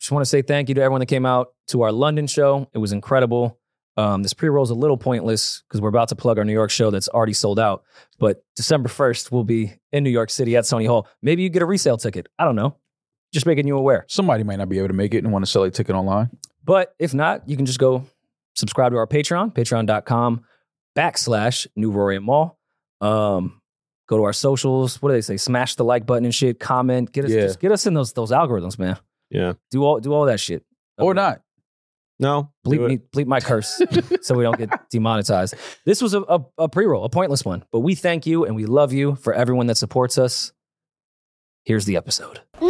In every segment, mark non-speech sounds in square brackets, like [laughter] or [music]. Just want to say thank you to everyone that came out to our London show. It was incredible. Um, this pre roll is a little pointless because we're about to plug our New York show that's already sold out. But December 1st, we'll be in New York City at Sony Hall. Maybe you get a resale ticket. I don't know. Just making you aware. Somebody might not be able to make it and want to sell a ticket online. But if not, you can just go subscribe to our Patreon, patreon.com backslash New Rory and Mall. Um, go to our socials. What do they say? Smash the like button and shit. Comment. Get us, Yeah. just get us in those those algorithms, man. Yeah. Do all do all that shit. Or not. No. do Bleep, it. me, bleep my curse so we don't [laughs] get demonetized. This was a, a, a pre roll, a pointless one, but we thank you and we love you for everyone that supports us. Here's the episode. No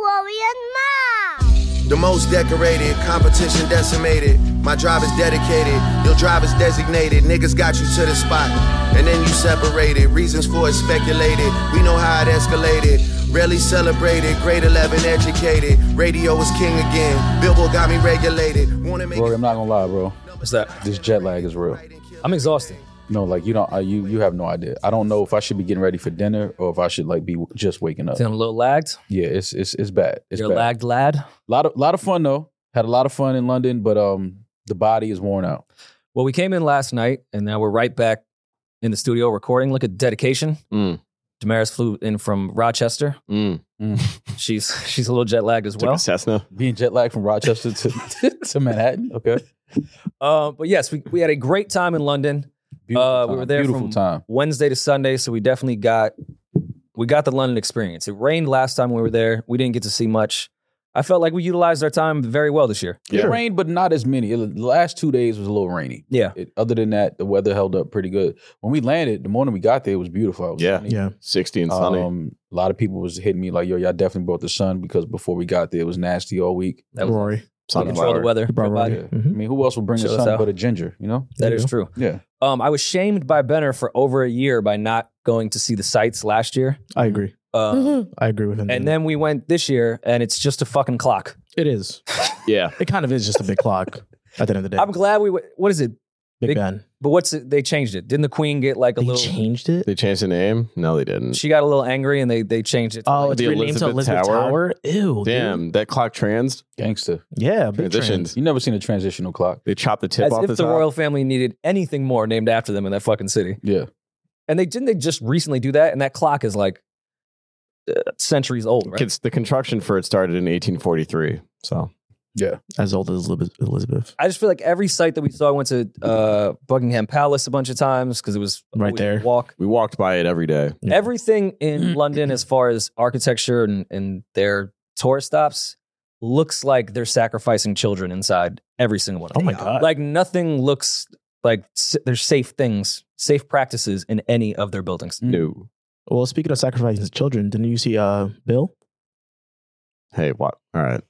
worry and mom. The most decorated, competition decimated. My drive is dedicated, your drive is designated. Niggas got you to the spot, and then you separated. Reasons for it speculated. We know how it escalated. Rarely celebrated, grade 11 educated. Radio is king again. Billboard got me regulated. Wanna make Rory, I'm not gonna lie, bro. What's that? This jet lag is real. I'm exhausted. No, like you don't. Uh, you you have no idea. I don't know if I should be getting ready for dinner or if I should like be w- just waking up. Feeling a little lagged. Yeah, it's it's it's bad. It's You're a bad. lagged lad. lot of lot of fun though. Had a lot of fun in London, but um, the body is worn out. Well, we came in last night and now we're right back in the studio recording. Look at dedication. Mm. Damaris flew in from Rochester. Mm. She's [laughs] she's a little jet lagged as Took well. a Cessna. Being jet lagged from Rochester to [laughs] to Manhattan. Okay, Uh, but yes, we, we had a great time in London. Uh, we were there Beautiful from time. Wednesday to Sunday, so we definitely got we got the London experience. It rained last time we were there. We didn't get to see much. I felt like we utilized our time very well this year. It Yeah. rained, but not as many. It- the last two days was a little rainy. Yeah. It, other than that, the weather held up pretty good. When we landed, the morning we got there, it was beautiful. It was Yeah. sunny. Yeah. 60 and sunny. Um, a lot of people was hitting me like, "Yo, y'all definitely brought the sun because before we got there, it was nasty all week." That was Rory. we control the Sunflower. weather. Brought Nobody- Rory. Yeah. I mean, who else would bring Chill the us sun out. but a ginger? You know? That You is know. true. Yeah. Um, I was shamed by Benner for over a year by not going to see the sights last year. I agree. Uh, I agree with him. And then we went this year, and it's just a fucking clock. it is. Yeah. It kind of is just a big clock at the end of the day. I'm glad we. Went, what is it? big, big- Ben. But what's it? They changed it. Didn't the Queen get like a They little? changed it. They changed the name? No, they didn't. She got a little angry, and they they changed it. to, Oh, like, it's The renamed to Elizabeth Elizabeth Tower. Tower? Ew. Damn, dude. that clock transed. Gangster. Yeah. Big Transitions. You never seen a transitional clock? They chopped the tip as off if the the top. royal family needed anything more named after them in that fucking city. Yeah. And they didn't they just recently do that? And that clock is like uh, centuries old, right? It's- the construction for it started in 1843. So trend. As old as Elizabeth- Elizabeth. I just feel like every site that we saw, I went to uh, Buckingham Palace a bunch of times because it was Right always a there. Walk we walked by it every day. Yeah. everything in London as far as architecture and, and their tourist stops looks like they're sacrificing children inside every single one. Of Oh them. my god. Like nothing looks like s- there's safe things, safe practices in any of their buildings. Mm. No. well, speaking of sacrificing his children, didn't you see uh Bill? Hey, what? All right.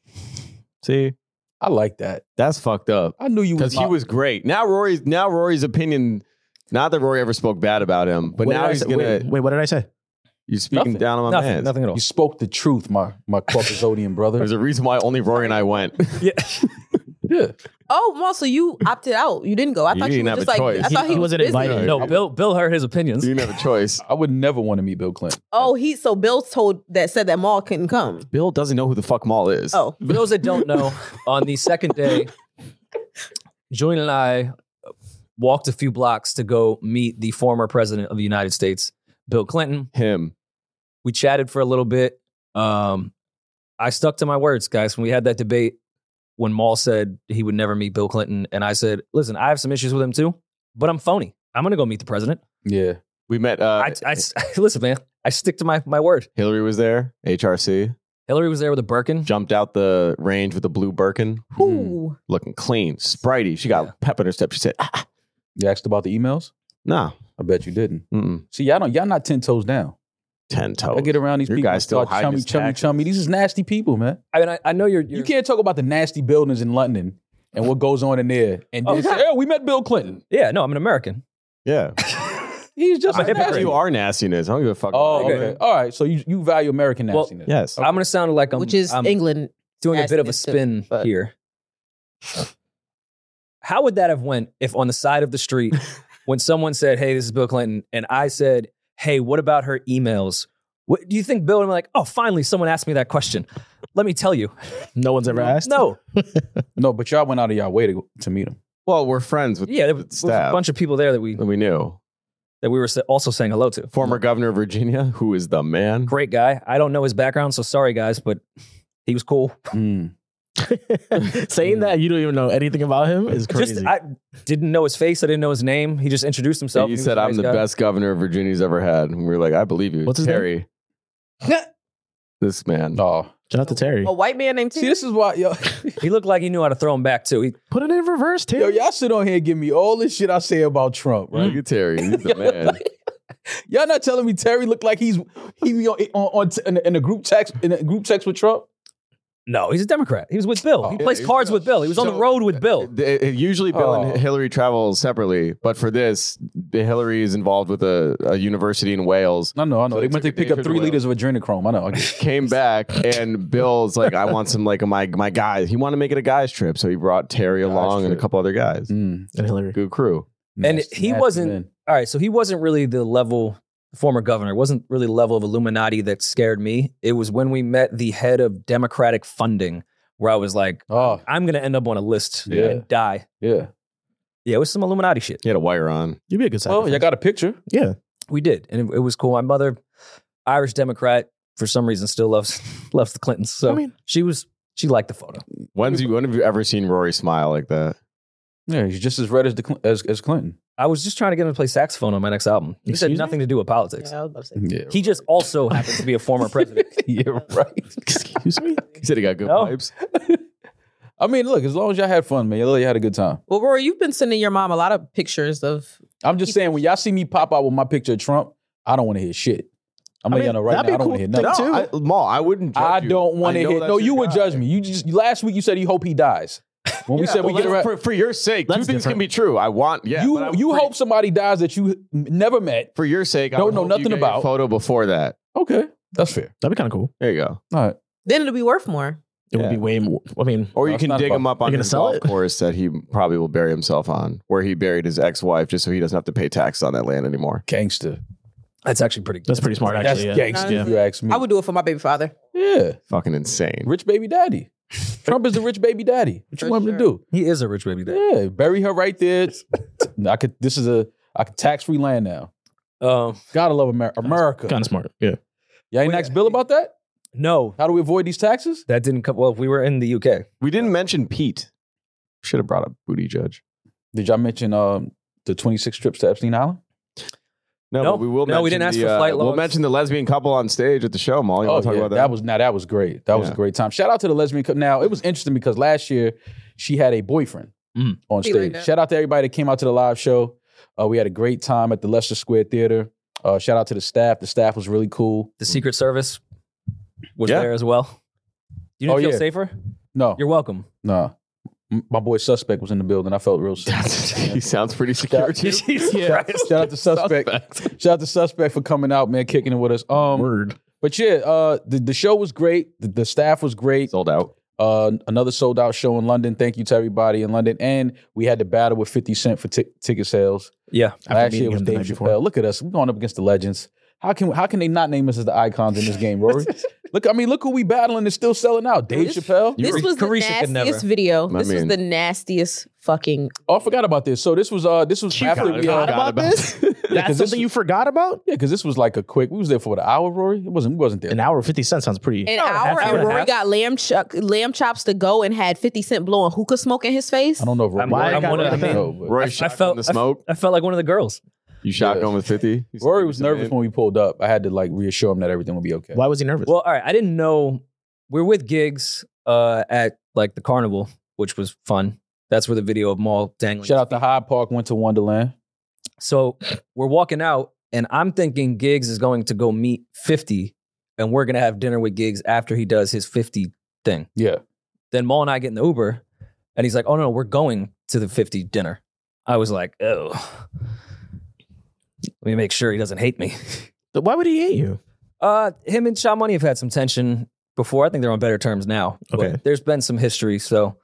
See, I like that. that's fucked up. I knew you Because was he was great. Now Rory's now Rory's opinion. Not that Rory ever spoke bad about him, but What did now I he's say- gonna. wait, wait, what did I say? You're Nothing. speaking Mm. down on my Nothing, man. nothing at all. You spoke the truth, my my [laughs] Caucasian brother. There's a reason why only Rory and I went. Yeah. yeah. Oh, well, so you opted out. You didn't go. I You thought you didn't were have a just like choice. I He- thought he, he was wasn't busy. invited. No, Bill. Bill heard his opinions. you didn't have a choice. I would never want to meet Bill Clinton. Oh, he so Bill told that said that Maul couldn't come. Bill doesn't know who the fuck Maul is. Oh, For those that don't know, on the second day, Julian and I walked a few blocks to go meet the former president of the United States, Bill Clinton. Him. We chatted for a little bit. Um, I stuck to my words, guys. When we had that debate, when Maul said he would never meet Bill Clinton, and I said, listen, I have some issues with him too, but I'm phony. I'm going to go meet the president. Yeah. We met uh I, I- [laughs] listen, man, I stick to my, my word. Hillary was there, HRC. Hillary was there with a Birkin. Jumped out the range with a blue Birkin, who? looking clean, spritey. She got Yeah. pep in her step. She said, ah, You asked about the emails? nah, I bet you didn't. mm-mm, See, y'all don't y'all not ten toes down. ten toes. I get around these Oh, Your people. guy's still start hiding chummy, his chummy, taxes. chummy. These is nasty people, man. I mean, I, I know you're, you're You can't talk about the nasty buildings in London and what goes on in there. And then Oh. say, oh, we met Bill Clinton. Yeah, no, I'm an American. [laughs] Yeah. He's just I'm a a hypocrite. hypocrite. you are nastiness. I don't give a fuck. Oh, about okay. that. All right. So you, you value American Well, nastiness. Yes. I'm going to sound like I'm, Which is I'm England. doing a bit of a nastiness too, spin but- here. How would that have went if on the side of the [laughs] street, when someone said, "Hey, this is Bill Clinton," and I said, "Hey, what about her emails?" What, do you think Bill would be like, oh, finally, someone asked me that question? Let me tell you. No one's [laughs] ever asked. No. No, but y'all went out of y'all way to go- to meet him. Well, we're friends with Yeah, there was a Staff. bunch of people there that we that we knew. that we were sa- also saying hello to. Former governor of Virginia, who is the man. Great guy. I don't know his background, so sorry guys, but he was cool. Saying that you don't even know anything about him is crazy. Just I didn't know his face. I didn't know his name. He just introduced himself. he was said, a "I'm nice the guy." best governor Virginia's ever had," and we were like, "I believe you, What's his name? Terry." this man. Oh, Shout out to Terry. A white man named see, Terry. this is why yo, [laughs] He looked like he knew how to throw him back too. He, Put it in reverse, Terry. yo, y'all sit on here and give me all this shit I say about Trump, right? Look at Terry. He's the man. Y'all not telling me Terry looked like he's he be on, on, on in, a, in a group text in a group text with Trump. no, he's a Democrat. He was with Bill. he Oh. plays Yeah, cards with Bill. He was on the So- road with Bill. They- they- usually, Bill Oh. and Hillary travel separately, but for this, the- Hillary is involved with a, a university in Wales. No, no, I know. So they they went to took a pick up picture three of the liters of adrenochrome. I know. I [laughs] get it. Came back, and Bill's like, "I want some like my my guys." He wanted to make it a guys trip, so he brought Terry along and a trip. couple other guys. Mm. And Hillary. Good crew. And Nasty, he nasty wasn't- men. All right, so he wasn't really the level former governor wasn't really the level of Illuminati that scared me. It was when we met the head of Democratic funding where I was like, Oh I'm gonna end up on a list Yeah. and die. yeah. Yeah, it was some Illuminati shit. He had a wire on. You'd be a good Oh, sacrifice. y'all got a picture. yeah. We did, and it, it was cool. My mother, Irish Democrat, for some reason still loves [laughs] loves the Clintons. So I mean- [laughs] she was she liked the photo. When's you? When have you ever seen Rory smile like that? Yeah, he's just as red as the Clin- as, as [laughs] Clinton. I was just trying to get him to play saxophone on my next album. He said Excuse me? nothing to do with politics. Yeah, I was about to say. Yeah, He just also happens to be a former president. yeah, right. Excuse me. He said he got good No. pipes. I mean, look, as long as y'all had fun, man, y'all had a good time. Well, Rory, you've been sending your mom a lot of pictures of. I'm just saying, when y'all see me pop out with my picture of Trump, I don't want to hear shit. I'm gonna mean, y'all know right now. that'd be I don't cool want to hear thing nothing. too. I, Maul, I wouldn't. Judge I you. don't want I to know hear. that's No, your you would guy. judge me. You just last week you said you hope he dies. When we said we Well, get around, that's- for, for your sake, two That's things different. can be true. I want yeah. but I- you you for, hope somebody dies that you never met. for your sake. I Don't would know hope nothing you get your about. photo before that. Okay, that's fair. That'd be kind of cool. There you go. All right. Then it'll be worth more. It Yeah. would be way more. I mean, Or you That's can not a dig problem. him up on gonna his sell golf it? course that he probably will bury himself on, where he buried his ex-wife, just so he doesn't have to pay tax on that land anymore. Gangster. That's actually pretty good. that's pretty smart, That's actually. yeah. gangster. If you ask me. I would do it for my baby father. yeah. Fucking insane. Rich baby daddy. Trump is the rich baby daddy. What you For want him to sure. do? He is a rich baby dad. Yeah. Bury her right there. I could. This is a. I could tax free land now. Um, Gotta love America. America. Kind of smart. Yeah. Y'all ain't Wait, asked Bill about that. no, How do we avoid these taxes? that didn't come. Well, we were in the UK. We didn't mention Pete. Should have brought up Booty Judge. Did y'all mention um, the 26 trips to Epstein Island? No, No. but we will. No, we didn't mention ask for the, uh, flight We'll logs. mention the lesbian couple on stage at the show. Molly, you oh, want to talk yeah, about that? [laughs] was now that was great. That was a Yeah. great time. Shout out to the lesbian couple. Now it was interesting because last year she had a boyfriend Mm. on Be like stage. that. Shout out to everybody that came out to the live show. Uh, we had a great time at the Leicester Square Theater. Uh, shout out to the staff. The staff was really cool. The Secret Service was Yeah. there as well. You didn't Oh, feel yeah. safer? No, You're welcome. no. M- My boy Suspect was in the building. I felt real [laughs] sick. he sounds pretty [laughs] secure. too. yeah. Shout out to Suspect. [laughs] Shout out to Suspect for coming out, man, kicking it with us. Um, Word. But yeah, uh, the, the show was great. The, the staff was great. Sold out. Uh, another sold out show in London. Thank you to everybody in London. And we had to battle with 50 Cent for tick ticket sales. Yeah. Last year it meeting was him the Dave night before. Chappelle. Look at us. We're going up against the legends. How can how can they not name us as the icons in this game, Rory? look, I mean, look who we battling is still selling out. Dave This- Chappelle. This were- was the Carisha could never. nastiest video. I This was mean- the nastiest fucking. Oh, I forgot about this. So this was uh this was after we forgot uh, [laughs] about this. That's 'cause this- something you forgot about? yeah, because this was like a quick. We was there for what, an hour, Rory. It wasn't. We wasn't there. An hour and 50 cents sounds pretty. An and a half, hour, hour and and a Rory half. got lamb chuck, lamb chops to go, and had Fifty Cent blowing hookah smoke in his face. I don't know. If Rory I'm- I'm one of I the don't men. know, but- Roy I shotgun felt- the smoke. I felt like one of the girls. you shotgun Yeah. with fifty. Rory was nervous when we pulled up. I had to like reassure him that everything would be okay. Why was he nervous? Well, all right. I didn't know we were with gigs uh, at like the carnival, which was fun. That's where the video of Maul dangling. Shout out to Hyde Park, went to Wonderland. So we're walking out, and I'm thinking Gigs is going to go meet 50, and we're going to have dinner with Gigs after he does his 50 thing. Yeah. Then Maul and I get in the Uber, and he's like, oh, no, we're going to the 50 dinner. I was like, oh, let me make sure he doesn't hate me. Why would he hate you? Uh, him and Shaw Money have had some tension before. I think they're on better terms now. But Okay. there's been some history, so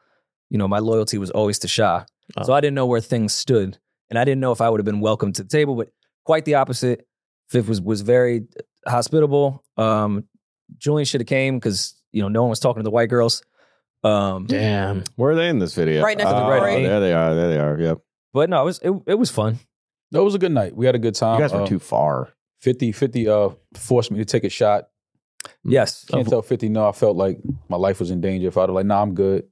you know my loyalty was always to Shaw. So Oh. I didn't know where things stood, and I didn't know if I would have been welcome to the table. But quite the opposite. Fifth was was very hospitable. Um, Julian should have came because you know no one was talking to the white girls. Um, Damn. Where are they in this video? Right next to the Oh, right. There they are. There they are. Yep. but no, it was it, it was fun. That was a good night. We had a good time. You guys Uh, were too far. 50, 50 uh, forced me to take a shot. Yes, Can't tell 50 no. I felt like my life was in danger. If I'd have like, nah, I'm good.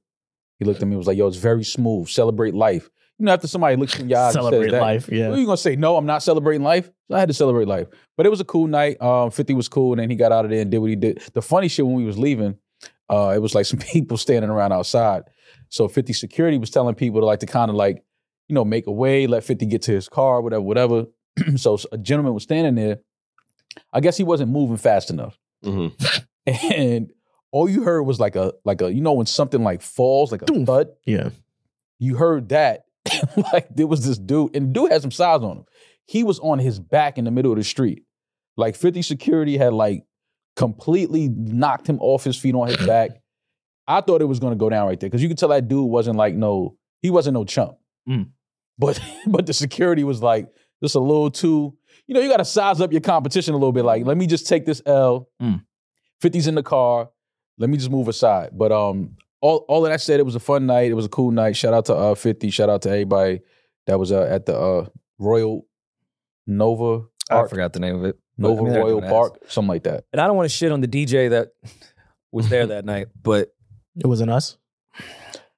He looked at me and was like, yo, it's very smooth. Celebrate life. You know, after somebody looks in your eyes and says Celebrate that, life. What Yeah. are you gonna say? No, I'm not celebrating life. So I had to celebrate life. But it was a cool night. Um, 50 was cool, and then he got out of there and did what he did. The funny shit when we was leaving, uh, it was like [laughs] some people standing around outside. So 50 security was telling people to like to kind of like, you know, make a way, let 50 get to his car, whatever, whatever. [clears throat] so a gentleman was standing there. I guess he wasn't moving fast enough. [laughs] [laughs] Mhm. And all you heard was like a like a, you know, when something like falls, like a Doom. thud Yeah. you heard that [laughs] like there was this dude and the dude had some size on him he was on his back in the middle of the street like 50 security had like completely knocked him off his feet on his back i thought it was going to go down right there because you could tell that dude wasn't like no he wasn't no chump Mm. but [laughs] but the security was like just a little too you know you got to size up your competition a little bit like let me just take this l Mm. 50's in the car let me just move aside but um all all of that said, it was a fun night. It was a cool night. Shout out to uh, Fifty. Shout out to everybody that was uh, at the uh, Royal Nova I Park, forgot the name of it. but, I Nova mean, they're Royal doing ass. Park, something like that. And I don't want to shit on the DJ that [laughs] was there that night, but It wasn't us.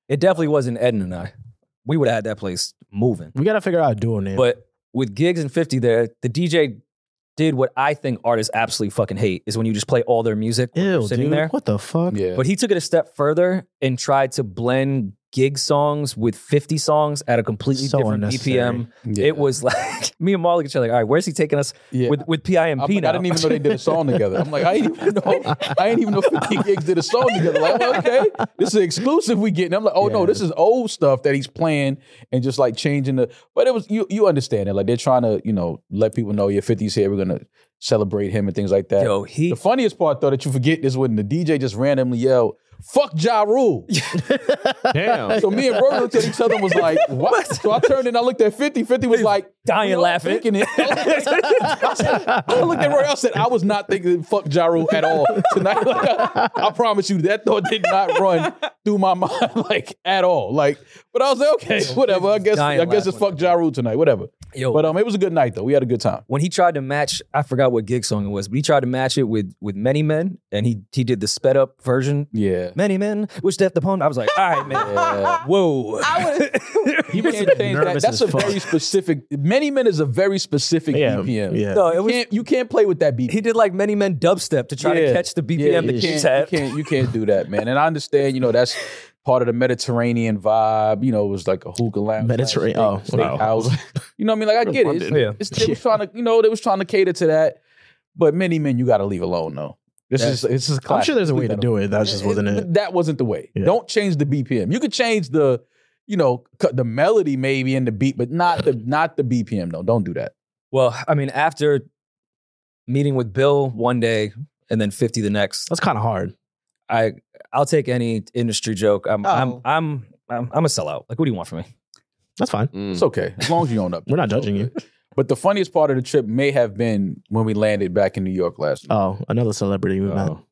it definitely wasn't Eden and I. We would have had that place moving. We gotta figure out a duo name. But with gigs and 50 there, the DJ did what I think artists absolutely fucking hate is when you just play all their music when you're Ew, sitting dude. there. What the fuck? Yeah, But he took it a step further and tried to blend gig songs with 50 songs at a completely So different unnecessary. BPM. Yeah. It was like [laughs] me and Marley each other like, all right, where's he taking us yeah. with, with PIMP I, now? I didn't even know they did a song together. I'm like, I didn't even know. I didn't even [laughs] know 50 gigs did a song together. Like, well, okay, this is exclusive we getting. I'm like, oh no, Yeah. this is old stuff that he's playing and just like changing the. But it was you. You understand it? Like they're trying to, you know, let people know your 50's here. We're gonna celebrate him and things like that. Yo, he The funniest part though that you forget is when the DJ just randomly yelled, fuck Ja Rule. Damn. So me and Rory looked at each other and [laughs] was like, what? So I turned and I looked at 50. 50 was like, [laughs] dying "We all laughing." thinking It. I, said- [laughs] I looked at Rory, I said, I was not thinking fuck Ja Rule at all tonight. [laughs] Like, I, I promise you, that thought did not run through my [laughs] mind like at all. Like, but I was like, okay, whatever. I guess Dying I guess it's laughing. fuck Ja Rule tonight, whatever. yo, But um, it was a good night though. We had a good time. when he tried to match, I forgot what gig song it was, but he tried to match it with with Many Men, and he he did the sped up version. Yeah. Many men which death upon. I was like, all right, man. Yeah. Whoa. [laughs] I You can't change that. nervous That's as a fuck. very specific. Many men is a very specific Yeah. BPM. Yeah. no, it You was. can't, you can't play with that BPM. He did like Many Men dubstep to try to Yeah. catch the BPM Yeah, the you kids can't, had. you can't you can't do that, man. And I understand, you know, that's part of the Mediterranean vibe. You know, it was like a hookah lounge, Mediterranean- like oh, steak- wow. steakhouse. You know what I mean? Like I get it. It's, Yeah. it's- they was trying to, you know, they was trying to cater to that. But many men, you got to leave alone though. This Yeah. is this is. I'm Classic. sure there's a way Leave to that do it. That just wasn't it- it. That wasn't the way. Yeah. Don't change the BPM. You could change the, you know, cut the melody maybe and the beat, but not the not the BPM. No, don't do that. Well, I mean, after meeting with Bill one day and then 50 the next, That's kind of hard. I I'll take any industry joke. I'm I'm, Oh. I'm I'm I'm a sellout. Like, what do you want from me? That's fine. Mm. It's okay as long as you own up. We're not [laughs] judging you. But the funniest part of the trip may have been when we landed back in New York last night. Oh, another celebrity we met. Oh.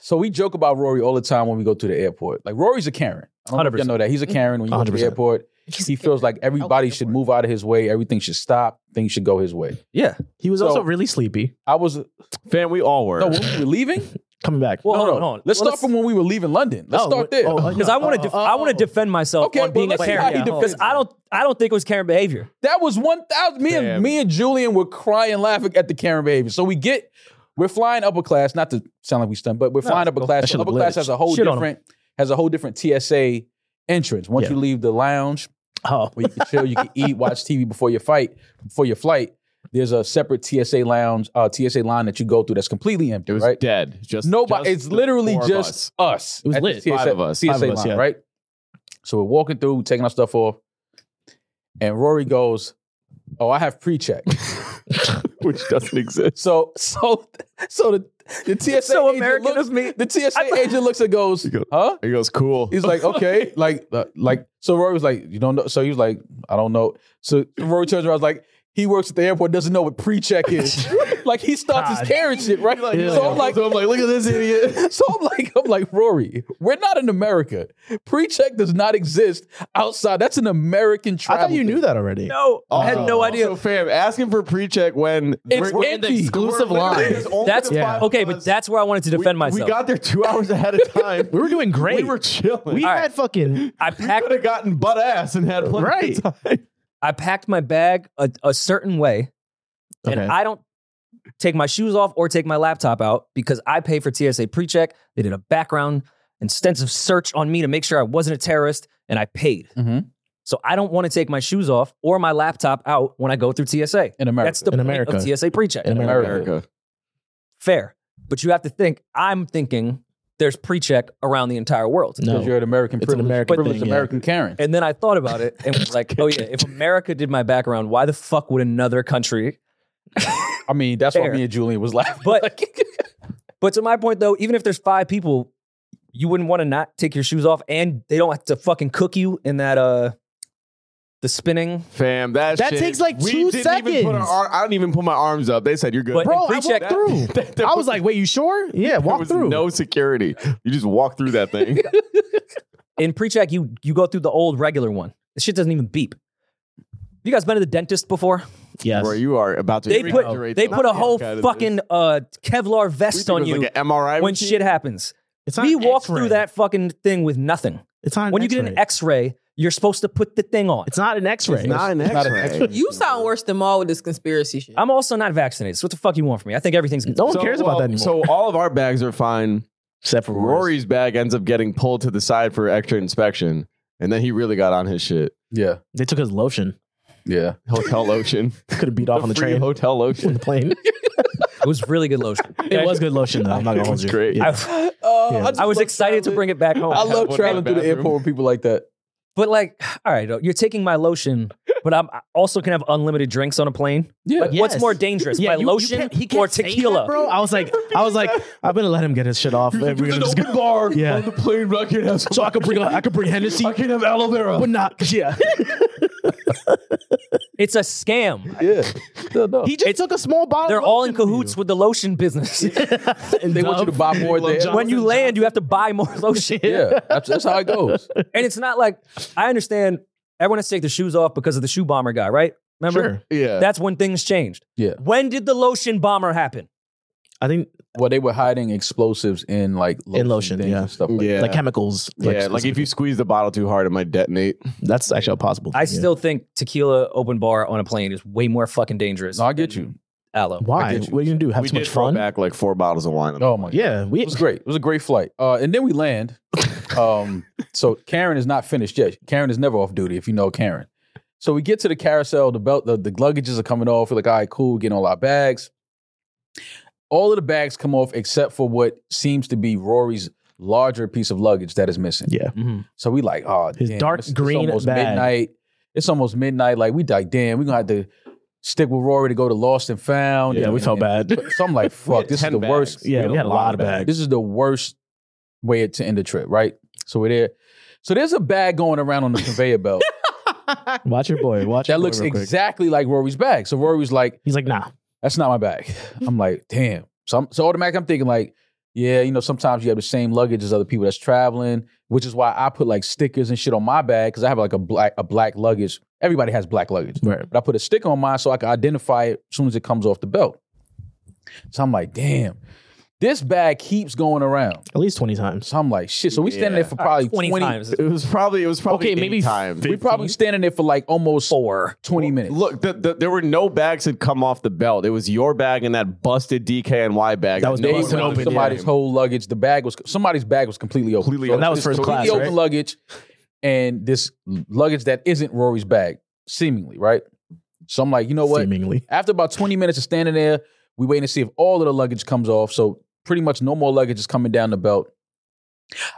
So we joke about Rory all the time when we go to the airport. Like Rory's a Karen. I don't know if y'all 100%. know that. He's a Karen when you go to the 100%. airport. was. He feels like everybody should move out of his way. Everything should stop. Things should go his way. Yeah. He was So- also really sleepy. I was no Fam, we all were. when we were leaving. Coming back. Well, no, hold no. on, hold on. Let's Well, start from when we were leaving London. Let's Oh, start wait. there. Oh, [laughs] Because I want to def- I want to defend myself Okay, on well, being let's a see how he Karen because defends I don't I don't think it was Karen behavior. That was one thousand. Me and Damn. me and Julian were crying, laughing at the Karen behavior. So we get we're flying upper class. Not to sound like we stunned, but we're flying upper class. that So should've upper lit class it. has a whole Shit on 'em. different has a whole different TSA entrance. Once Yeah. you leave the lounge, Oh, where you can chill, you can eat, watch TV before your fight, before your flight. There's a separate TSA lounge, uh, TSA line that you go through that's completely empty. It was right? dead. Just Nobody. just it's the literally four of just us. [laughs] us. It was lit. TSA, Five of us. TSA Five of us, line, yeah. right? So we're walking through, taking our stuff off, and Rory goes, "Oh, I have pre-check." which doesn't exist. so, so, so the, the TSA So agent American looks, of me. The TSA agent looks and goes, He goes- "Huh?" He goes, cool. He's like, okay, like, uh, like. So Rory was like, you don't know. So he was like, I don't know. So Rory turns around, I was like, He works at the airport, doesn't know what pre-check is. like he stops his carriage shit, right? so I'm like, so I'm like, look at this [laughs] idiot. so I'm like, I'm like, Rory, we're not in America. Pre-check does not exist outside. That's an American I travel. thought you thing. knew that already. No, I had Oh. no idea. Oh. So fam, asking for pre-check when It's empty. exclusive line. That's Yeah. okay, but that's where I wanted to defend we, myself. We got there two [laughs] hours ahead of time. We were doing great. We were chilling. We All had right. fucking I packed. could have gotten butt ass and had plenty Right. of time. I packed my bag a, a certain way, and Okay. I don't take my shoes off or take my laptop out because I pay for TSA pre-check. They did a background extensive search on me to make sure I wasn't a terrorist, and I paid. Mm-hmm. Mhm. So I don't want to take my shoes off or my laptop out when I go through TSA. in America. That's the In point America. of TSA pre-check. in America. America. Fair, but you have to think. I'm thinking there's pre-check around the entire world. No. because you're an American It's an privileged, American privileged thing, yeah. American Karen. And then I thought about it and was [laughs] like, oh yeah, if America did my background, why the fuck would another country? I mean, that's why Fair. me and Julian was laughing. [laughs] But- Like, But to my point though, even if there's five people, you wouldn't want to not take your shoes off and they don't have to fucking cook you in that uh the spinning. Fam, that That shit- takes like we two didn't even put our seconds. ar- I didn't even put my arms up. They said you're good. But- Bro, I Pre-check. walked through. [laughs] there I was like, wait, you sure? Yeah, there walk was through. no security. You just walk through that [laughs] thing. [laughs] In pre-check, you you go through the old regular one. This shit doesn't even beep. You guys been to the dentist before? yes. Bro, you are about to. They put refrigerate they the put a fuck whole out of this. fucking uh Kevlar We vest think it on was you Like an MRI when machine. shit happens. it's We on walk X-ray. through that fucking thing with nothing. It's on When you get an X-ray. X-ray, you're supposed to put the thing on. It's not an X-ray. It's not an It's not an X-ray. X-ray. You sound worse than Maul with this conspiracy shit. I'm also not vaccinated. So what the fuck you want from me? I think everything's No one So, cares about well, that anymore. So all of our bags are fine. except for Rory's. Rory's bag ends up getting pulled to the side for extra inspection, and then he really got on his shit. yeah, They took his lotion. yeah. Hotel lotion. Could have beat off [laughs] on the free train. Hotel On lotion. [laughs] the plane. It was really good [laughs] lotion. It was good lotion though. I'm not gonna It hold was you. great. Yeah. I, Uh, Yeah. just I was love excited to traveling. bring it back home. I love One traveling through the bathroom. airport with people like [laughs] that. [laughs] but like, all right, you're taking my lotion, but I'm, I also can have unlimited drinks on a plane. Yeah. Like, what's Yes. more dangerous, Yeah, my you- you lotion can't- he or can't say that, tequila? bro. I was like, I was like, I'm gonna let him get his shit off. and we're gonna just go- bar Yeah. on the plane record has So [laughs] I could bring, I could bring Hennessy, can have aloe vera. but not, yeah. It's a scam. yeah. No, no. He just took a small bottle. They're all in cahoots with the lotion business. they want you to buy more Love there. [laughs] Johnson. when you land, you have to buy more [laughs] lotion. yeah, that's, that's how it goes. And it's not like I understand everyone has to take their shoes off because of the shoe bomber guy, right? Remember? Sure. Yeah. That's when things changed. Yeah. When did the lotion bomber happen? I think Well, they were hiding explosives in like In lotion, things yeah. and stuff. Like yeah. like chemicals. yeah, like if you squeeze the bottle too hard, it might detonate. that's actually possible. I Yeah. still think tequila open bar on a plane is way more fucking dangerous. that. No, I get you. Aloe. Why? I What get you. are you gonna do? Have we too much did throw fun? back like four bottles of wine. Oh my god, Yeah, we. it was great. It was a great flight. Uh, and then we land. [laughs] Um, so Karen is not finished yet. Karen is never off duty, if you know Karen. So we get to the carousel. The belt, the, the luggages are coming off. We're like, all right, cool. We're getting all our bags. All of the bags come off except for what seems to be Rory's larger piece of luggage that is missing. Yeah. Mhm. So we like, oh, His damn, dark it's, it's green almost bag. midnight. It's almost midnight. Like we like, damn, we're gonna have to stick with Rory to go to Lost and Found. Yeah, And- we felt and- bad. So [laughs] I'm like, We had fuck, this is 10 the bags. worst. Yeah, we had a lot of bags. This is the worst way to end the trip, right? So we're there. So there's a bag going around on the conveyor [laughs] belt Watch your boy. Watch. your that boy looks real quick. exactly like Rory's bag. So Rory's like, He's like, nah. that's not my bag. [laughs] I'm like, damn. So I'm, so automatically I'm thinking like, yeah, you know, sometimes you have the same luggage as other people that's traveling, which is why I put like stickers and shit on my bag because I have like a black a black luggage. Everybody has black luggage, Right. but I put a sticker on mine so I can identify it as soon as it comes off the belt. So I'm like, damn, this bag keeps going around. At least twenty times. So I'm like, shit. So we standing there for probably 20, 20, times. It was probably it was probably Okay, eight maybe times. We probably standing there for like almost Four. 20 minutes. Look, the, the, there were no bags that come off the belt. It was your bag and that busted DKNY bag. That was no They It one wasn't went wanted open, to somebody's claim. whole luggage. The bag was somebody's bag was completely open. Completely So open. And that was it's first completely class, open right? luggage, and this luggage that isn't Rory's bag, seemingly right. So I'm like, you know what? Seemingly. After about 20 minutes of standing there, we waiting to see if all of the luggage comes off. So pretty much no more luggage is coming down the belt.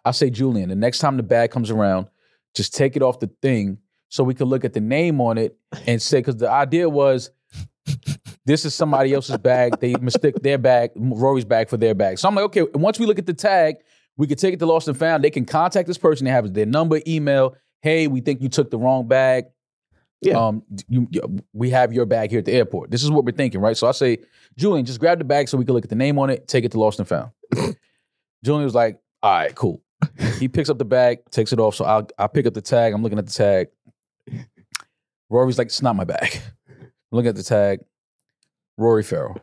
I say, Julian, the next time the bag comes around, just take it off the thing so we could look at the name on it and say, because the idea was this is somebody else's bag. They mistook their bag, Rory's bag for their bag. So I'm like, okay, once we look at the tag, we can take it to Lost and Found. They can contact this person. They have their number, email. Hey, we think you took the wrong bag. Yeah. Um, d- you, you- we have your bag here at the airport. This is what we're thinking, right? So I say, Julian, just grab the bag so we can look at the name on it, take it to Lost and [laughs] Found. Julian was like, all right, cool. He picks up the bag, takes it off. So I I pick up the tag. I'm looking at the tag. Rory's like, it's not my bag. I'm looking at the tag. Rory Farrell.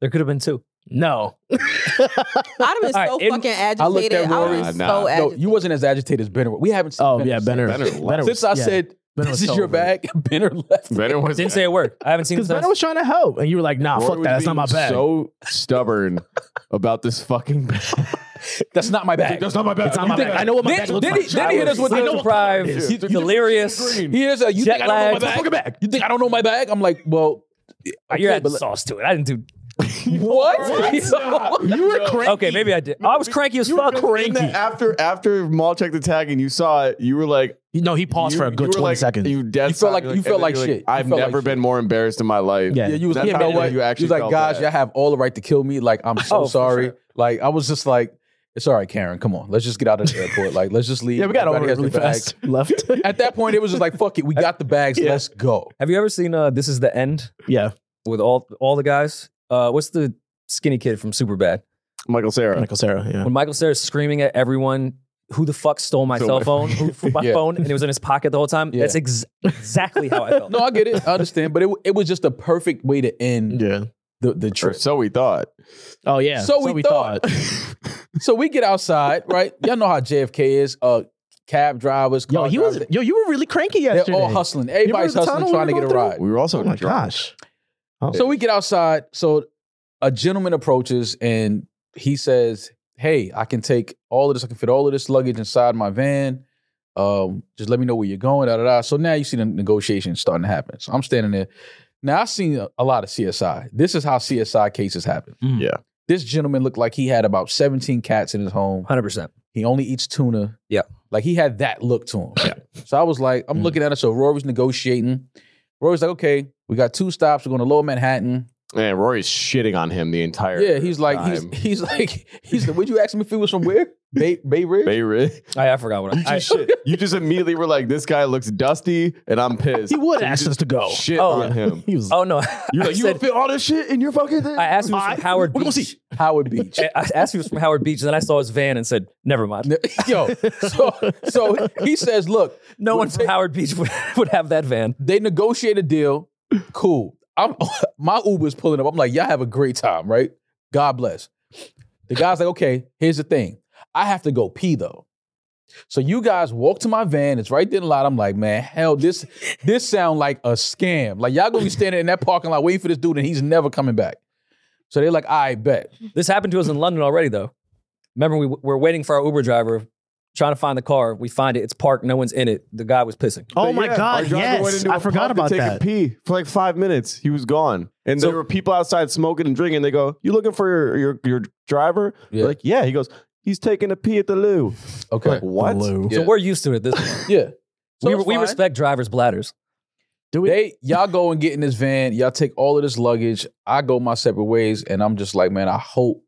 There could have been two. No. I'd have been All right, so in- fucking I looked agitated. I, at would Rory. have been Nah, so nah. No, agitated. you wasn't as agitated as Benner. We haven't seen Oh yeah, since- Benner. Benner left. Since I said, Benner this was is so your rude. bag, [laughs] Benner left. Benner was Didn't say a word. I haven't seen because this. Benner was trying to help, and you were like, "Nah, Rory fuck was that. That's not being my bag." So stubborn about this fucking [laughs] bag. That's not my bag. not my bag. it's not my bag. I know what my Then- bag looks then like. he- then he hit us with I the know what color it is. deprived, delirious. Here's a you Jet think I don't know lag. my bag? You think I don't know my bag? I'm like, well, I You're can't adding believe- sauce to it. I didn't do. [laughs] what? You were [laughs] cranky. Okay, maybe I did. I was cranky as You were fuck. just in that After after Maul checked the tag and you saw it, you were like, No, he paused you, for a you were good twenty like, seconds. You, dead You felt like- silent, you felt and then like you're shit. You I've felt like never shit. been more embarrassed in my life. Yeah. Yeah, you was That's like, you how know you what? know you You actually was like, felt guys, bad. y'all have all the right to kill me. Like, I'm so Oh, for sorry. sure. Like, I was just like, it's all right, Karen. Come on, let's just get out of the airport. Like, let's just leave. yeah, we got over Everybody it has really their bags. fast. Left. At that point, it was just like, fuck it, we got the bags. Yeah. Let's go. Have you ever seen uh, This Is the End yeah, with all all the guys? Uh, what's the skinny kid from Superbad? Michael Sarah. Michael Sarah. Yeah. When Michael Sarah's screaming at everyone, "Who the fuck stole my Stole cell my- phone? Who f- my Yeah. phone?" And it was in his pocket the whole time. Yeah. That's ex- exactly how I felt. [laughs] No, I get it. I understand. But it, it was just the perfect way to end Yeah. the, the Or trip. so we thought. Oh yeah. So we thought. So we get outside, right? Y'all know how JFK is. Uh, cab drivers, Yo, car he was. drivers, Yo, you were really cranky They're yesterday. all hustling. Everybody's the hustling, tunnel trying we to get were a going ride. We were also Oh my drunk. gosh. So we get outside. So a gentleman approaches and he says, Hey, I can take all of this, I can fit all of this luggage inside my van. Um, just let me know where you're going. Da, da, da. So now you see the negotiations starting to happen. So I'm standing there. Now I've seen a, a lot of CSI. This is how CSI cases happen. Mm. Yeah. This gentleman looked like he had about 17 cats in his home. hundred percent. He only eats tuna. Yeah. Like he had that look to him. So I was like, I'm Mm. looking at it. So Rory's negotiating. Rory's like, okay, we got two stops. We're going to Lower Manhattan. Man, Rory's shitting on him the entire Yeah, he's like, he's, time. he's [laughs] like, he's like, would you ask him if he was from where? Bay, Bay Ridge? Bay Ridge. I, I forgot what I. I [laughs] You just immediately were like, this guy looks dusty and I'm pissed. He would So you ask just us to go. Shit Oh, on him. [laughs] He was. oh no! [laughs] You're I like, you said- don't feel all this shit in your fucking thing? I asked you I- from Howard we're gonna Beach. see. Howard [laughs] Beach. I I asked you from Howard Beach, and then I saw his van and said, "Never mind." Yo, so so he says, look, No one Would from they- Howard Beach [laughs] would, would have that van. they negotiate a deal. Cool. I'm [laughs] my Uber's pulling up. I'm like, y'all have a great time, right? God bless. The guy's like, okay, here's the thing. I have to go pee though. So you guys walk to my van. It's right there in the lot. I'm like, man, hell, this this sound like a scam. Like y'all gonna be standing in that parking lot waiting for this dude, and he's never coming back. So they're like, I bet. This happened to us in London already, though. Remember, we were waiting for our Uber driver, trying to find the car. We find it. It's parked. No one's in it. The guy was pissing. Oh But my yeah, our God! driver went Yes, into I a forgot pub to about take that. A pee for like five minutes. He was gone, and So- there were people outside smoking and drinking. They go, "You looking for your your, your driver?" Yeah. Like, yeah. He goes, "He's taking a pee at the loo." Okay. Like, what? [laughs] Lou. Yeah. So we're used to it. This Yeah. So we, it's we fine. respect drivers' bladders. Do we? They y'all go and get in this van. Y'all take all of this luggage. I go my separate ways, and I'm just like, man, I hope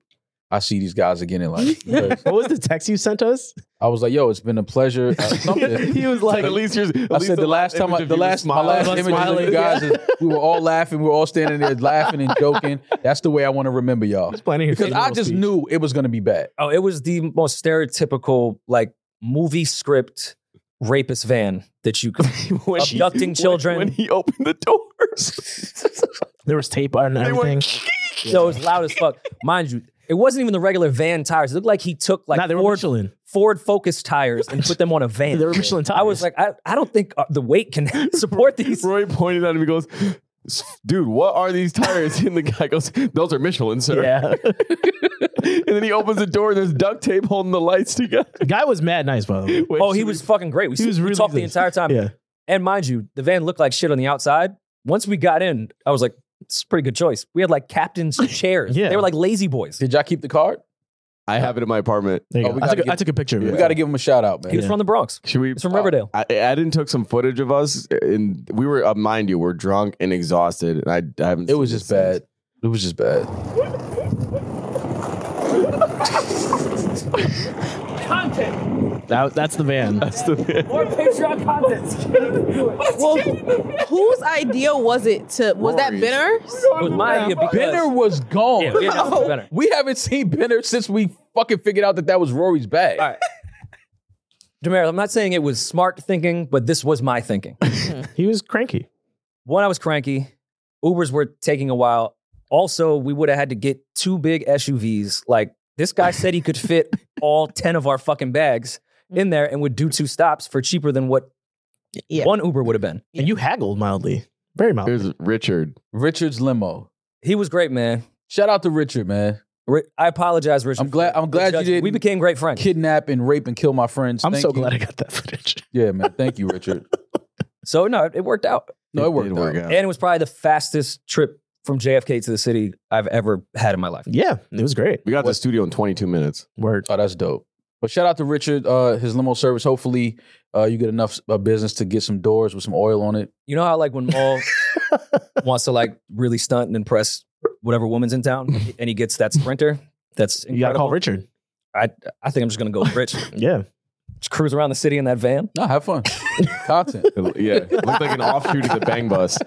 I see these guys again in life. Because what was the text you sent us? [laughs] I was like, yo, it's been a pleasure. Uh, [laughs] something. he was Like, at least you're. At I least said the last time, I, image of the you was last, my smiling. last [laughs] image of you guys, is we were all laughing, we were all standing there laughing and joking. That's the way I want to remember y'all planning because I just knew it was gonna be bad. Oh, it was the most stereotypical like movie script rapist van that you could When he- abducting when- children. When he opened the doors, there was tape on and They went- [laughs] everything. so it was loud as fuck, mind you. It wasn't even the regular van tires. It looked like he took like nah, they were Ford Michelin. Ford Focus tires and put them on a [laughs] van. They were Michelin tires. I was like, I, I don't think uh, the weight [laughs] can support these. Roy pointed at him. He goes. Dude, what are these tires? [laughs] And the guy goes, "Those are Michelin, [laughs] sir." [laughs] yeah. [laughs] And then he opens the door, and there's duct tape holding the lights [laughs] together. the guy was mad nice, by the way. Oh, he was fucking great. We, He was we really talked the good. entire Um, time. Yeah. And mind you, the van looked like shit on the outside. Once we got in, I was like, "It's a pretty good choice." We had like [laughs] captain's chairs. Yeah. They were like lazy boys. Did y'all keep the card? I have it in my apartment. There you Oh, we go. I gotta took, a, get- I took a picture. of We it. gotta give him a shout out, He was man. from the Bronx. Should we? He's from Riverdale. I, Adam took some footage of us, and we were, uh, mind you, we're drunk and exhausted. And I, I haven't. It seen was this just [laughs] bad. since. It was just bad. That, that's the [laughs] van. That's the Patreon content. Well, [laughs] whose idea was it to? Was that Rory's. Benner's? Oh, It was my idea because Benner was gone. Yeah, we didn't have [laughs] No. Benner. We haven't seen Benner since we fucking figured out that that was Rory's bag. All right. Demeril, I'm not saying it was smart thinking, but this was my thinking. He was cranky. One, I was cranky. Ubers were taking a while. Also, we would have had to get two big SUVs. Like this guy said he could fit all 10 of our fucking bags in there and would do two stops for cheaper than what Yeah. one Uber would have been. And you haggled mildly. Very mildly. There's Richard. Richard's limo. He was great, man. Shout out to Richard, man. Ri- I apologize, Richard. I'm glad- I'm for glad you judging. We didn't became great friends. Kidnap and rape and kill my friends. I'm Thank so you. glad I got that [laughs] footage. Yeah, man. Thank you, Richard. So no, it- it worked out, No, it worked did out. work out. and it was probably the fastest trip from JFK to the city I've ever had in my life. Yeah, it was great. We got to the studio in 22 minutes. Word. Oh, that's dope. But shout out to Richard, uh, his limo service. Hopefully, uh, you get enough uh, business to get some doors with some oil on it. You know how like when Maul wants to like really stunt and impress whatever woman's in town, and he gets that sprinter. That's You got to call incredible. Richard. I I think I'm just gonna go with Rich. Yeah. just cruise around the city in that van. No, have fun. Content. It- yeah, it looked [laughs] like an offshoot of the Bang Bus.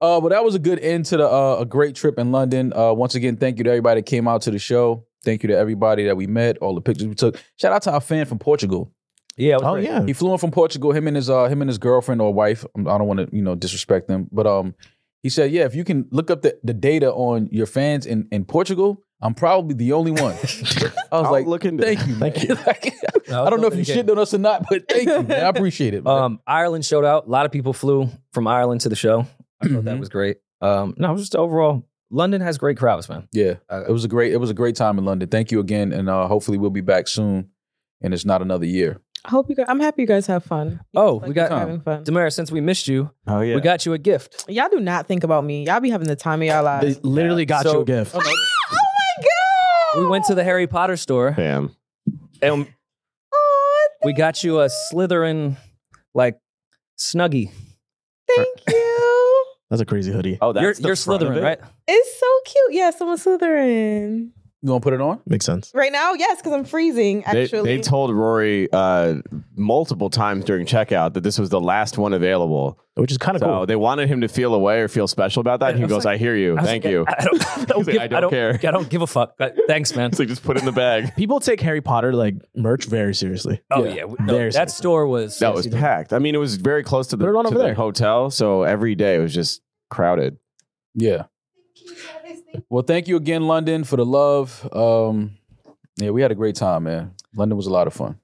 Uh, but that was a good end to the uh, a great trip in London. Uh, once again, thank you to everybody that came out to the show. Thank you to everybody that we met, all the pictures we took. Shout out to our fan from Portugal. Yeah. it was Oh, great. yeah. He flew in from Portugal. Him and his uh, him and his girlfriend or wife. Um, I don't want to you know disrespect them, but um, he said, yeah, if you can look up the, the data on your fans in in Portugal, I'm probably the only one. I was I'll like, look into thank that. you, Thank man. [laughs] Like, No, I don't know if you totally shit on us or not, but thank you, man. I appreciate it. man. Um, Ireland showed out. A lot of people flew from Ireland to the show. I thought that Mhm. was great. Um, no, just overall, London has great crowds, man. yeah, uh, it was a great it was a great time in London. Thank you again, and uh, hopefully we'll be back soon. And it's not another year. I hope you guys. I'm happy you guys have fun. Oh, Like, we got- you're having fun. Damaris, since we missed you, Oh yeah, we got you a gift. Y'all do not think about me. Y'all be having the time of y'all They lives. literally got So- you a gift. We went to the Harry Potter store Damn. and we got you a Slytherin like snuggie. Thank you. That's a crazy hoodie. Oh, you're that's you're Slytherin, right? It's so cute. Yeah, someone Slytherin. You want to put it on? Makes sense. Right now, yes, because I'm freezing. They, Actually, they told Rory uh, multiple times during checkout that this was the last one available. Which is kind of So cool. they wanted him to feel away or feel special about that. I He was goes, "I hear you, I was thank like, you." [laughs] I don't, I don't He's like, give, "I I don't don't care." I don't give a fuck. But thanks, [laughs] man. It's like just put it in the bag. People take Harry Potter like merch very seriously. Oh yeah, no, There's- that store was. That was you did. packed. I mean, it was very close to the, Put it on to over the there. hotel, so every day it was just crowded. Yeah. Well, thank you again, London, for the love. Um, yeah, we had a great time, man. London was a lot of fun.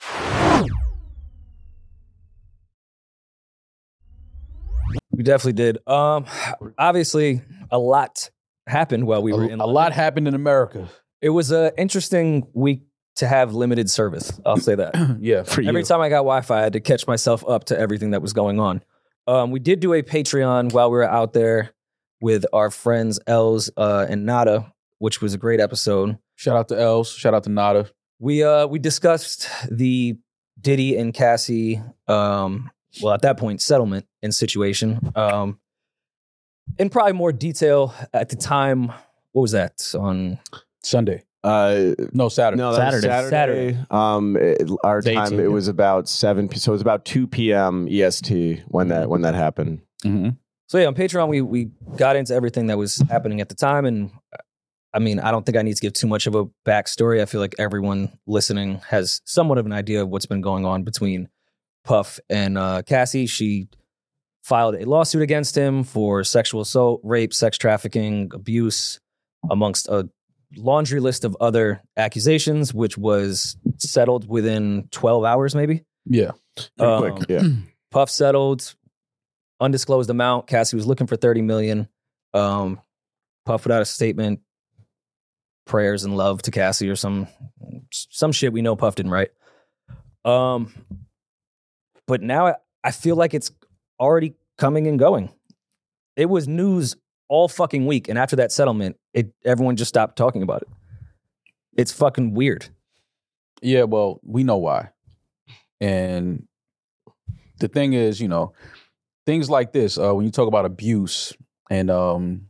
We definitely did. Um, obviously, a lot happened while we A, were in. a London. lot happened in America. [clears throat] It was an interesting week to have limited service. I'll say [clears throat] that. yeah. For you. Every time I got Wi-Fi, I had to catch myself up to everything that was going on. Um, we did do a Patreon while we were out there with our friends Els uh, and Nada, which was a great episode. Shout out to Els. Shout out to Nada. We uh, we discussed the Diddy and Cassie, um, well at that point settlement and situation, um, in probably more detail at the time. What was that on? Sunday. Uh, No, Saturday. No, that was Saturday. Saturday. Um, it- our The time 18th, it yeah. was about seven. P- so it was about two p.m. EST when that when that happened. Mhm. So yeah, on Patreon we we got into everything that was happening at the time, and uh, I mean I don't think I need to give too much of a backstory. I feel like everyone listening has somewhat of an idea of what's been going on between Puff and uh, Cassie. She filed a lawsuit against him for sexual assault, rape, sex trafficking, abuse, amongst a laundry list of other accusations, which was settled within twelve hours, maybe. Yeah. Pretty Um, quick, yeah. Puff settled, undisclosed amount. Cassie was looking for 30 million. Um, Puff put out a statement, prayers and love to Cassie or some some shit we know Puff didn't write. Um, but now I, I feel like it's already coming and going. It was news all fucking week, and after that settlement, it everyone just stopped talking about it. It's fucking weird. Yeah, well, we know why. And the thing is, you know, things like this, uh, when you talk about abuse and um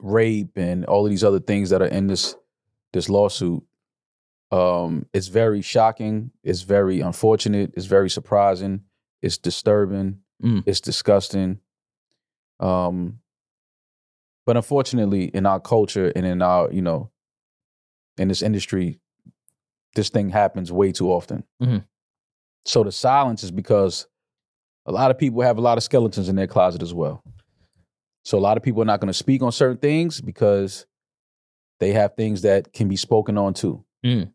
rape and all of these other things that are in this this lawsuit, Um, it's very shocking. It's very unfortunate. It's very surprising. It's disturbing. Mm. It's disgusting. Um, but unfortunately, in our culture and in our, you know, in this industry, this thing happens way too often. Mhm. So the silence is because a lot of people have a lot of skeletons in their closet as well. So a lot of people are not going to speak on certain things because they have things that can be spoken on too. Mm.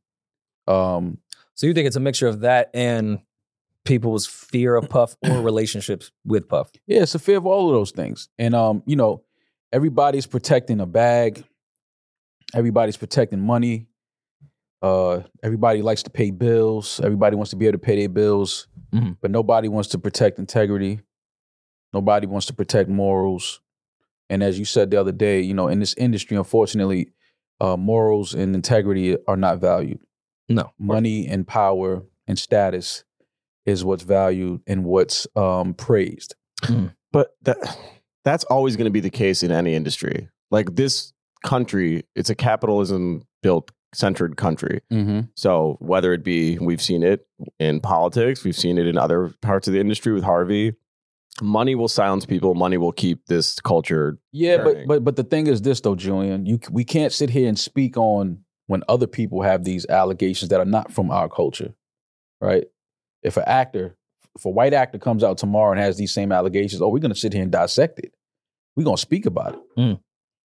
Um, So you think it's a mixture of that and people's fear of Puff or relationships with Puff? yeah, it's a fear of all of those things, and um, you know, everybody's protecting a bag. Everybody's protecting money. Uh, everybody likes to pay bills. Everybody wants to be able to pay their bills, Mhm. but nobody wants to protect integrity. Nobody wants to protect morals. And as you said the other day, you know, in this industry, unfortunately, uh, morals and integrity are not valued. No. money and power and status is what's valued and what's um, praised. but that that's always going to be the case in any industry. Like this country, it's a capitalism built centered country. Mm-hmm. So whether it be we've seen it in politics, we've seen it in other parts of the industry with Harvey. Money will silence people. Money will keep this culture. Yeah, but Right. but but the thing is this though, Julian, you c- we can't sit here and speak on when other people have these allegations that are not from our culture, right? If an actor, if a white actor comes out tomorrow and has these same allegations, oh, we're gonna sit here and dissect it. We're gonna speak about it. Mm.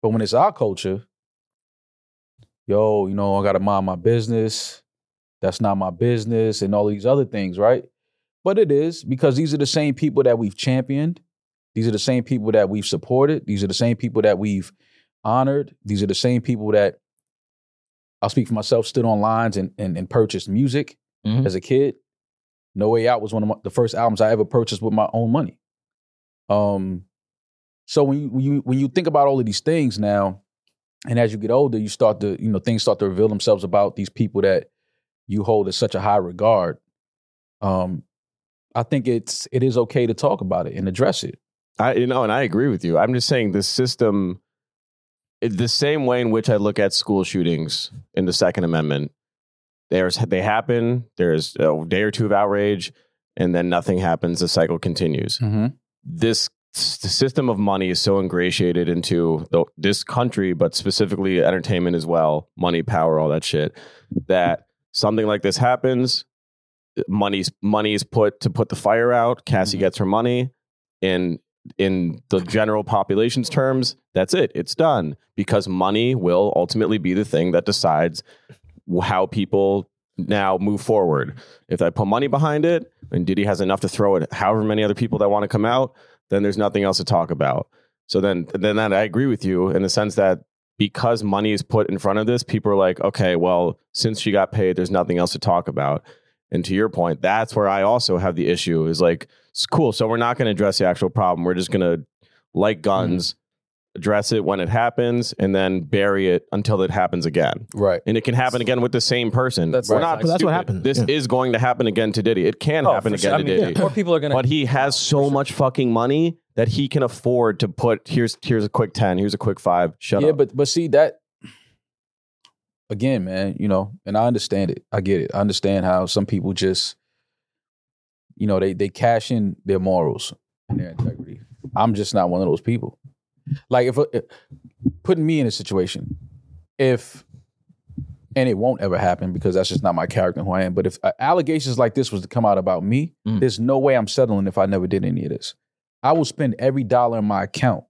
But when it's our culture, yo, you know, I gotta mind my business. That's not my business, and all these other things, right? But it is because these are the same people that we've championed. These are the same people that we've supported. These are the same people that we've honored. These are the same people that I'll speak for myself, stood on lines and, and, and purchased music Mhm. as a kid. No Way Out was one of my, the first albums I ever purchased with my own money. Um, so when you, when you when you think about all of these things now, and as you get older, you start to you know things start to reveal themselves about these people that you hold in such a high regard. Um, I think it's it is okay to talk about it and address it. I you know, and I agree with you. I'm just saying this system, it- the same way in which I look at school shootings in the Second Amendment, there's they happen. There's a day or two of outrage, and then nothing happens. The cycle continues. Mm-hmm. this s- the system of money is so ingratiated into the, this country, but specifically entertainment as well, money, power, all that shit, that something like this happens, money's money is put to put the fire out. Cassie Mhm. gets her money, and in the general population's terms, that's it. It's done because money will ultimately be the thing that decides how people now move forward. If I put money behind it and Diddy has enough to throw at however many other people that want to come out, then there's nothing else to talk about. So then then that I agree with you in the sense that because money is put in front of this, people are like, okay, well, since she got paid, there's nothing else to talk about. And to your point, that's where I also have the issue is like, it's cool. So we're not going to address the actual problem. We're just going to, like Mm-hmm. guns, address it when it happens and then bury it until it happens again. Right. And it can happen again with the same person. That's we're right. But not that's what stupid. happened. This Yeah. is going to happen again to Diddy. It can Oh, happen for again sure. I to mean, Diddy. More people are gonna. But he has so much fucking money that he can afford to put here's here's a quick 10, here's a quick 5. Shut yeah, up. but but see that again, man. You know, and I understand it. I get it. I understand how some people just, you know, they they cash in their morals and their integrity. I'm just not one of those people. Like if, if putting me in a situation, if and it won't ever happen because that's just not my character and who I am. But if uh, allegations like this was to come out about me, Mm. there's no way I'm settling if I never did any of this. I will spend every dollar in my account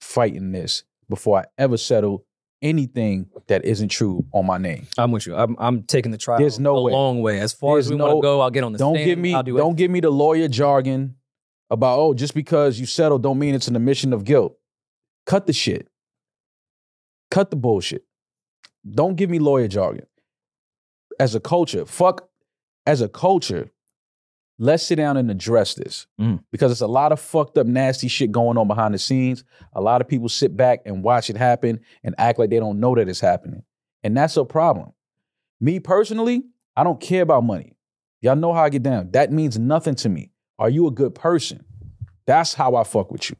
fighting this before I ever settle anything that isn't true on my name. I'm with you. I'm, I'm taking the trial. There's no a way. long way. As far There's as we no- want to go, I'll get on the don't stand. give me I'll do don't give me the lawyer jargon about oh just because you settled don't mean it's an admission of guilt. Cut the shit. Cut the bullshit. Don't give me lawyer jargon. As a culture, fuck as a culture, let's sit down and address this Mm. because it's a lot of fucked up nasty shit going on behind the scenes. A lot of people sit back and watch it happen and act like they don't know that it's happening. And that's a problem. Me personally, I don't care about money. Y'all know how I get down. That means nothing to me. Are you a good person? That's how I fuck with you.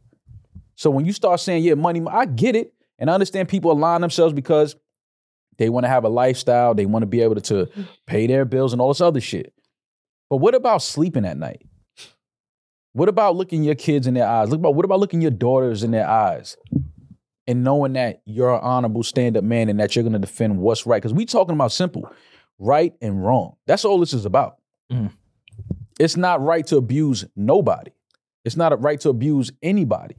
So when you start saying, yeah, money, I get it. And I understand people align themselves because They want to have a lifestyle. They want to be able to pay their bills and all this other shit. But what about sleeping at night? What about looking your kids in their eyes? Look about what about looking your daughters in their eyes? And knowing that you're an honorable stand-up man and that you're gonna defend what's right. Because we talking about simple, right and wrong. That's all this is about. Mhm. It's not right to abuse nobody. It's not a right to abuse anybody.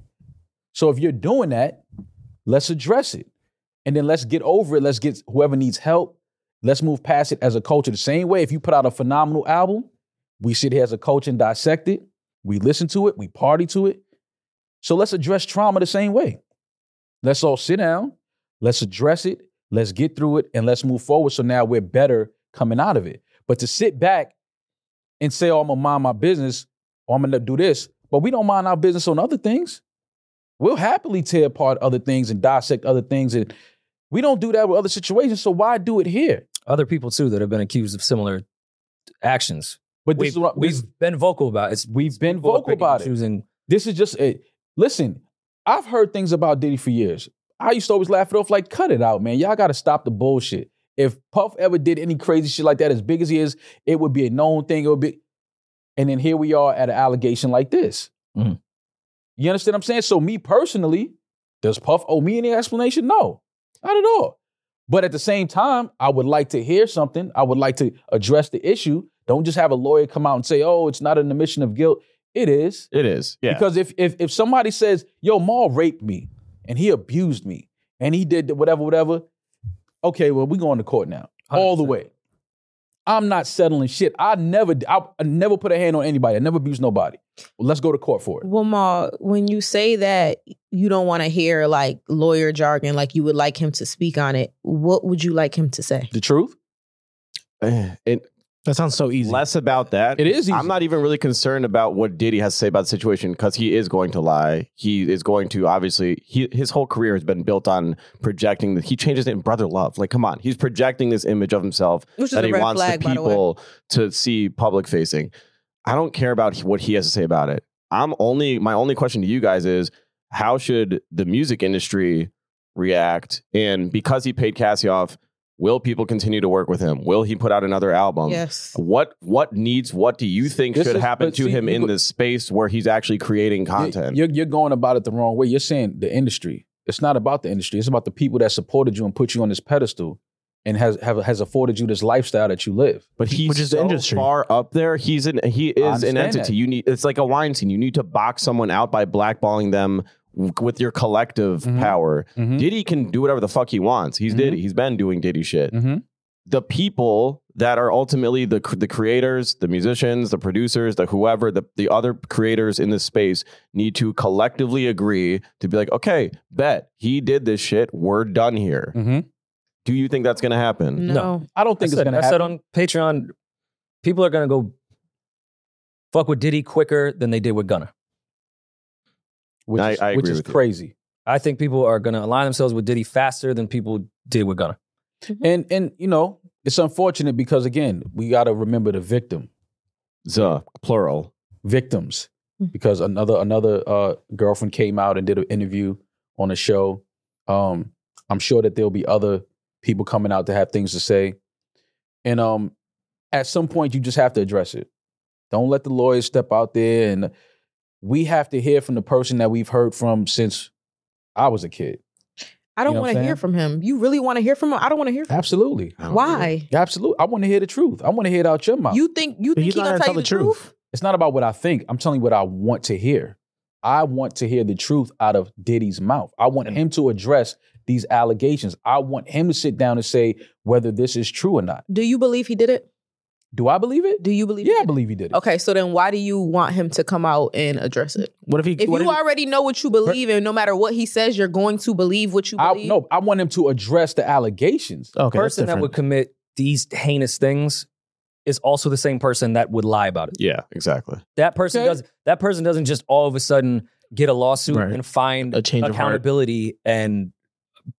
So if you're doing that, let's address it. And then let's get over it. Let's get whoever needs help. Let's move past it as a culture. The same way if you put out a phenomenal album, we sit here as a culture and dissect it. We listen to it, we party to it. So let's address trauma the same way. Let's all sit down, let's address it, let's get through it, and let's move forward. So now we're better coming out of it. But to sit back and say, oh, I'm gonna mind my business, or I'm gonna do this, but we don't mind our business on other things. We'll happily tear apart other things and dissect other things. And we don't do that with other situations. So why do it here? Other people too that have been accused of similar actions. But this We've, is what we've this- been vocal about it. It's we've been people are vocal picking and about it. Choosing This is just a listen. I've heard things about Diddy for years. I used to always laugh it off, like, cut it out, man. Y'all got to stop the bullshit. If Puff ever did any crazy shit like that, as big as he is, it would be a known thing. It would be, and then here we are at an allegation like this. Mhm. You understand what I'm saying? So, me personally, does Puff owe me any explanation? No, not at all. But at the same time, I would like to hear something. I would like to address the issue. Don't just have a lawyer come out and say, "Oh, it's not an admission of guilt." It is. It is. Yeah. Because if if if somebody says, "Yo, Maul raped me and he abused me and he did whatever, whatever," okay, well, we going to court now, all the 100%. way. I'm not settling shit. I never, I, I never put a hand on anybody. I never abused nobody. Well, let's go to court for it. Well, Ma, when you say that you don't want to hear like lawyer jargon, like you would like him to speak on it, what would you like him to say? The truth. Eh, [sighs] and That sounds so easy. less about that. It is easy. I'm not even really concerned about what Diddy has to say about the situation because he is going to lie. He is going to obviously. He, his whole career has been built on projecting that he changed his name, Brother Love. Like, come on, he's projecting this image of himself Which is that a he red wants flag, the by the way. people to see public facing. I don't care about what he has to say about it. I'm only my only question to you guys is how should the music industry react? And because he paid Cassie off, will people continue to work with him? Will he put out another album? yes. What what needs what do you think This should is- happen but to see, him you in go- this space where he's actually creating content? You're, you're going about it the wrong way. You're saying the industry. It's not about the industry. It's about the people that supported you and put you on this pedestal, and has have, has afforded you this lifestyle that you live. but he's Which is so industry. far up there. He's an he is understand an entity. that. You need it's like a wine scene. You need to box someone out by blackballing them w- with your collective Mhm. power. Mhm. Diddy can do whatever the fuck he wants. He's Mhm. Diddy. He's been doing Diddy shit. Mm-hmm. the people that are ultimately the the creators, the musicians, the producers, the whoever, the the other creators in this space need to collectively agree to be like, okay, bet he did this shit. We're done here. Mm-hmm. Do you think that's going to happen? No. I don't think I it's said, gonna I happen. said on Patreon, people are gonna go fuck with Diddy quicker than they did with Gunna. which I- is, I which agree is with you. crazy. I think people are gonna align themselves with Diddy faster than people did with Gunna. And and you know, it's unfortunate because again, we got to remember the victim, Zuh, plural. victims, Mhm. because another another uh, girlfriend came out and did an interview on a show. Um, I'm sure that there'll be other people coming out to have things to say, and um, at some point you just have to address it. Don't let the lawyers step out there, and we have to hear from the person that we've heard from since I was a kid. I don't You know what want to I'm hear saying? from him. You really want to hear from him? I don't want to hear from Absolutely, I don't him. Why? absolutely. I want to hear the truth. I want to hear it out your mouth. You think you But think he's he not gonna tell you the truth? It's not about what I think. I'm telling you what I want to hear. I want to hear the truth out of Diddy's mouth. I want Mm. him to address these allegations. I want him to sit down and say whether this is true or not. Do you believe he did it? Do I believe it? Do you believe? Yeah, he I did it? believe he did it. Okay, so then why do you want him to come out and address it? what if he? If what you already know what you believe, and no matter what he says, you're going to believe what you I, believe. no, I want him to address the allegations. okay, that's person that different. would commit these heinous things is also the same person that would lie about it. Yeah, exactly. That person Okay. does that person doesn't just all of a sudden get a lawsuit Right. and find A change of heart. accountability and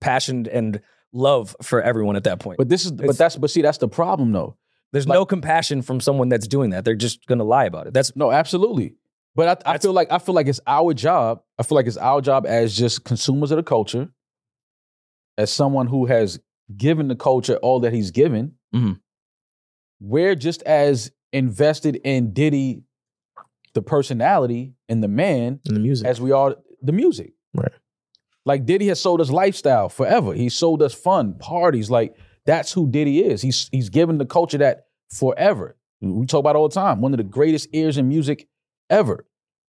passion and love for everyone at that point. But this is but It's- that's but see that's the problem though. There's like- no compassion from someone that's doing that. They're just gonna lie about it. That's No, absolutely. But I, I feel like I feel like it's our job. I feel like it's our job as just consumers of the culture, as someone who has given the culture all that he's given, Mhm. we're just as invested in Diddy, the personality and the man, in the music. as we are the music. Right. Like Diddy has sold us lifestyle forever. He sold us fun parties. Like that's who Diddy is. He's he's given the culture that forever. We talk about it all the time. One of the greatest ears in music ever.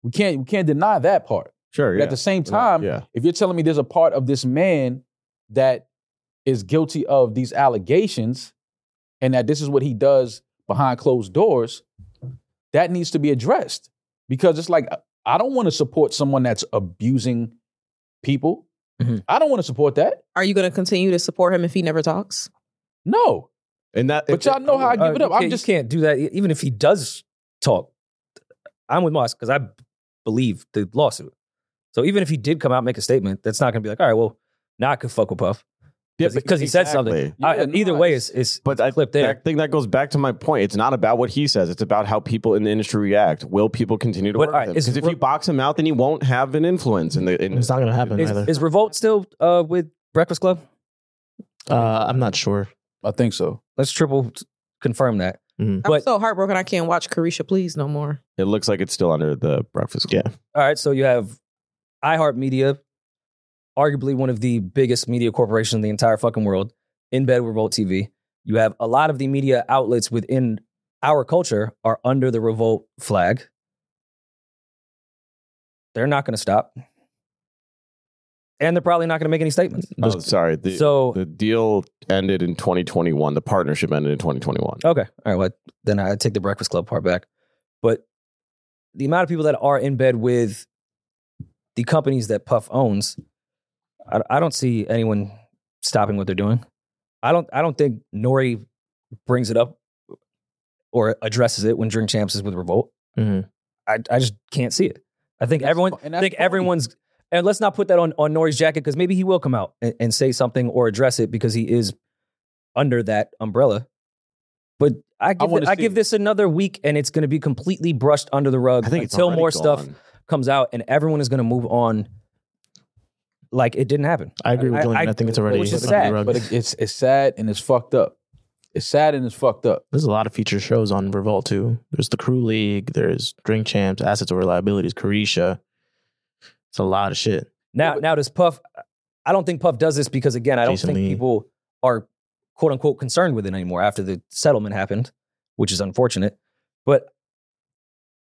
We can't we can't deny that part. Sure. But Yeah. at the same time, yeah. if you're telling me there's a part of this man that is guilty of these allegations and that this is what he does behind closed doors, that needs to be addressed. Because it's like, I don't want to support someone that's abusing people. Mhm. I don't want to support that. Are you going to continue to support him if he never talks? No. And that. But y'all know how I give it Uh, up. you I'm can't- just you can't do that. E- Even if he does talk, I'm with Moss because I b- believe the lawsuit. So even if he did come out and make a statement, that's not going to be like, all right, well, now I could fuck with Puff Yeah, because but- he said something. exactly. I- Yeah, no, either way, it's- it's it's But I clip there. I think that goes back to my point. It's not about what he says. It's about how people in the industry react. Will people continue to But, work all right, with him? is- Because if you box him out, then he won't have an influence in the. In it's not gonna happen Is, either. is Revolt still uh, with Breakfast Club? uh, I'm not sure. I think so. Let's triple t- confirm that. I'm But- so heartbroken I can't watch Carisha Please no more. it looks like it's still under the Breakfast Club. All right, so you have iHeartMedia, arguably one of the biggest media corporations in the entire fucking world, in bed with Revolt TV. You have a lot of the media outlets within our culture are under the Revolt flag. They're not going to stop, and they're probably not going to make any statements. Oh, sorry. The, so the deal ended in 2021. The partnership ended in 2021. Okay. All right. Well, then I take the Breakfast Club part back. But the amount of people that are in bed with the companies that Puff owns, I, I don't see anyone stopping what they're doing. I don't. I don't think Nori brings it up or addresses it when Drink Champs is with Revolt. Mhm. I, I just can't see it. I think That's everyone. fu- and I that's think funny. everyone's. And let's not put that on on Nori's jacket because maybe he will come out and, and say something or address it because he is under that umbrella. But I give wanna thi- I see give it. this another week and it's going to be completely brushed under the rug I think Uh, it's until already more stuff gone. comes out and everyone is going to move on like it didn't happen. I agree with I- Julian. I, I- think it's already which is under the sad, rug. But it- it's it's sad and it's fucked up. It's sad and it's fucked up. There's a lot of feature shows on Revolt too. There's the Crew League. There's Drink Champs, Assets or Liabilities, Carisha. It's a lot of shit. Now, now does Puff? I don't think Puff does this because again, I don't Jason think Lee. people are quote unquote concerned with it anymore after the settlement happened, which is unfortunate. But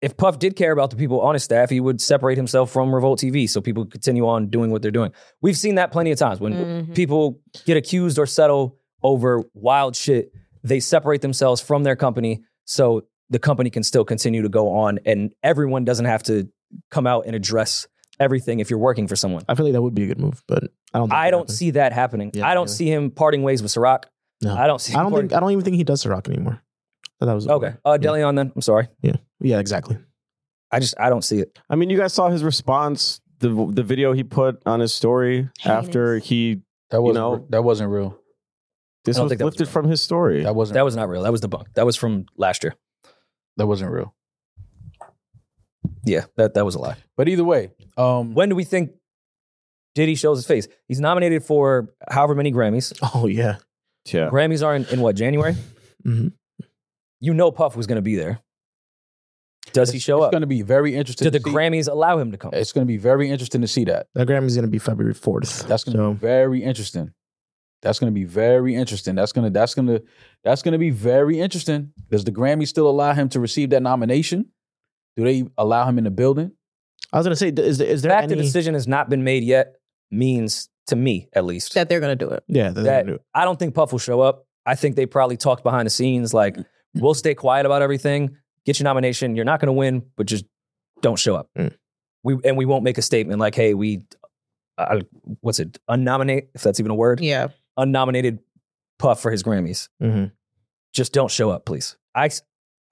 if Puff did care about the people on his staff, he would separate himself from Revolt TV so people continue on doing what they're doing. We've seen that plenty of times when Mm-hmm. Mm-hmm. people get accused or settle over wild shit. They separate themselves from their company so the company can still continue to go on and everyone doesn't have to come out and address everything if you're working for someone. I feel like that would be a good move, but I don't. Think I it don't happened. see that happening. Yeah, I don't really. see him parting ways with Ciroc. No. I don't see. I him don't parting- think. I don't even think he does Ciroc anymore. But that was Okay, uh, Delion. Then I'm sorry. Yeah, exactly. [laughs] I just I don't see it. I mean, you guys saw his response, the the video he put on his story Heinous. after he That wasn't know- re- that wasn't real. this I don't was think that was lifted right. from his story. That wasn't That was not real. That was debunked. That was from last year. that wasn't real. Yeah, that that was a lie. But either way, um When do we think Diddy shows his face? He's nominated for however many Grammys. Oh yeah. yeah. Grammys are in, in what January? hmm You know, Puff was going to be there. Does he show it's up? going to be very interesting. Did the to see- Grammys allow him to come? It's going to be very interesting to see that. That Grammy's gonna be February fourth. That's going to be very interesting. That's going to be very interesting. That's going to that's going to that's going to be very interesting. Does the Grammy still allow him to receive that nomination? Do they allow him in the building? I was gonna say, th- is there, is The there fact any? the decision has not been made yet means to me at least That they're going to do it. yeah, they're that gonna do it. I don't think Puff will show up. I think they probably talked behind the scenes like, we'll stay quiet about everything, get your nomination. You're not going to win, but just don't show up. Mm. We and we won't make a statement like, hey, we, uh, what's it, unnominate if that's even a word, Yeah. unnominated Puff for his Grammys. Mhm. Just don't show up, please. I s-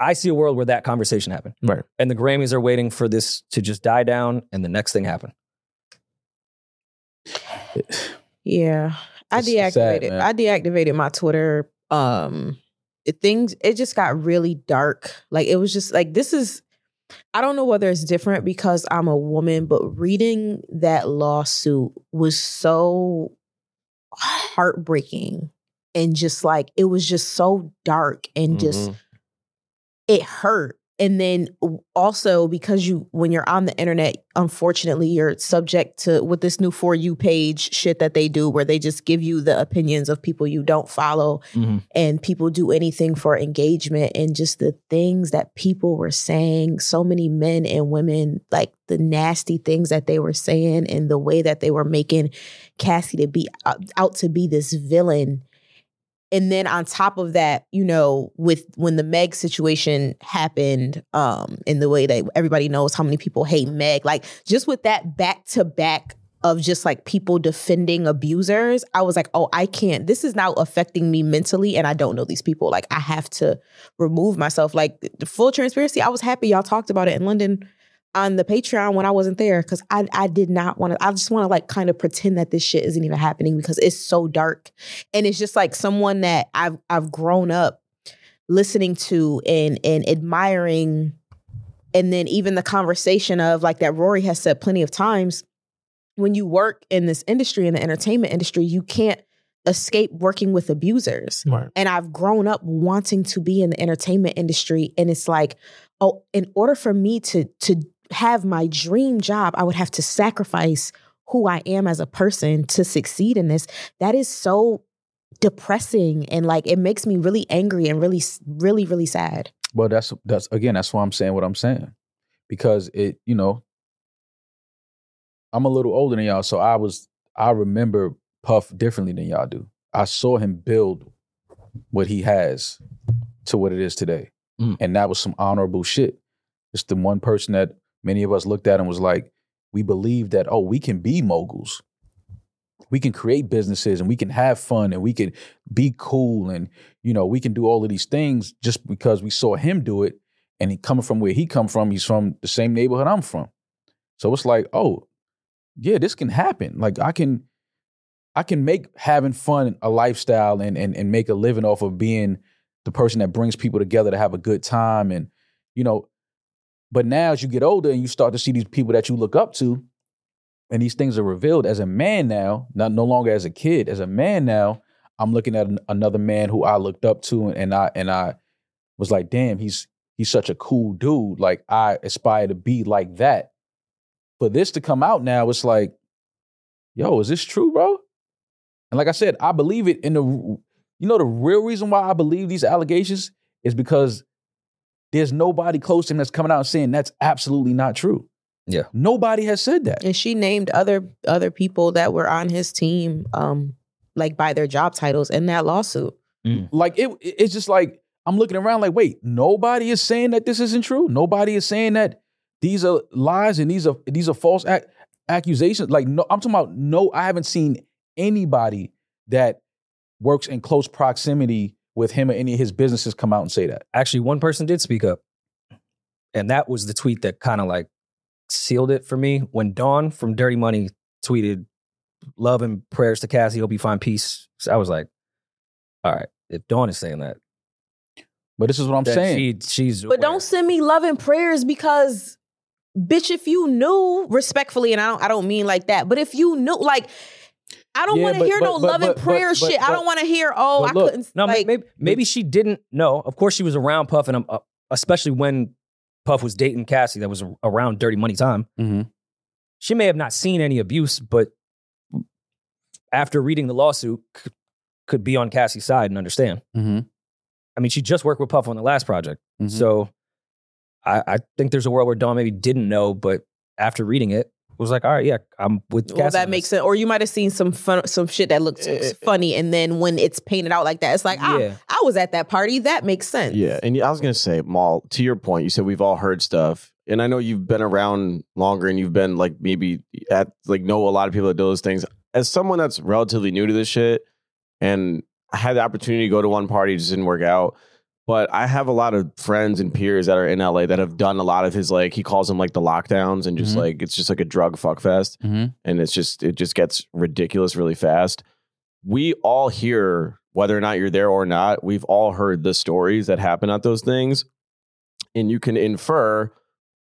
I see a world where that conversation happened, Right. and the Grammys are waiting for this to just die down, and the next thing happen. Yeah. I It's- it's sad, deactivated man. I deactivated my Twitter. Um it, things it just got really dark. Like it was just like this is I don't know whether it's different because I'm a woman, but reading that lawsuit was so heartbreaking and just like it was just so dark and just Mhm. it hurt and then w- also because you when you're on the internet unfortunately you're subject to with this new for you page shit that they do where they just give you the opinions of people you don't follow Mhm. and people do anything for engagement and just the things that people were saying so many men and women like the nasty things that they were saying and the way that they were making cassie to be out, out to be this villain and then on top of that you know with when the meg situation happened um in the way that everybody knows how many people hate meg like just with that back to back of just like people defending abusers i was like oh i can't this is now affecting me mentally and i don't know these people like i have to remove myself like the full transparency i was happy y'all talked about it in london on the patreon when i wasn't there because i i did not want to i just want to like kind of pretend that this shit isn't even happening because it's so dark and it's just like someone that I've I've grown up listening to and and admiring and then even the conversation of like that Rory has said plenty of times when you work in this industry in the entertainment industry you can't escape working with abusers Right. and I've grown up wanting to be in the entertainment industry and it's like oh in order for me to to have my dream job I would have to sacrifice who I am as a person to succeed in this that is so depressing and like it makes me really angry and really really really sad But that's that's again, that's why I'm saying what I'm saying. Because it, you know, I'm a little older than y'all, so I was I remember Puff differently than y'all do. I saw him build what he has to what it is today. Mm. And that was some honorable shit. It's the one person that many of us looked at and was like, we believe that, oh, we can be moguls. We can create businesses and we can have fun and we can be cool and you know, we can do all of these things just because we saw him do it and he coming from where he come from, he's from the same neighborhood I'm from. So it's like, oh, yeah, this can happen. Like I can I can make having fun a lifestyle and and and make a living off of being the person that brings people together to have a good time and you know, but now as you get older and you start to see these people that you look up to and these things are revealed as a man now, not no longer as a kid, as a man now, I'm looking at an, another man who I looked up to, and, and I and I was like, damn, he's he's such a cool dude. Like I aspire to be like that. For this to come out now, it's like, yo, is this true, bro? And like I said, I believe it. In the you know the real reason why I believe these allegations is because there's nobody close to him that's coming out and saying that's absolutely not true. Yeah. nobody has said that. and she named other other people that were on his team um like by their job titles in that lawsuit like it it's just like i'm looking around like wait nobody is saying that this isn't true nobody is saying that these are lies and these are these are false ac- accusations like no i'm talking about no i haven't seen anybody that works in close proximity with him or any of his businesses come out and say that Actually, one person did speak up. And that was the tweet that kind of like sealed it for me when Dawn from Dirty Money tweeted, Love and prayers to Cassie. Hope you find peace. So I was like, All right, if Dawn is saying that, but this is what i'm then she, saying she's. aware. but don't send me love and prayers because bitch if you knew respectfully and i don't i don't mean like that but if you knew like i don't Yeah, want to but- hear no but- but- love and but- prayer but- shit i but- don't want to hear oh but i look, couldn't No, like maybe maybe she didn't know. Of course, she was around Puff, and um, uh, especially when Puff was dating Cassie, that was ar- around Dirty Money time. Mhm. She may have not seen any abuse, but after reading the lawsuit, c- could be on Cassie's side and understand. Mhm. I mean, she just worked with Puff on the last project, Mhm. so I, I think there's a world where Dawn maybe didn't know, but after reading it, was like, all right, yeah, I'm with. Well, Cassie oh, that on makes this. sense. Or you might have seen some fun, some shit that looks Eh, funny, and then when it's painted out like that, it's like, ah, Yeah. I was at that party. That makes sense. Yeah, and I was gonna say, Maul, to your point, you said we've all heard stuff, and I know you've been around longer, and you've been like maybe at like know a lot of people that do those things. As someone that's relatively new to this shit, and I had the opportunity to go to one party, it just didn't work out. But I have a lot of friends and peers that are in LA that have done a lot of his like he calls them like the lockdowns and just Mhm. like it's just like a drug fuck fest Mhm. and it's just it just gets ridiculous really fast. We all hear whether or not you're there or not, we've all heard the stories that happen at those things and you can infer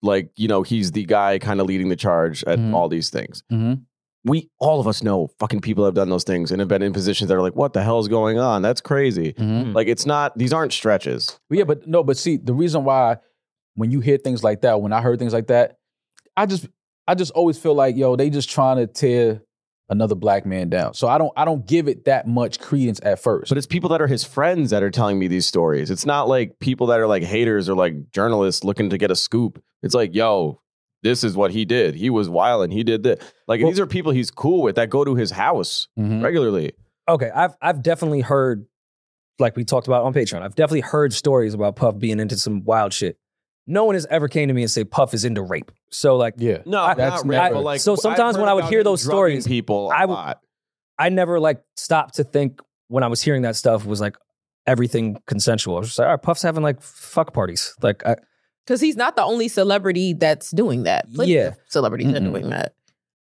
like, you know, he's the guy kind of leading the charge at Mhm. all these things. Mhm. we all of us know fucking people have done those things and have been in positions that are like, what the hell is going on? That's crazy. Like it's not these aren't stretches. But yeah, but no, but see, the reason why when you hear things like that, when I heard things like that, I just I just always feel like, yo, they just trying to tear another black man down. So I don't I don't give it that much credence at first. But it's people that are his friends that are telling me these stories. It's not like people that are like haters or like journalists looking to get a scoop. It's like, yo, this is what he did. He was wild and he did this. Like Well- these are people he's cool with that go to his house Mhm. regularly. okay, I've I've definitely heard, like we talked about on Patreon, I've definitely heard stories about Puff being into some wild shit. No one has ever came to me and say Puff is into rape. So like Yeah. No, I- that's not really, never- but, like so I've sometimes heard when I would about hear him those drugging stories, people I I w- I never like stopped to think when I was hearing that stuff was like everything consensual. I was just like, all right, Puff's having like fuck parties. Like I, Because he's not the only celebrity that's doing that. Plenty Yeah. of celebrities are Mm-mm. doing that.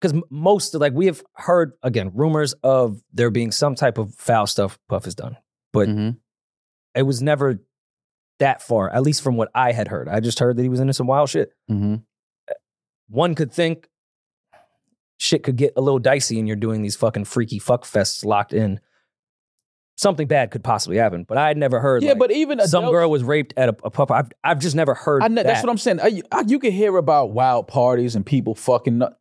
because most like we have heard again rumors of there being some type of foul stuff Puff has done. But Mhm. it was never that far, at least from what I had heard. I just heard that he was into some wild shit. Mhm. One could think shit could get a little dicey, and you're doing these fucking freaky fuck fests locked in. Something bad could possibly happen, but I had never heard. Yeah, like, but even some adults- girl was raped at a, a pub. I've I've just never heard. I know, that. that's what I'm saying. I, I, you can hear about wild parties and people fucking nut-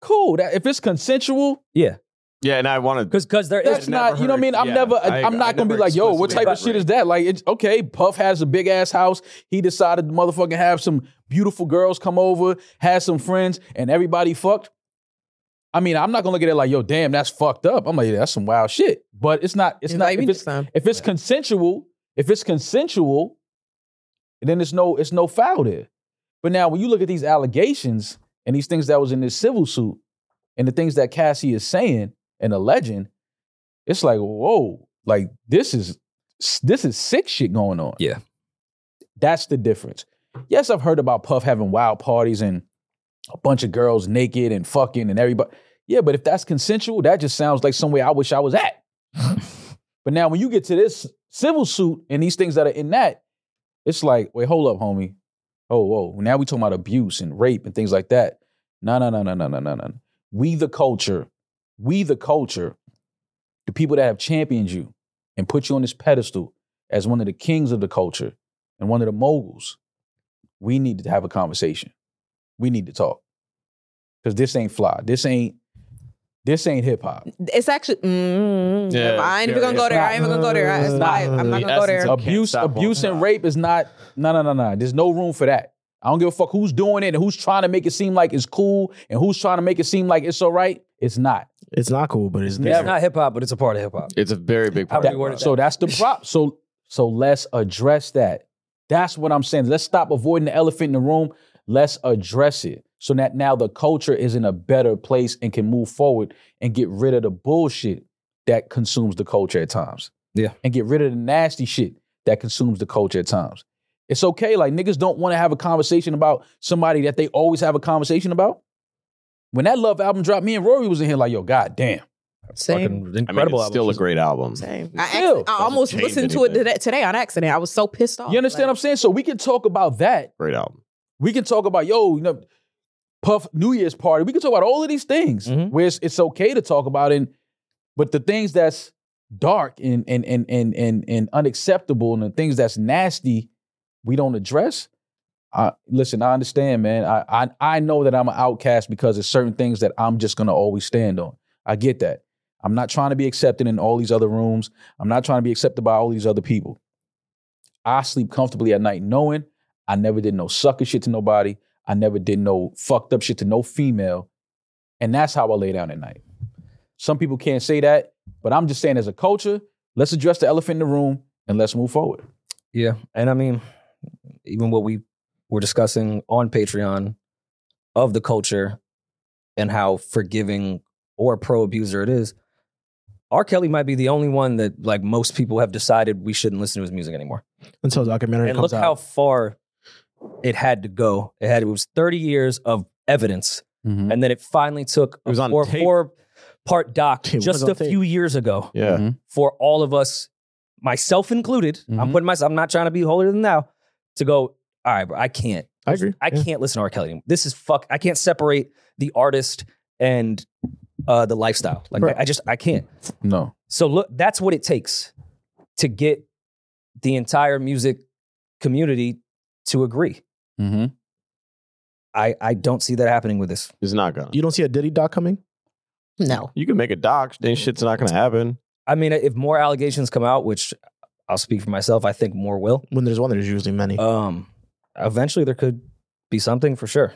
Cool. That, if it's consensual, Yeah, and I wanted because because there is that's I've never not. You know what I mean? I'm heard- never. yeah, I- I, am I not gonna be never like, yo, what type of explicitly shit is that? Like, it's okay. Puff has a big ass house. He decided to motherfucking have some beautiful girls come over, had some friends, and everybody fucked. I mean, I'm not gonna look at it like, yo, damn, that's fucked up. I'm like, yeah, that's some wild shit. But it's not. It's not. Invite me If to it's, some. if it's consensual, if it's consensual, then it's no it's no foul there. But now when you look at these allegations and these things that was in this civil suit and the things that Cassie is saying and alleging, it's like, whoa, like this is this is sick shit going on. Yeah. That's the difference. Yes, I've heard about Puff having wild parties and a bunch of girls naked and fucking and everybody. Yeah, but if that's consensual, that just sounds like somewhere I wish I was at. But now when you get to this civil suit and these things that are in that, it's like, wait, hold up, homie. Oh, whoa. Now we talking about abuse and rape and things like that. No, no, no, no, no, no, no, no. We the culture, we the culture, the people that have championed you and put you on this pedestal as one of the kings of the culture and one of the moguls, we need to have a conversation. We need to talk. Cause this ain't fly. This ain't this ain't hip hop. It's actually. Mm, Yeah, yeah, I ain't even very- gonna go there. I ain't even gonna go there. I, It's it's not- I, am not the gonna go there. essence of- Can't abuse stop abuse all and that. rape is not no no no no there's no room for that i don't give a fuck who's doing it and who's trying to make it seem like it's cool and who's trying to make it seem like it's all right it's not It's not cool, but it's It's there. It's not hip hop, but it's a part of hip hop. It's a very big How part. of we it. worded that. so that's the prop so so let's address that that's what i'm saying let's stop avoiding the elephant in the room let's address it so that now the culture is in a better place and can move forward and get rid of the bullshit that consumes the culture at times Yeah. and get rid of the nasty shit that consumes the culture at times It's okay. Like niggas don't want to have a conversation about somebody that they always have a conversation about. When that Love album dropped, me and Rory was in here like, yo, goddamn. Same. Fucking I mean, incredible it's still a album. great album. Same. I, Still, actually, I doesn't almost change listened to it anything. today, today on accident. I was so pissed Oh, off. You understand what I'm saying? So we can talk about that. Great album. We can talk about, yo, you know, Puff New Year's party. We can talk about all of these things Mhm. where it's, it's okay to talk about. And but the things that's dark and and and and and and unacceptable and the things that's nasty we don't address. I, listen, I understand, man. I, I I know that I'm an outcast because there's certain things that I'm just gonna always stand on. I get that. I'm not trying to be accepted in all these other rooms. I'm not trying to be accepted by all these other people. I sleep comfortably at night knowing I never did no sucker shit to nobody. I never did no fucked up shit to no female. And that's how I lay down at night. Some people can't say that, but I'm just saying as a culture, let's address the elephant in the room and let's move forward. Yeah, and I mean, even what we were discussing on Patreon of the culture and how forgiving or pro abuser it is. R. Kelly might be the only one that, like most people, have decided we shouldn't listen to his music anymore. until the documentary and comes look out. how far it had to go. It had it was thirty years of evidence, Mm-hmm. and then it finally took It was a on four, tape. four part doc It was just on a tape. few years ago Yeah. Mhm. for all of us, myself included. I'm Mm-hmm. Mhm. putting myself. I'm not trying to be holier than thou. To go, all right, bro. I can't. I agree. I Yeah. can't listen to R. Kelly. anymore. This is fuck. I can't separate the artist and uh, the lifestyle. Like Right. I just I can't. No. So look, that's what it takes to get the entire music community to agree. Mm-hmm. I I don't see that happening with this. It's not gonna. You don't see a Diddy doc coming? No. You can make a doc, then shit's not gonna happen. I mean, if more allegations come out, which I'll speak for myself, I think more will. When there's one, there's usually many. [laughs] Um, eventually there could be something for sure,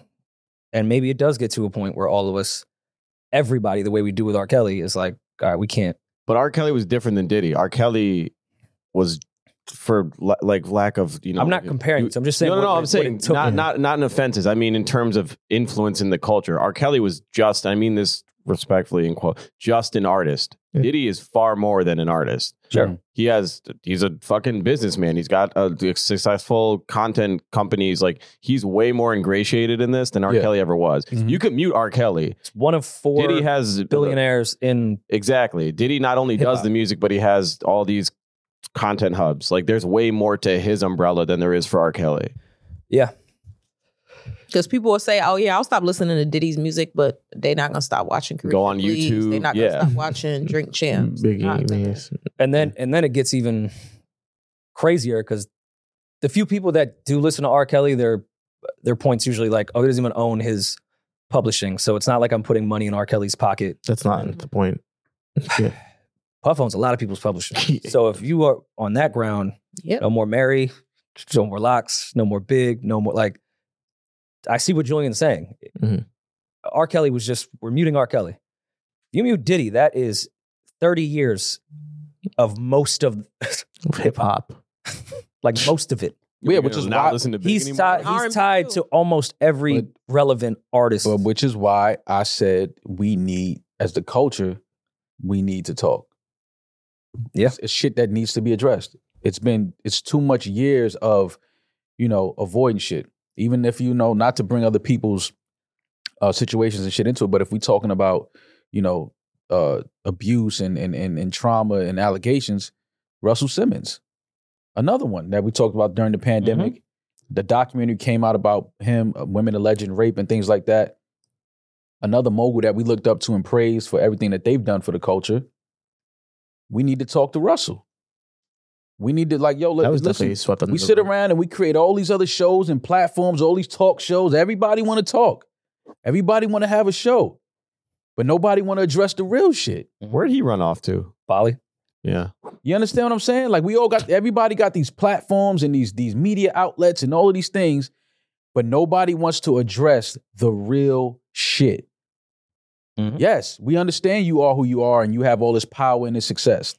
and maybe it does get to a point where all of us, everybody, the way we do with R. Kelly, is like, all right, we can't. But R. Kelly was different than Diddy. R. Kelly was for la- like lack of you know. I'm not comparing. you- this. I'm just saying. no, no, what- no. what I'm it saying took. not not not in offenses. I mean in terms of influence in the culture. R. Kelly was just. I mean this respectfully in quote. Just an artist. Yeah. Diddy is far more than an artist. Sure. He has. He's a fucking businessman. He's got a successful content companies. Like he's way more ingratiated in this than R. Yeah. Kelly ever was. Mm-hmm. Mhm. You could mute R. Kelly. It's one of four Diddy has billionaires in Exactly. Diddy not only does Hip-hop. the music, but he has all these content hubs. Like there's way more to his umbrella than there is for R. Kelly. Because people will say, "Oh yeah, I'll stop listening to Diddy's music," but they're not gonna stop watching. Carisha Go on Please. YouTube, They're not yeah. gonna [laughs] stop watching Drink Champs. Not Mm, Biggie, gonna- Mace. and then and then it gets even crazier because the few people that do listen to R. Kelly, their their points usually like, oh, he doesn't even own his publishing, so it's not like I'm putting money in R. Kelly's pocket. That's not the point. [laughs] Yeah. Puff owns a lot of people's [laughs] publishing, so if you are on that ground, Yep. no more Mary, no more Locks, no more Big, no more like. I see what Julian's saying. Mm-hmm. Mhm. R. Kelly was just we're muting R. Kelly. You mute Diddy. That is thirty years of most of [laughs] Hip hop. like most of it. Yeah, You're which gonna is not why, listen to Big he's anymore. tied. R&B He's tied to too. almost every But- relevant artist. but which is why I said we need, as the culture, we need to talk. Yeah. it's, it's shit that needs to be addressed. It's been it's too much years of, you know, avoiding shit. Even if you know not to bring other people's uh, situations and shit into it, but if we're talking about, you know, uh, abuse and and and, and trauma and allegations, Russell Simmons, another one that we talked about during the Mm-hmm. pandemic. The documentary came out about him, uh, women alleged rape and things like that. Another mogul that we looked up to and praised for everything that they've done for the culture. We need to talk to Russell. We need to like, yo, That was let, listen. definitely swept under We the sit rug. around and we create all these other shows and platforms, all these talk shows. Everybody want to talk. Everybody want to have a show, but nobody want to address the real shit. Where'd he run off to? Bali. Yeah. You understand what I'm saying? Like we all got everybody got these platforms and these these media outlets and all of these things, but nobody wants to address the real shit. Mhm. Yes, we understand you are who you are and you have all this power and this success.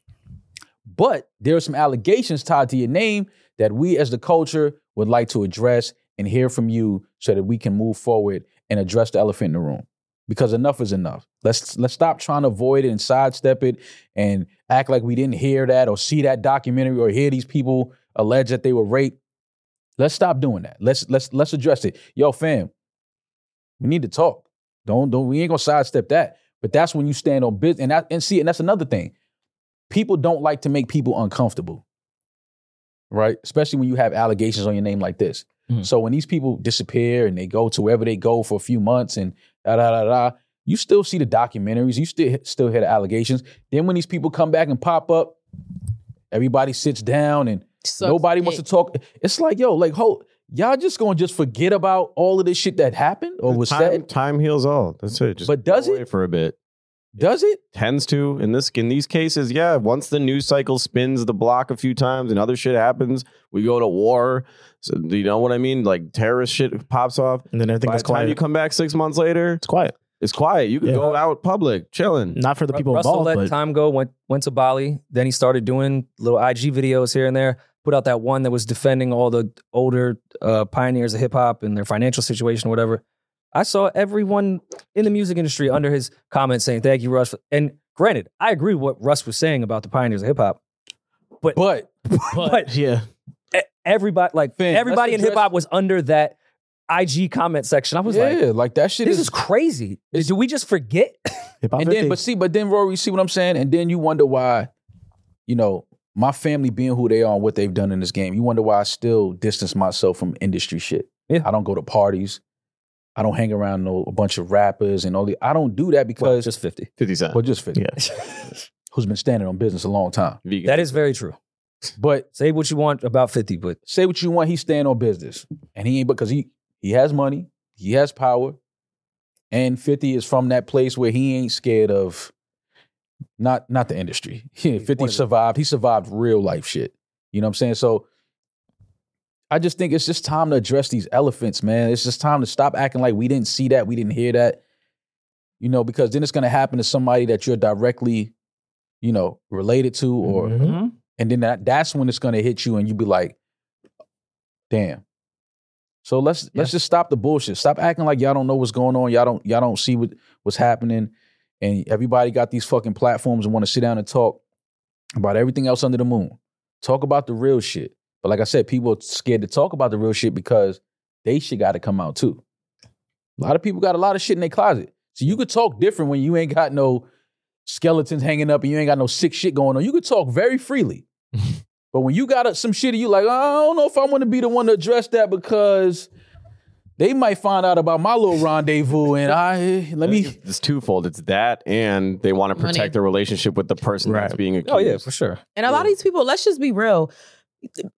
But there are some allegations tied to your name that we as the culture would like to address and hear from you so that we can move forward and address the elephant in the room. Because enough is enough. Let's let's stop trying to avoid it and sidestep it and act like we didn't hear that or see that documentary or hear these people allege that they were raped. Let's stop doing that. Let's let's let's address it. Yo, fam, we need to talk. Don't don't we ain't gonna sidestep that. But that's when you stand on business and that, and see, and that's another thing. People don't like to make people uncomfortable. Right? Especially when you have allegations on your name like this. Mhm. So when these people disappear and they go to wherever they go for a few months and da da da da, you still see the documentaries, you still still hear the allegations. Then when these people come back and pop up, everybody sits down and Sucks nobody wants to dick. talk. It's like, yo, like, hold, y'all just gonna just forget about all of this shit that happened or was time, said? time heals all. That's it. Just But does go away it? for a bit? Does it? Tends to in this in these cases, yeah. Once the news cycle spins the block a few times and other shit happens, we go to war. So do you know what I mean? Like terrorist shit pops off. And then everything By was the time quiet. you come back six months later, it's quiet. it's quiet. You can Yeah. go out public, chilling. Not for the Ru- people Russell involved, let but time go. Went went to Bali. Then he started doing little IG videos here and there. Put out that one that was defending all the older uh, pioneers of hip hop and their financial situation, whatever. I saw everyone in the music industry under his comments saying, "Thank you, Russ." for-" And granted, I agree with what Russ was saying about the pioneers of hip hop. But but- [laughs] yeah, E- Everybody, like Finn, everybody in let's hip hop, address- was under that IG comment section. I was yeah, like, like, that shit "This is, is crazy." Do we just forget? hip hop. and then but see, but then Rory, see what I'm saying? And then you wonder why, you know, my family being who they are and what they've done in this game, you wonder why I still distance myself from industry shit. Yeah. I don't go to parties. I don't hang around no a bunch of rappers and all the. I don't do that because Well, just just 50. Fifty Cent. well, just fifty. [laughs] Yeah. Mm-hmm. Who's been standing on business a long time, Vegan. That is very true. but Say what you want about 50, but say what you want, he's staying on business. And he ain't because he he has money, he has power, and 50 is from that place where he ain't scared of not not the industry. [laughs] Yeah, 50 survived. He survived real life shit. You know what I'm saying? So I just think it's just time to address these elephants, man. It's just time to stop acting like we didn't see that, we didn't hear that. You know, because then it's gonna happen to somebody that you're directly, you know, related to or Mhm. and then that, that's when it's going to hit you and you be like damn so let's let's just stop the bullshit stop acting like y'all don't know what's going on y'all don't y'all don't see what what's happening and everybody got these fucking platforms and want to sit down and talk about everything else under the moon talk about the real shit but like i said people are scared to talk about the real shit because they shit got to come out too a lot of people got a lot of shit in their closet so you could talk different when you ain't got no skeletons hanging up and you ain't got no sick shit going on you could talk very freely [laughs] but when you got some shit, and you like, I don't know if I want to be the one to address that because they might find out about my little rendezvous, and I let me. It's twofold. It's that, and they want to protect Money. their relationship with the person that's Right. being [laughs] accused. oh, yeah, for sure. And a lot of these people, let's just be real.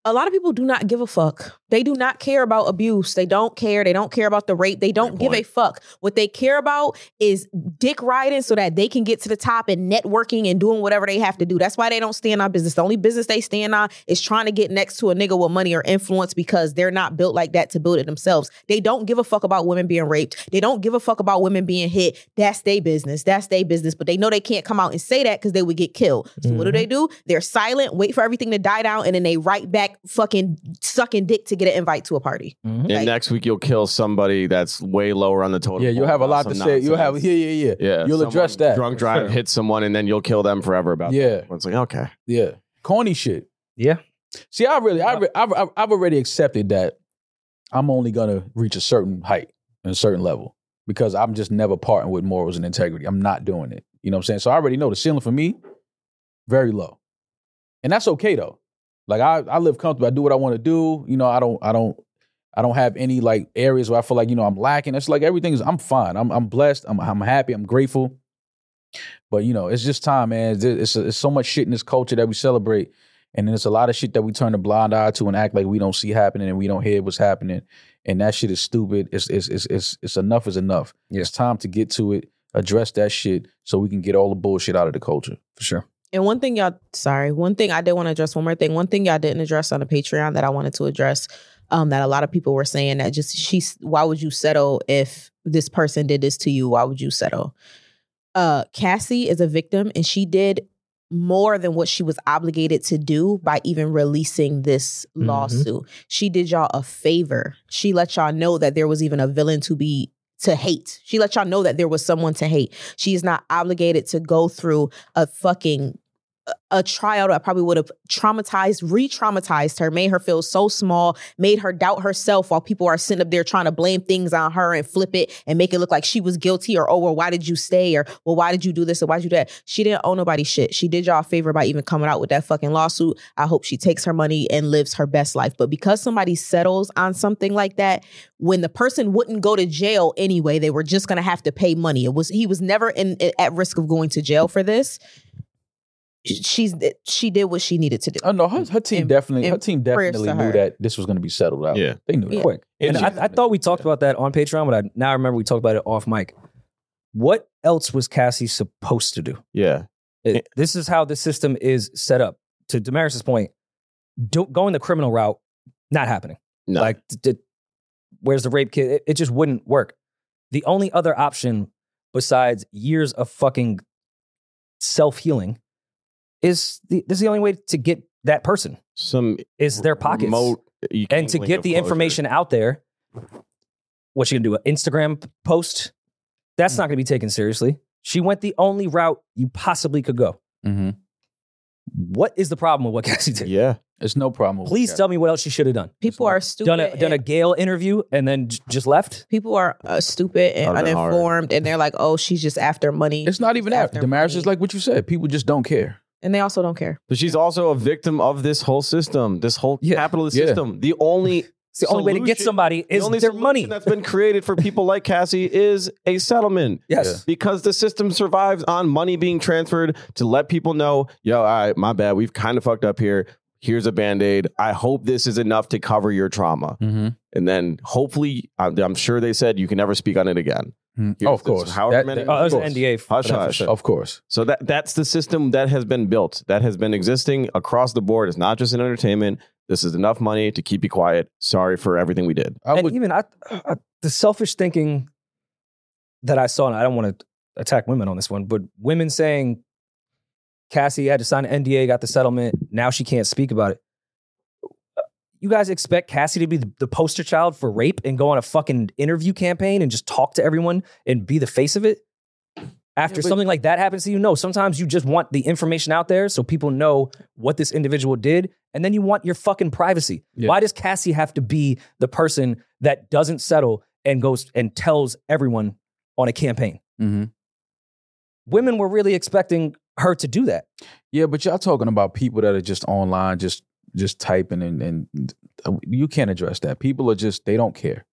A lot of people do not give a fuck. They do not care about abuse. They don't care. They don't care about the rape. They don't Great give a point. fuck. What they care about is dick riding so that they can get to the top and networking and doing whatever they have to do. That's why they don't stand on business. The only business they stand on is trying to get next to a nigga with money or influence because they're not built like that to build it themselves. They don't give a fuck about women being raped. They don't give a fuck about women being hit. That's their business. That's their business. But they know they can't come out and say that because they would get killed. So what do they do? They're silent, wait for everything to die down, and then they right back fucking sucking dick to get an invite to a party. And Like- next week you'll kill somebody that's way lower on the totem. Yeah, you'll pole have a about lot to some say. You'll have nonsense. yeah, yeah, yeah, Yeah, You'll someone address that. Drunk drive hit someone, and then you'll kill them forever about. that. Yeah, It's like okay, yeah. Corny shit. Yeah. See, I really, I, re- I've, I've, I've already accepted that I'm only gonna reach a certain height and a certain level because I'm just never parting with morals and integrity. I'm not doing it. You know what I'm saying? So I already know the ceiling for me, very low, and that's okay though. Like I, I live comfortable. I do what I want to do. You know, I don't, I don't, I don't have any like areas where I feel like you know I'm lacking. It's like everything's. I'm fine. I'm, I'm blessed. I'm, I'm happy. I'm grateful. But you know, it's just time, man. It's, it's, it's so much shit in this culture that we celebrate. And then there's a lot of shit that we turn a blind eye to and act like we don't see happening and we don't hear what's happening. And that shit is stupid. It's it's it's it's, it's enough is enough. Yeah. It's time to get to it, address that shit so we can get all the bullshit out of the culture. For sure. And one thing y'all, sorry, one thing I did want to address, one more thing, one thing y'all didn't address on the Patreon that I wanted to address, um, that a lot of people were saying that just she's, why would you settle if this person did this to you? Why would you settle? Uh, Cassie is a victim and she did more than what she was obligated to do by even releasing this Mhm. lawsuit. She did y'all a favor. She let y'all know that there was even a villain to be to hate. She let y'all know that there was someone to hate. She is not obligated to go through a fucking a- a trial that probably would have traumatized, re-traumatized her, made her feel so small, made her doubt herself while people are sitting up there trying to blame things on her and flip it and make it look like she was guilty or oh well why did you stay or well why did you do this or why did you do that. She didn't owe nobody shit. She did y'all a favor by even coming out with that fucking lawsuit. I hope she takes her money and lives her best life. But because somebody settles on something like that, when the person wouldn't go to jail anyway, they were just gonna have to pay money. It was he was never in at risk of going to jail for this. She's she did what she needed to do. Oh no, her, her team And- definitely her and team prayers definitely to knew her. that this was gonna be settled out. Yeah. They knew that. Yeah. quick. And I, I thought we talked about that on Patreon, but I now remember we talked about it off mic. What else was Cassie supposed to do? yeah. It- Yeah. this is how the system is set up. To Damaris's point, don't, going the criminal route, not happening. No. Like, d- d- where's the rape kit? It, it just wouldn't work. The only other option besides years of fucking self healing is the, this is the only way to get that person some is their pockets remote- you and to can't get link the a closure. information out there, what you gonna do? An Instagram p- post? That's Hmm. not gonna be taken seriously. She went the only route you possibly could go. Mm-hmm. What is the problem with what Cassie did? Yeah, oh It's no problem. with Please that. tell me what else she should have done. People are stupid. Done a done a and- Gale interview and then j- just left. people are uh, stupid and I've been hard. uninformed, and they're like, "Oh, she's just after money," it's not even that. After The marriage money. is like what you said. People just don't care. and they also don't care. but she's also a victim of this whole system, this whole Yeah. capitalist Yeah. system. The only It's the only way to get Solution- somebody The is only their solution money. that's been created for people like Cassie is a settlement. Yes. Because the system survives on money being transferred to let people know, yo, all right, my bad. We've kind of fucked up here. Here's a band aid. I hope this is enough to cover your trauma. Mm-hmm. And then hopefully, I'm, I'm sure they said you can never speak on it again. Oh, of Here's this course. however many- Oh, that was of an course. NDA. Hush, for that for hush. sure. Of course. So that that's the system that has been built, that has been existing across the board. It's not just in entertainment. This is enough money to keep you quiet. Sorry for everything we did. I and would, even I, I, the selfish thinking that I saw, and I don't want to attack women on this one, but women saying Cassie had to sign an NDA, got the settlement, now she can't speak about it. You guys expect Cassie to be the the poster child for rape and go on a fucking interview campaign and just talk to everyone and be the face of it? After something like that happens to you, no. Sometimes you just want the information out there so people know what this individual did, and then you want your fucking privacy. Yeah. Why does Cassie have to be the person that doesn't settle and goes and tells everyone on a campaign? Mhm. Women were really expecting her to do that. Yeah, but y'all talking about people that are just online, just just typing, and and you can't address that. People are just they don't care.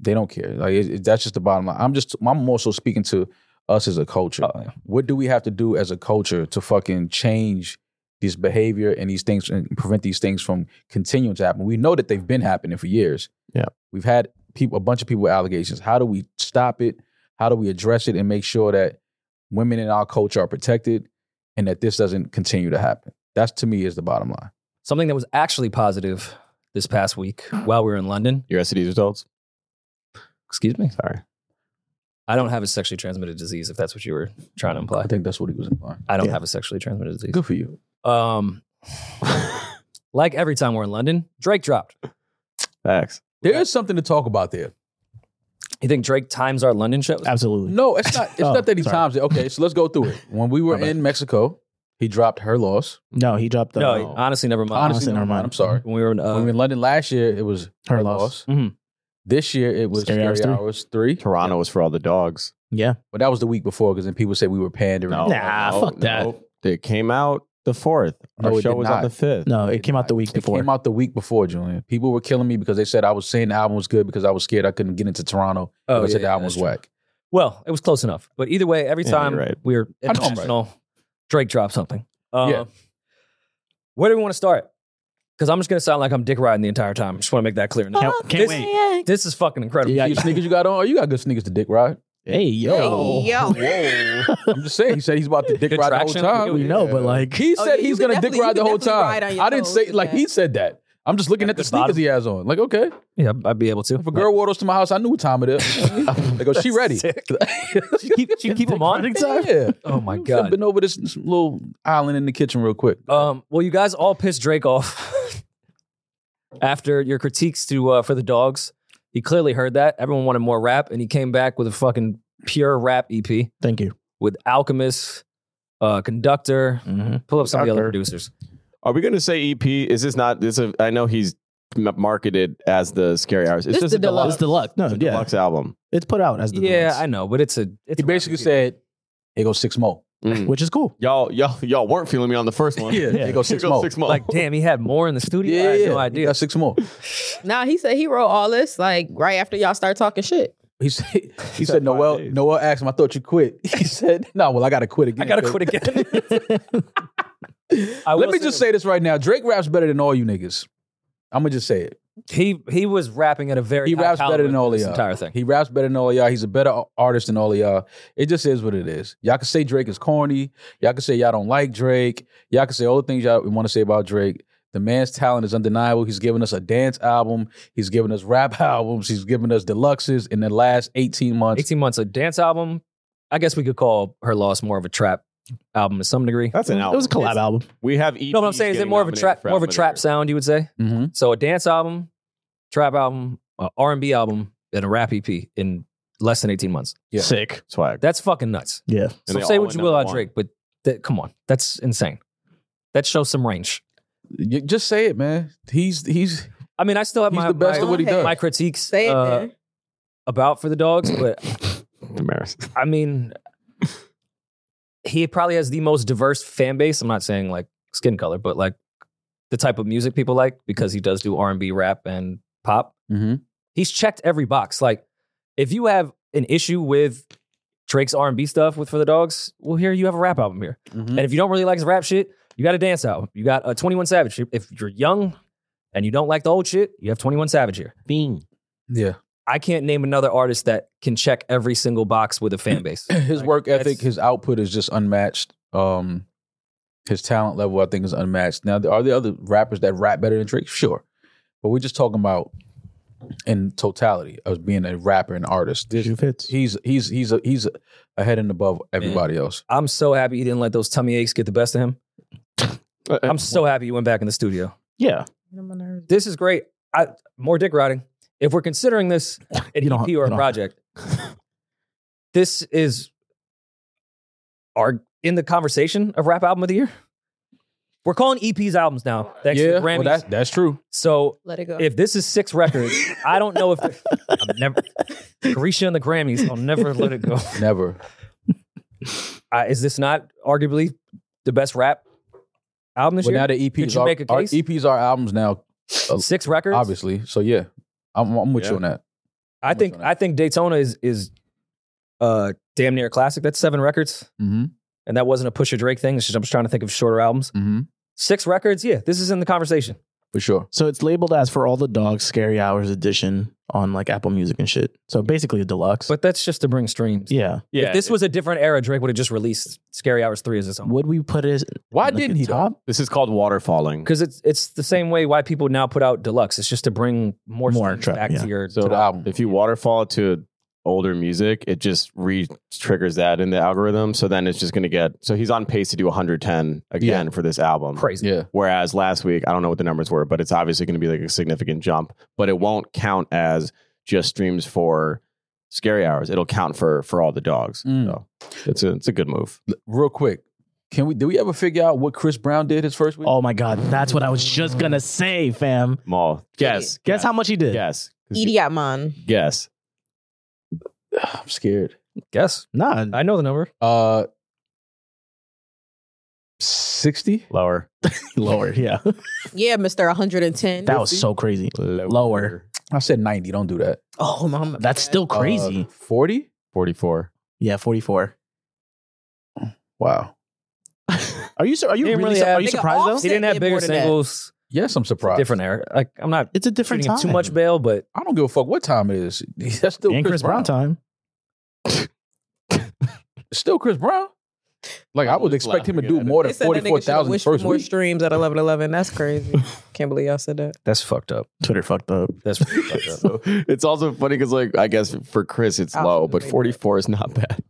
They don't care. Like it, it- that's just the bottom line. I'm just I'm more so speaking to us as a culture. Uh, what do we have to do as a culture to fucking change this behavior and these things and prevent these things from continuing to happen? We know that they've been happening for years. Yeah. We've had people a bunch of people with allegations. How do we stop it? How do we address it and make sure that women in our culture are protected and that this doesn't continue to happen? That's to me is the bottom line. something that was actually positive this past [gasps] week while we were in London. Your STDs results? Excuse me. Sorry. I don't have a sexually transmitted disease, if that's what you were trying to I imply. think that's what he was implying. I don't Yeah. have a sexually transmitted disease. Good for you. [laughs] Um, like every time we're in London, Drake dropped. Facts. There is something to talk about there. You think Drake times our London shows? Absolutely. No, it's not. It's Oh, not that he sorry. times it. Okay, so let's go through it. When we were My bad. in Mexico, he dropped her loss. No, he dropped the. uh, No, honestly, never mind. Honestly, honestly, never never mind. mind. I'm sorry. when we were in, uh, when we were in London last year, it was Her her Loss. loss. Mhm. This year, it was Scary, Hours, 3. Toronto was for all the dogs. yeah. But that was the week before because then people said we were pandering. No, Nah, no, fuck no. that. It came out the fourth. No, Our it show did was not. on the fifth. No, it came out the week It before. came out the week before, Julian. People were killing me because they said I was saying the album was good because I was scared I couldn't get into Toronto. Oh, Oh, I yeah, said the yeah, album that's was true. whack. Well, it was close enough. But either way, every Yeah, time you're right. we're I know I'm international, Drake drops something. Uh, Yeah. Where do we want to start? Because I'm just going to sound like I'm dick riding the entire time. Just want to make that [laughs] clear. Now. Can't, This- can't wait. Yeah. This is fucking incredible. Yeah. You sneakers you got on? Oh, you got good sneakers to dick ride. Hey, yo. Hey, yo. [laughs] I'm just saying. He said he's about to dick Good ride the whole traction. time. We know, but like, He Oh, said yeah, you he's can gonna dick definitely- you ride the can whole definitely time. ride on your I didn't toes say with like that. he said that. I'm just looking Yeah, at the good sneakers bottom. he has on. Like, okay. [laughs] Yeah, I'd be able to. If a girl wore those to my house, I knew what time it is. I go, [laughs] she ready. she keep, she keep them on. [laughs] Yeah. Oh [laughs] my Should've god. Been over this, this little island in the kitchen real quick. Um, well, you guys all pissed Drake off [laughs] after your critiques to uh, for the dogs. He clearly heard that. Everyone wanted more rap, and he came back with a fucking pure rap E EP thank you. with Alchemist, uh, Conductor. Pull up some of the other Conductor. producers. Are we going to say EP? Is this not this? A, I know he's m- marketed as the Scary Hours. It's This just the a deluxe. deluxe, It's deluxe. No, yeah. deluxe album. It's put out as the Yeah, deluxe, I know, but it's a. It's He a basically rap EP. said, "It goes six more." [laughs] Mm. which is cool. Y'all, y'all, y'all weren't feeling me on the first one. [laughs] Yeah. it goes Here six goes more. six more. like, damn, he had more in the studio. Yeah, I had yeah, no yeah. He idea. got six more. Nah, he said he wrote all this like right after y'all start talking shit. He said, "He said Noel, days. Noel asked him. I thought you quit." [laughs] He said, "No, well, I gotta quit again." I gotta quit again. [laughs] I Let will me just say this right now: Drake raps better than all you niggas. I'm gonna just say it. he he was rapping at a very He high raps better caliber than all this of y'all. entire thing. He raps better than all of y'all. He's a better a- artist than all of y'all. It just is what it is. Y'all can say Drake is corny. Y'all can say y'all don't like Drake. Y'all can say all the things y'all want to say about Drake. The man's talent is undeniable. He's given us a dance album. He's given us rap [laughs] albums. He's given us deluxes in the last 18 months. 18 months a dance album i guess we could call her loss more of a trap album to some degree [laughs] That's an It was a collab It's- album. We have. E no but i'm saying is it more of a trap more of a trap sound you would say Mhm. so a dance album trap album a r&b album and a rap ep in less than 18 months Yeah. Sick. Swag. that's fucking nuts Yeah. so say what you will about drake but that, come on that's insane that shows some range Y- Just say it, man. He's he's i mean i still have he's my, the best my, at what he Okay. does. my critiques Say it, uh, man. about for the [clears throat] dogs but Damaris. I mean, he probably has the most diverse fan base. I'm not saying like skin color, but like the type of music people like because he does do R and B, rap, and pop. Mhm. He's checked every box. Like, if you have an issue with Drake's R and B stuff with for the dogs, well, here you have a rap album here. Mm-hmm. And if you don't really like his rap shit, you got a dance album. You got a Twenty One Savage. If you're young and you don't like the old shit, you have Twenty One Savage here. Bing. Yeah. I can't name another artist that can check every single box with a fan [laughs] base. [clears throat] his Like, work ethic, that's- his output is just unmatched. Um, his talent level, I think, is unmatched. Now, are there other rappers that rap better than Drake? Sure, but we're just talking about in totality of being a rapper and artist. This- Shoe fits. he's he's he's a, he's ahead and Mm. above everybody else. I'm so happy he didn't let those tummy aches get the best of him. Uh, uh, I'm so happy he went back in the studio. Yeah. This is great. I, more dick riding. If we're considering [laughs] this an You don't- EP or you a don't- project, this is are in the conversation of rap album of the year. We're calling EPs albums now. Thanks to yeah, the Grammys. well, that's that's true. so Let it go. if this is six records, I don't know if I'm never Carisha and the Grammys. I'll never let it [laughs] go. Never. Uh, is this not arguably the best rap album this But year? now the Could EPs you are, make a are- case? EPs are albums now, a- Six records. obviously. So yeah, I'm, I'm with Yeah. you on that. I Much think on it. I think Daytona is is uh damn near a classic. That's seven records, Mm-hmm. and that wasn't a Pusha Drake thing. It's just I'm just trying to think of shorter albums. Mm-hmm. Six records, yeah. This is in the conversation. For sure. So it's labeled as for all the dogs scary hours edition on like Apple Music and shit. So basically a deluxe. But that's just to bring streams. yeah. yeah, If this was a different era, Drake would have just released Scary Hours Three as its own. Would we put it Why like, didn't a he? though? top? this is called waterfalling. Because it's it's the same way why people now put out deluxe. It's just to bring more, More streams trap, back yeah. to your So the album. If you waterfall to older music, it just re triggers that in the algorithm. So then it's just going to get. So he's on pace to do 110 again for this album. crazy. yeah. Whereas last week, I don't know what the numbers were, but it's obviously going to be like a significant jump, but it won't count as just streams for scary hours. It'll count for for all the dogs. Mm. So it's a it's a good move. real quick. Can we? Did we ever figure out what Chris Brown did his first week? Oh my god, that's what I was just gonna say, fam. Maul. Guess. Guess how much he did? Guess. Idiot man. Guess. I'm scared. Guess Nah, I know the number. Uh, sixty. Lower. lower. Yeah, Yeah, Mr. 110. that was so crazy. Lower. I said ninety. Don't do that. Uh, oh, mama. That's still crazy. Forty. 44. yeah, forty four. wow. Are you sur- are you He really, didn't really sur- have- are you Nigga, surprised though? He didn't have did bigger more than that. singles. Yes, I'm surprised. Different era. Like I'm not It's a different shooting time. him too much bail, but I don't give a fuck what time it is. [laughs] That's still and Chris Brown time. It's Still Chris Brown. Like I would expect him to do more than They said that nigga forty-four should've thousand wished for first more week. streams at 11 11. That's crazy. Can't believe y'all said that. that's fucked up. Twitter fucked up. That's really fucked [laughs] up. So it's also funny because, like, I guess for Chris it's low, but Absolutely. 44 is not bad.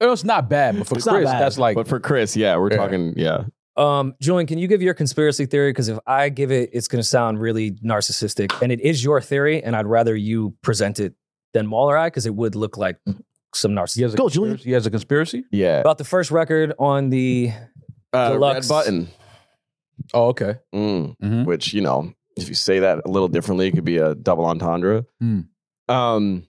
No, It's not bad, but for It's not Chris, bad. that's like But for Chris, yeah, we're Yeah. talking, yeah. Um, Julian, can you give your conspiracy theory? Because if I give it, it's going to sound really narcissistic, and it is your theory, and I'd rather you present it than Maul or I, because it would look like Mm. some he narcissism. has a Go, Julian. conspiracy. He has a conspiracy. Yeah. About the first record on the Uh, Deluxe. red button. Oh, okay. Mm. Mhm. Which, you know, if you say that a little differently, it could be a double entendre. Mm. Um,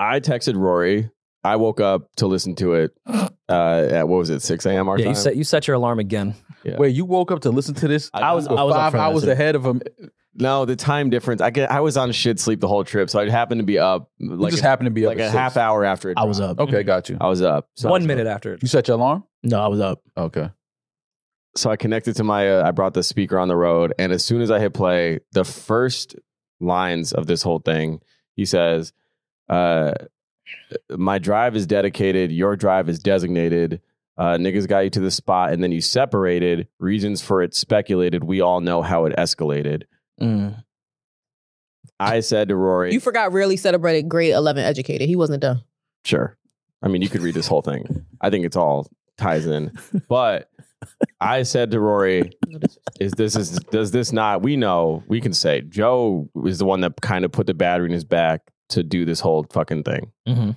I texted Rory. I woke up to listen to it uh, at what was it, 6 a.m. our yeah, you time? set you set your alarm again. Yeah. Wait, you woke up to listen to this? I was- You're I was up five for that, hours too. ahead of him. no, the time difference. I get, I was on shit sleep the whole trip, so I happened to be up You like just a, happened to be up like at a six. half hour after it. I was dropped. up. Okay, got you. I was up. So I One was up. minute after it. You set your alarm? No, I was up. Okay. so I connected to my uh, I brought the speaker on the road and as soon as I hit play the first lines of this whole thing he says uh my drive is dedicated your drive is designated uh niggas got you to the spot and then you separated reasons for it speculated we all know how it escalated Mm. I said to Rory You forgot really celebrated grade 11 educated. He wasn't done. Sure. I mean, you could read this whole thing. I think it's all ties in. But I said to Rory, is this is does this not we know we can say Joe is the one that kind of put the battery in his back to do this whole fucking thing. Mm-hmm.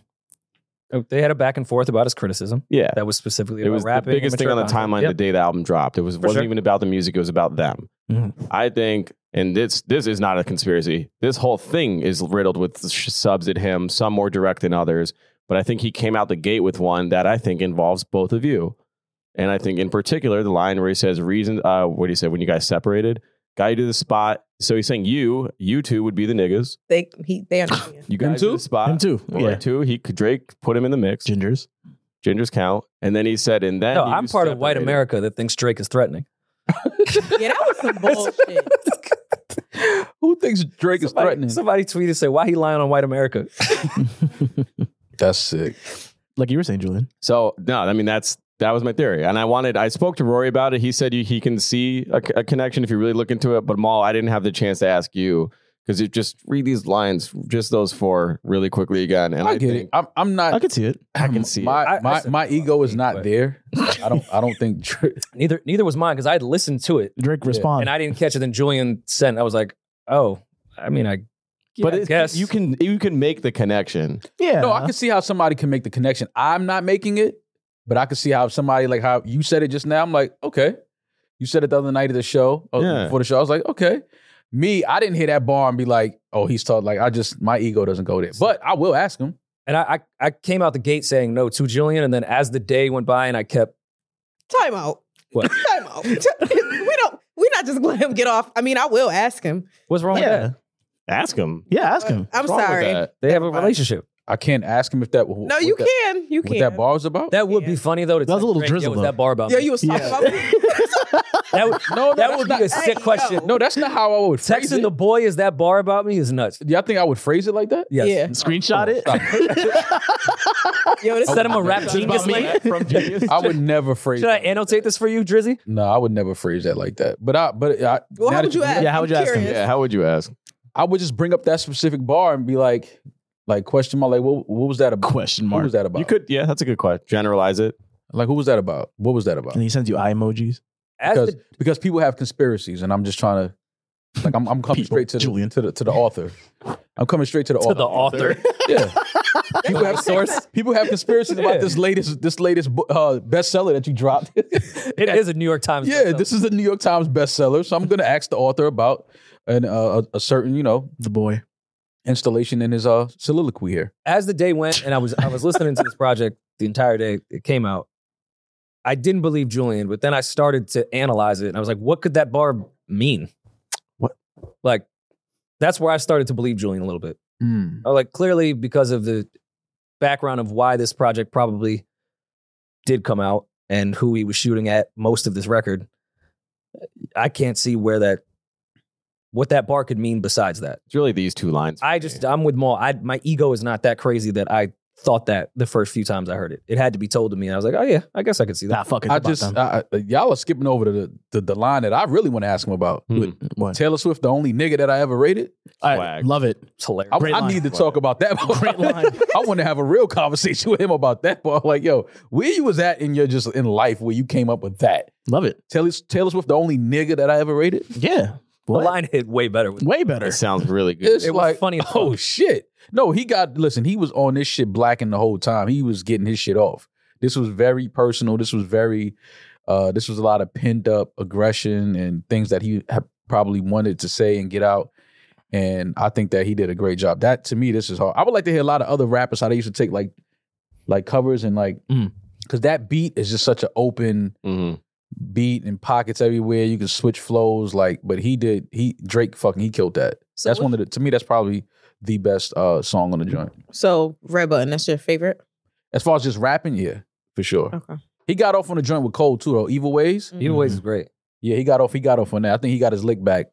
Oh, They had a back and forth about his criticism. Yeah. That was specifically It about was the rapping, biggest thing on immature the content. timeline the Yep. day the album dropped. It was For wasn't sure. even about the music, it was about them. Mhm. I think and this this is not a conspiracy. This whole thing is riddled with sh- subs at him, some more direct than others, but I think he came out the gate with one that I think involves both of you. And I think in particular the line where he says reason uh what do you say when you guys separated? Got you to the spot. So he's saying you, you two would be the niggas. They he they understand. You Him guys to too? the spot. Him too. Or Yeah. two. He could Drake put him in the mix. Gingers. Gingers count. And then he said, and then No, you I'm part of white separated. America that thinks Drake is [laughs] threatening. yeah, that was [laughs] some bullshit. Who thinks Drake is Somebody, threatening? somebody tweeted say, "Why he lying on white America?" [sniffs] That's sick. like you were saying, Julian. So no, I mean that's that was my theory, and I wanted. I spoke to Rory about it. He said you, he can see a, c- a connection if you really look into it. But Maul, I didn't have the chance to ask you because you just read these lines, just those four, really quickly again. And I, I get think it. I'm, I'm not. I could see it. I can see. it. my I- I my, said my fuck ego is me, not but- there. I don't I don't think Drake, neither neither was mine because I had listened to it Drake respond. and I didn't catch it. Then Julian sent. I was like, "Oh, I mean, I." but I it's- guess you can you can make the connection. yeah. No, I can see how somebody can make the connection. I'm not making it, but I can see how somebody like how you said it just now. I'm like, okay. You said it the other night at the show, or Yeah. before the show. I was like, okay. Me, I didn't hear that bar and be like, oh, he's taught. Like, I just my ego doesn't go there. But I will ask him. And I, I I came out the gate saying no to Julian, and then as the day went by, and I kept Time out. [laughs] What? Time out. [laughs] we don't. We're not just gonna let him get off. I mean, I will ask him. what's wrong with yeah. that? Ask him. Yeah. Ask him. I'm sorry. They have a relationship. I can't ask him if that No, you can. You What can. that bar was about? That would Yeah. be funny though. To That was text a little Drake, yo, drizzle, was though. that bar about Yeah, me? you was talking Yeah. about me. that would, no, no, that would that's be a not- sick Hey, question. yo. no, that's not how I would phrase Texting it. the boy is that bar about me is nuts. Y'all think I would phrase it like that? Yes. Yeah. Screenshot it. Yo, this Send him a rap Just genius about me. link. From genius. I would never phrase. Should I it like annotate this for you, Drizzy? that. No, I would never phrase that like that. But I, but I, Well, now how that would you ask? Yeah, how would you I'm ask him? curious. [laughs] Yeah. How would you ask? I would just bring up that specific bar and be like, like question mark, like what, what was that about? [laughs] Question What mark. was that about? You could. Yeah, that's a good question. Generalize it. like who was that about? What was that about? And he sends you eye emojis. As Because the, because people have conspiracies, and I'm just trying to, like, I'm, I'm coming People, straight to the, Julian. to the to the author. I'm coming straight to the to author. [laughs] the author, Yeah, people have source. people have conspiracies about this latest this latest bo- uh, bestseller that you dropped. It is a New York Times. yeah, bestseller. this is the New York Times bestseller, so I'm going to ask the author about an uh, a, a certain you know The boy. installation in his uh soliloquy here. as the day went and I was I was listening to this project the entire day it came out. I didn't believe Julian, but then I started to analyze it and I was like, what could that bar mean? What? Like that's where I started to believe Julian a little bit. I was like clearly because of the background of why this project probably did come out and who he was shooting at most of this record. I can't see where that what that bar could mean besides that. It's really these two lines. I Hmm. just I'm with Maul. I my ego is not that crazy that I thought that the first few times I heard it. It had to be told to me, and I was like, oh yeah, I guess I could see Nah, that. fuck it. I About just them. I, I- y'all are skipping over to the, the the line that I really want to ask him about. Hmm. What? Taylor Swift, the only nigga that I ever rated. I Swag. love it. It's hilarious. I, Great I line. need to talk about that. Great line. [laughs] I want to have a real conversation with him about that. But like, yo, where you was at in your just in life where you came up with that? Love it. Taylor Taylor Swift, the only nigga that I ever rated. Yeah. the What? line hit way better. With Way better. It sounds really [laughs] good. It's It was like funny as Oh fuck. shit! No, he got listen. He was on this shit blacking the whole time. He was getting his shit off. This was very personal. This was very. Uh, this was a lot of pent up aggression and things that he ha- probably wanted to say and get out. And I think that he did a great job. That to me, this is hard. I would like to hear a lot of other rappers how they used to take like, like covers and like, Mm. because that beat is just such an open hmm beat and pockets everywhere. You can switch flows, like, but he did. He Drake fucking he killed that. So that's what- one of the to me. That's probably the best uh song on the joint. So red button. That's your favorite. As far as just rapping, yeah, for sure. Okay. He got off on the joint with Cole too, though. Evil ways, Either ways is great. yeah, he got off. He got off on that. I think he got his lick back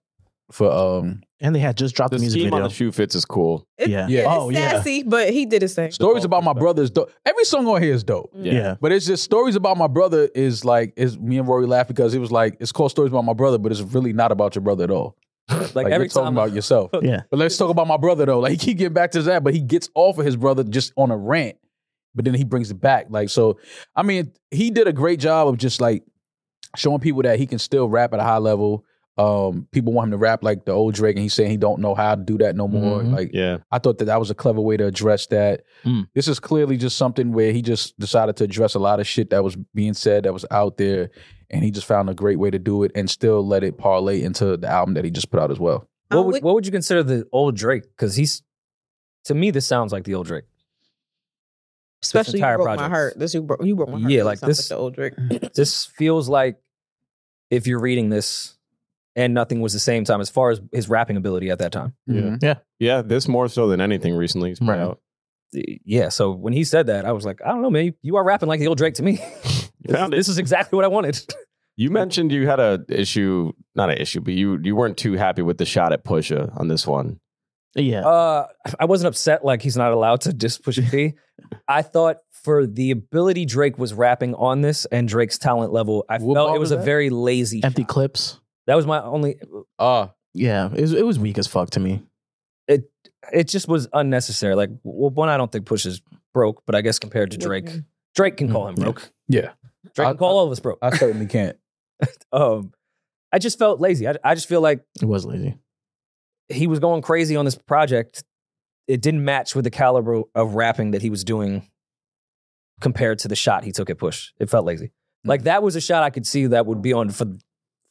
for um. and they had just dropped the, The music scheme on video. the shoe fits is cool. It- yeah. Yeah. Oh, it's yeah. sassy, but he did his thing. Stories about my brother is dope. Every song on here is dope. yeah. But it's just stories about my brother is like is me and Rory laugh because it was like it's called stories about my brother, but it's really not about your brother at all. Like, Like, every you're talking time about yourself. Yeah. But let's talk about my brother though. Like [laughs] he keep getting back to that, but he gets off of his brother just on a rant, but then he brings it back. Like so, I mean, he did a great job of just like showing people that he can still rap at a high level. Um, people want him to rap like the old Drake, and he's saying he don't know how to do that no more. Mhm. Like Mm-hmm. Yeah. I thought that that was a clever way to address that. Mm. This is clearly just something where he just decided to address a lot of shit that was being said that was out there, and he just found a great way to do it and still let it parlay into the album that he just put out as well. what Um, would, we- what would you consider the old Drake? Because he's to me this sounds like the old Drake. Especially you entire broke my projects. heart. This you broke, you broke my heart. Yeah, You like sound this- the old Drake. This feels like if you're reading this and nothing was the same time as far as his rapping ability at that time. Mhm. Yeah, this more so than anything recently. He's put Right. out. Yeah. So when he said that, I was like, I don't know, man. You are rapping like the old Drake to me. [laughs] You found it. this is exactly what I wanted. You mentioned you had a issue, not an issue, but you you weren't too happy with the shot at Pusha on this one. Yeah. [laughs] Uh, I wasn't upset like he's not allowed to diss Pusha T. I thought for the ability Drake was rapping on this and Drake's talent level, I felt What ball it was was a that? very lazy. Empty shot. clips. That was my only. Ah. Uh, Yeah. It was, it was weak as fuck to me. It just was unnecessary. Like, well, one, I don't think Pusha's broke, but I guess compared to Drake, Drake can call him Yeah. broke. Yeah. Drake I- can call all of us broke. I certainly can't. [laughs] um, I just felt lazy. I, I just feel like It was lazy. he was going crazy on this project. It didn't match with the caliber of rapping that he was doing compared to the shot he took at Push. It felt lazy. Like that was a shot I could see that would be on for Hmm.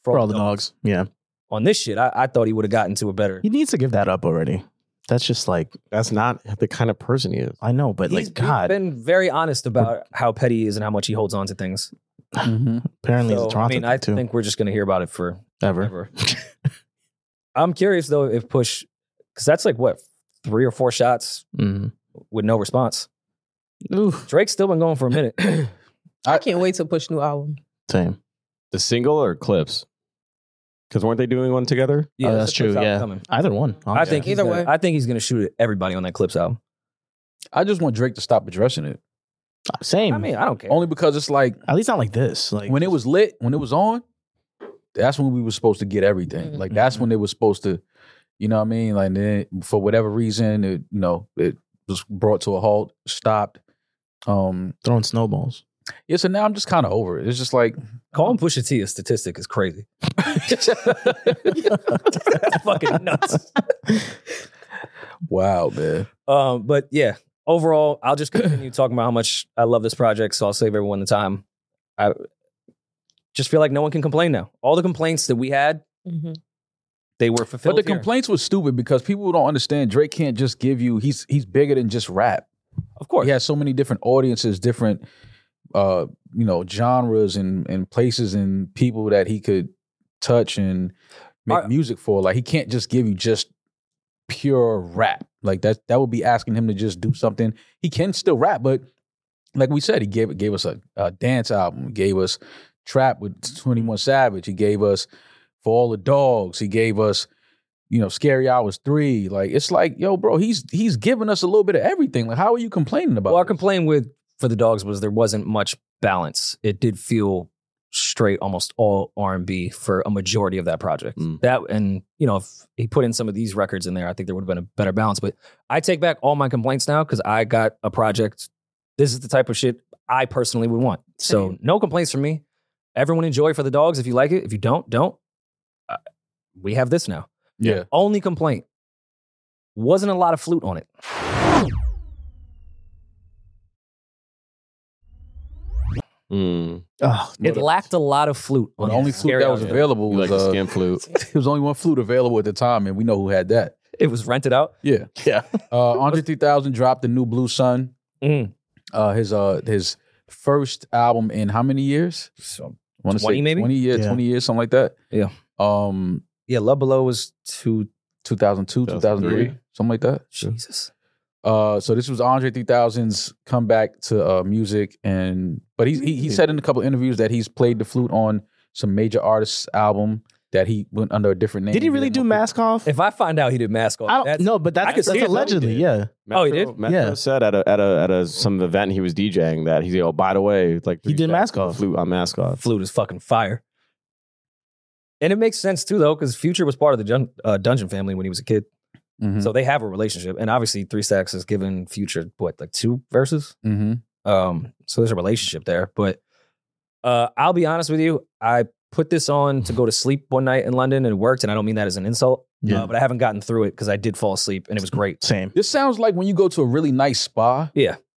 For all the dogs. Yeah. On this shit, I, I thought he would have gotten to a better. He needs to give that up already. That's just like, That's not the kind of person he is. I know, but He's- like, God, he's been very honest about how petty he is and how much he holds on to things. apparently So, it's a I Toronto mean, I thing, too. think we're just gonna hear about it for ever. [laughs] ever. I'm curious though if Push, because that's like what three or four shots Mhm. with no response. Oof. Drake's still been going for a minute. [clears throat] I can't wait to push new album. Same. The single or clips? Because weren't they doing one together? Yeah, that's the Push true. album Yeah. coming. Either one. I think he's Either gonna, way. I think he's gonna shoot at everybody on that Clips album. I just want Drake to stop addressing it. Same. I mean, I don't care. Only because it's like At least not like this. Like when it was lit, when it was on, that's when we were supposed to get everything. Like that's when they were supposed to, you know what I mean? Like then for whatever reason, it you know, it was brought to a halt, stopped. Um throwing snowballs. yeah, so now I'm just kinda over it. It's just like Calling Pusha T a statistic is [laughs] crazy. That's fucking nuts. wow, man. Um, but yeah, overall, I'll just continue talking about how much I love this project, so I'll save everyone the time. I just feel like no one can complain now. All the complaints that we had, Mm-hmm. they were fulfilled. But the here. complaints were stupid because people don't understand Drake can't just give you he's he's bigger than just rap. of course, He has so many different audiences, different uh, you know, genres and and places and people that he could touch and make I- music for. Like he can't just give you just pure rap. Like that that would be asking him to just do something. He can still rap, but like we said, he gave gave us a, a dance album, gave us trap with Twenty One Savage, he gave us for all the dogs, he gave us you know Scary Hours three. Like it's like yo, bro, he's he's giving us a little bit of everything. Like how are you complaining about? Well, our this? complaint with for the dogs was there wasn't much balance. It did feel straight, almost all R and B for a majority of that project. Mm. That and you know, if he put in some of these records in there, I think there would have been a better balance. But I take back all my complaints now because I got a project. This is the type of shit I personally would want. So Same. no complaints from me. Everyone enjoy for the dogs. If you like it, if you don't, don't. Uh, we have this now. yeah. Only complaint wasn't a lot of flute on it. Mm. [laughs] Oh, It lacked a lot of flute. Well, on the it. only flute Scary that was Hours. available You was like the uh, skin flute? [laughs] [laughs] it was only one flute available at the time, and we know who had that. It was rented out. Yeah, Yeah. [laughs] uh, Andre 3000 dropped the new Blue Sun, Mm. uh, his uh, his first album in how many years? So I wanna 20 maybe? twenty years, Yeah. twenty years, something like that. Yeah. um, yeah, Love Below was two. 2002, 2003, 2003. something like that. Jesus, Uh, so this was Andre 3000's comeback to uh, music, and but he, he he said in a couple interviews that he's played the flute on some major artists' album that he went under a different name. Did he really do didn't want mask off? if I find out he did mask off, I don't that's- know, but I could that's, see that's it though, he allegedly, did. yeah. Oh, he did? Metro Yeah. said at a at a at a some event he was DJing that he's oh by the way like He did that Mask Off. flute on mask off. uh, flute is fucking fire. And it makes sense too, though, because Future was part of the Dun- uh, Dungeon family when he was a kid, to- Mhm. so they have a relationship. And obviously, Three Stacks has given Future what like two verses, Mhm. um, so there's a relationship there. But uh, I'll be honest with you, I put this on to go to sleep one night in London, and it worked. And I don't mean that as an insult, Yeah. uh, but I haven't gotten through it because I did fall asleep, and it was great. Same. This sounds like when you go to a really nice spa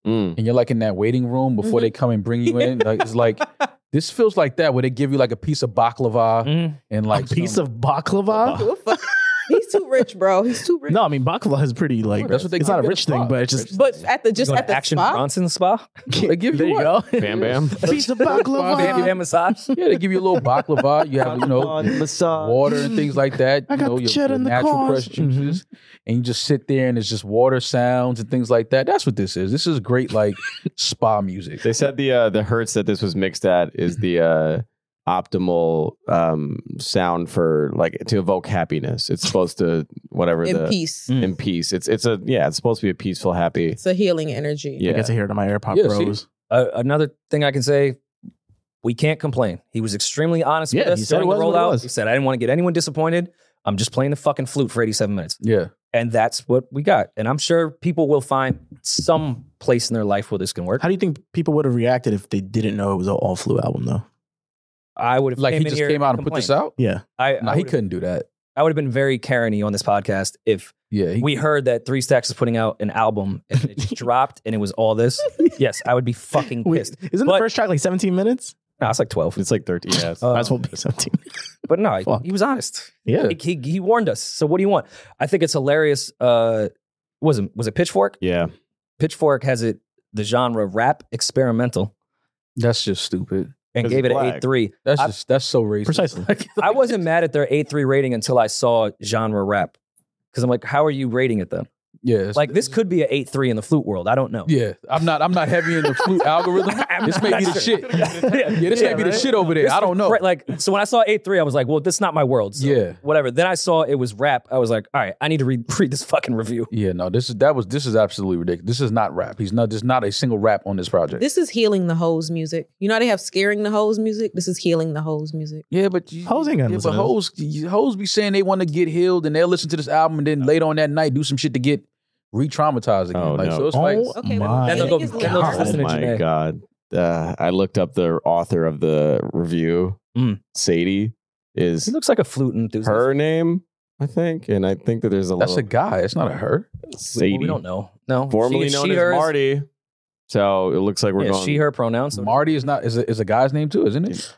Mm. and you're like in that waiting room before Mm-hmm. they come and bring [laughs] you in. Like, it's like this feels like Mm. Mm-hmm. that where they give you like a piece of baklava Mhm. and like a piece some- of baklava? He He's too rich, bro. He's too rich. No, I mean baklava is pretty like That's what they it's not give a at rich the thing, spot. but it's [laughs] just But at the just Go to at the Action spot, Bronson spa. They give [laughs] there you you what? go. Bam [laughs] Bam. Pizza They give Give baklava. him a massage. Yeah, they give you a little baklava. You have you know water and things like that. I you got know the your, cheddar your in the Mm-hmm. natural cars. fresh juices, and you just sit there and it's just water sounds and things like that. That's what this is. This is great like spa music. They said the uh, the hertz that this was mixed at is Mm-hmm. the uh, optimal um, sound for like to evoke happiness. It's supposed to whatever in the peace. Mm. in peace. It's it's a yeah. It's supposed to be a peaceful, happy. It's a healing energy. Yeah. I get to hear it on my AirPod Yeah, see? Pros. Uh, another thing I can say, we can't complain. He was extremely honest Yeah, with us he said during it the was what it rollout. was. He said, I didn't want to get anyone disappointed. I'm just playing the fucking flute for 87 minutes. Yeah, And that's what we got. And I'm sure people will find some place in their life where this can work. How do you think people would have reacted if they didn't know it was an all flu album though? I would have like came he in just here came out and put this complained. out. [laughs] Yeah. I, I No, he would've- couldn't do that. I would have been very Karen-y on this podcast if Yeah, he, we heard that Three Stacks is putting out an album and it [laughs] just dropped and it was all this. Yes, I would be fucking Wait, pissed. isn't But- the first track like 17 minutes? No, it's like 12. It's like thirteen. Yeah, it's- Uh, Might as well be 17. But no, he- Fuck. he was honest. [laughs] Yeah. Like, He, he warned us. So what do you want? I think it's hilarious. Uh, was it was it Pitchfork? yeah. Pitchfork has it the genre rap experimental that's just stupid. and 'Cause gave it's it an black. eight [laughs] three. That's I- just that's so racist. Precisely. I wasn't mad at their eight three rating until I saw genre rap because I'm like, how are you rating it then? Yeah, it's- Like this could be an eight three in the flute world. I don't [laughs] know. Yeah, I'm not. I'm not heavy in the [laughs] flute algorithm. This may be the shit. Yeah, this may be the shit over there. This I don't know. Right, like so when I saw eight three, I was like, well, that's not my world. So Yeah. whatever. Then I saw it was rap. I was like, all right, I need to read [laughs] read this fucking review. Yeah, no. This is that was. This is absolutely ridiculous. This is not rap. He's not. There's not a single rap on this project. This is healing the hoes music. You know how they have scaring the hoes music? This is healing the hoes music. yeah, but you, Hoes ain't gonna yeah, listen but to this. hoes, you- hoes be saying they want to get healed and they'll listen to this album and then later on that night do some shit to get re-traumatized again. Oh, like no. so, it's Oh, like Okay, My Then they'll go- Niggas then they'll just God. listen to Oh my Janae. god. Uh, I looked up the author of the review. Mm. Sadie He is looks like a flute enthusiast. her name, I think, and I think that there's a that's a little guy. It's not a her. We, Sadie, we don't know. No, formerly She- known she, as her is- Marty. So it looks like we're yeah, going. she her pronouns. So Marty is not. Is a, is a guy's name too? Isn't it?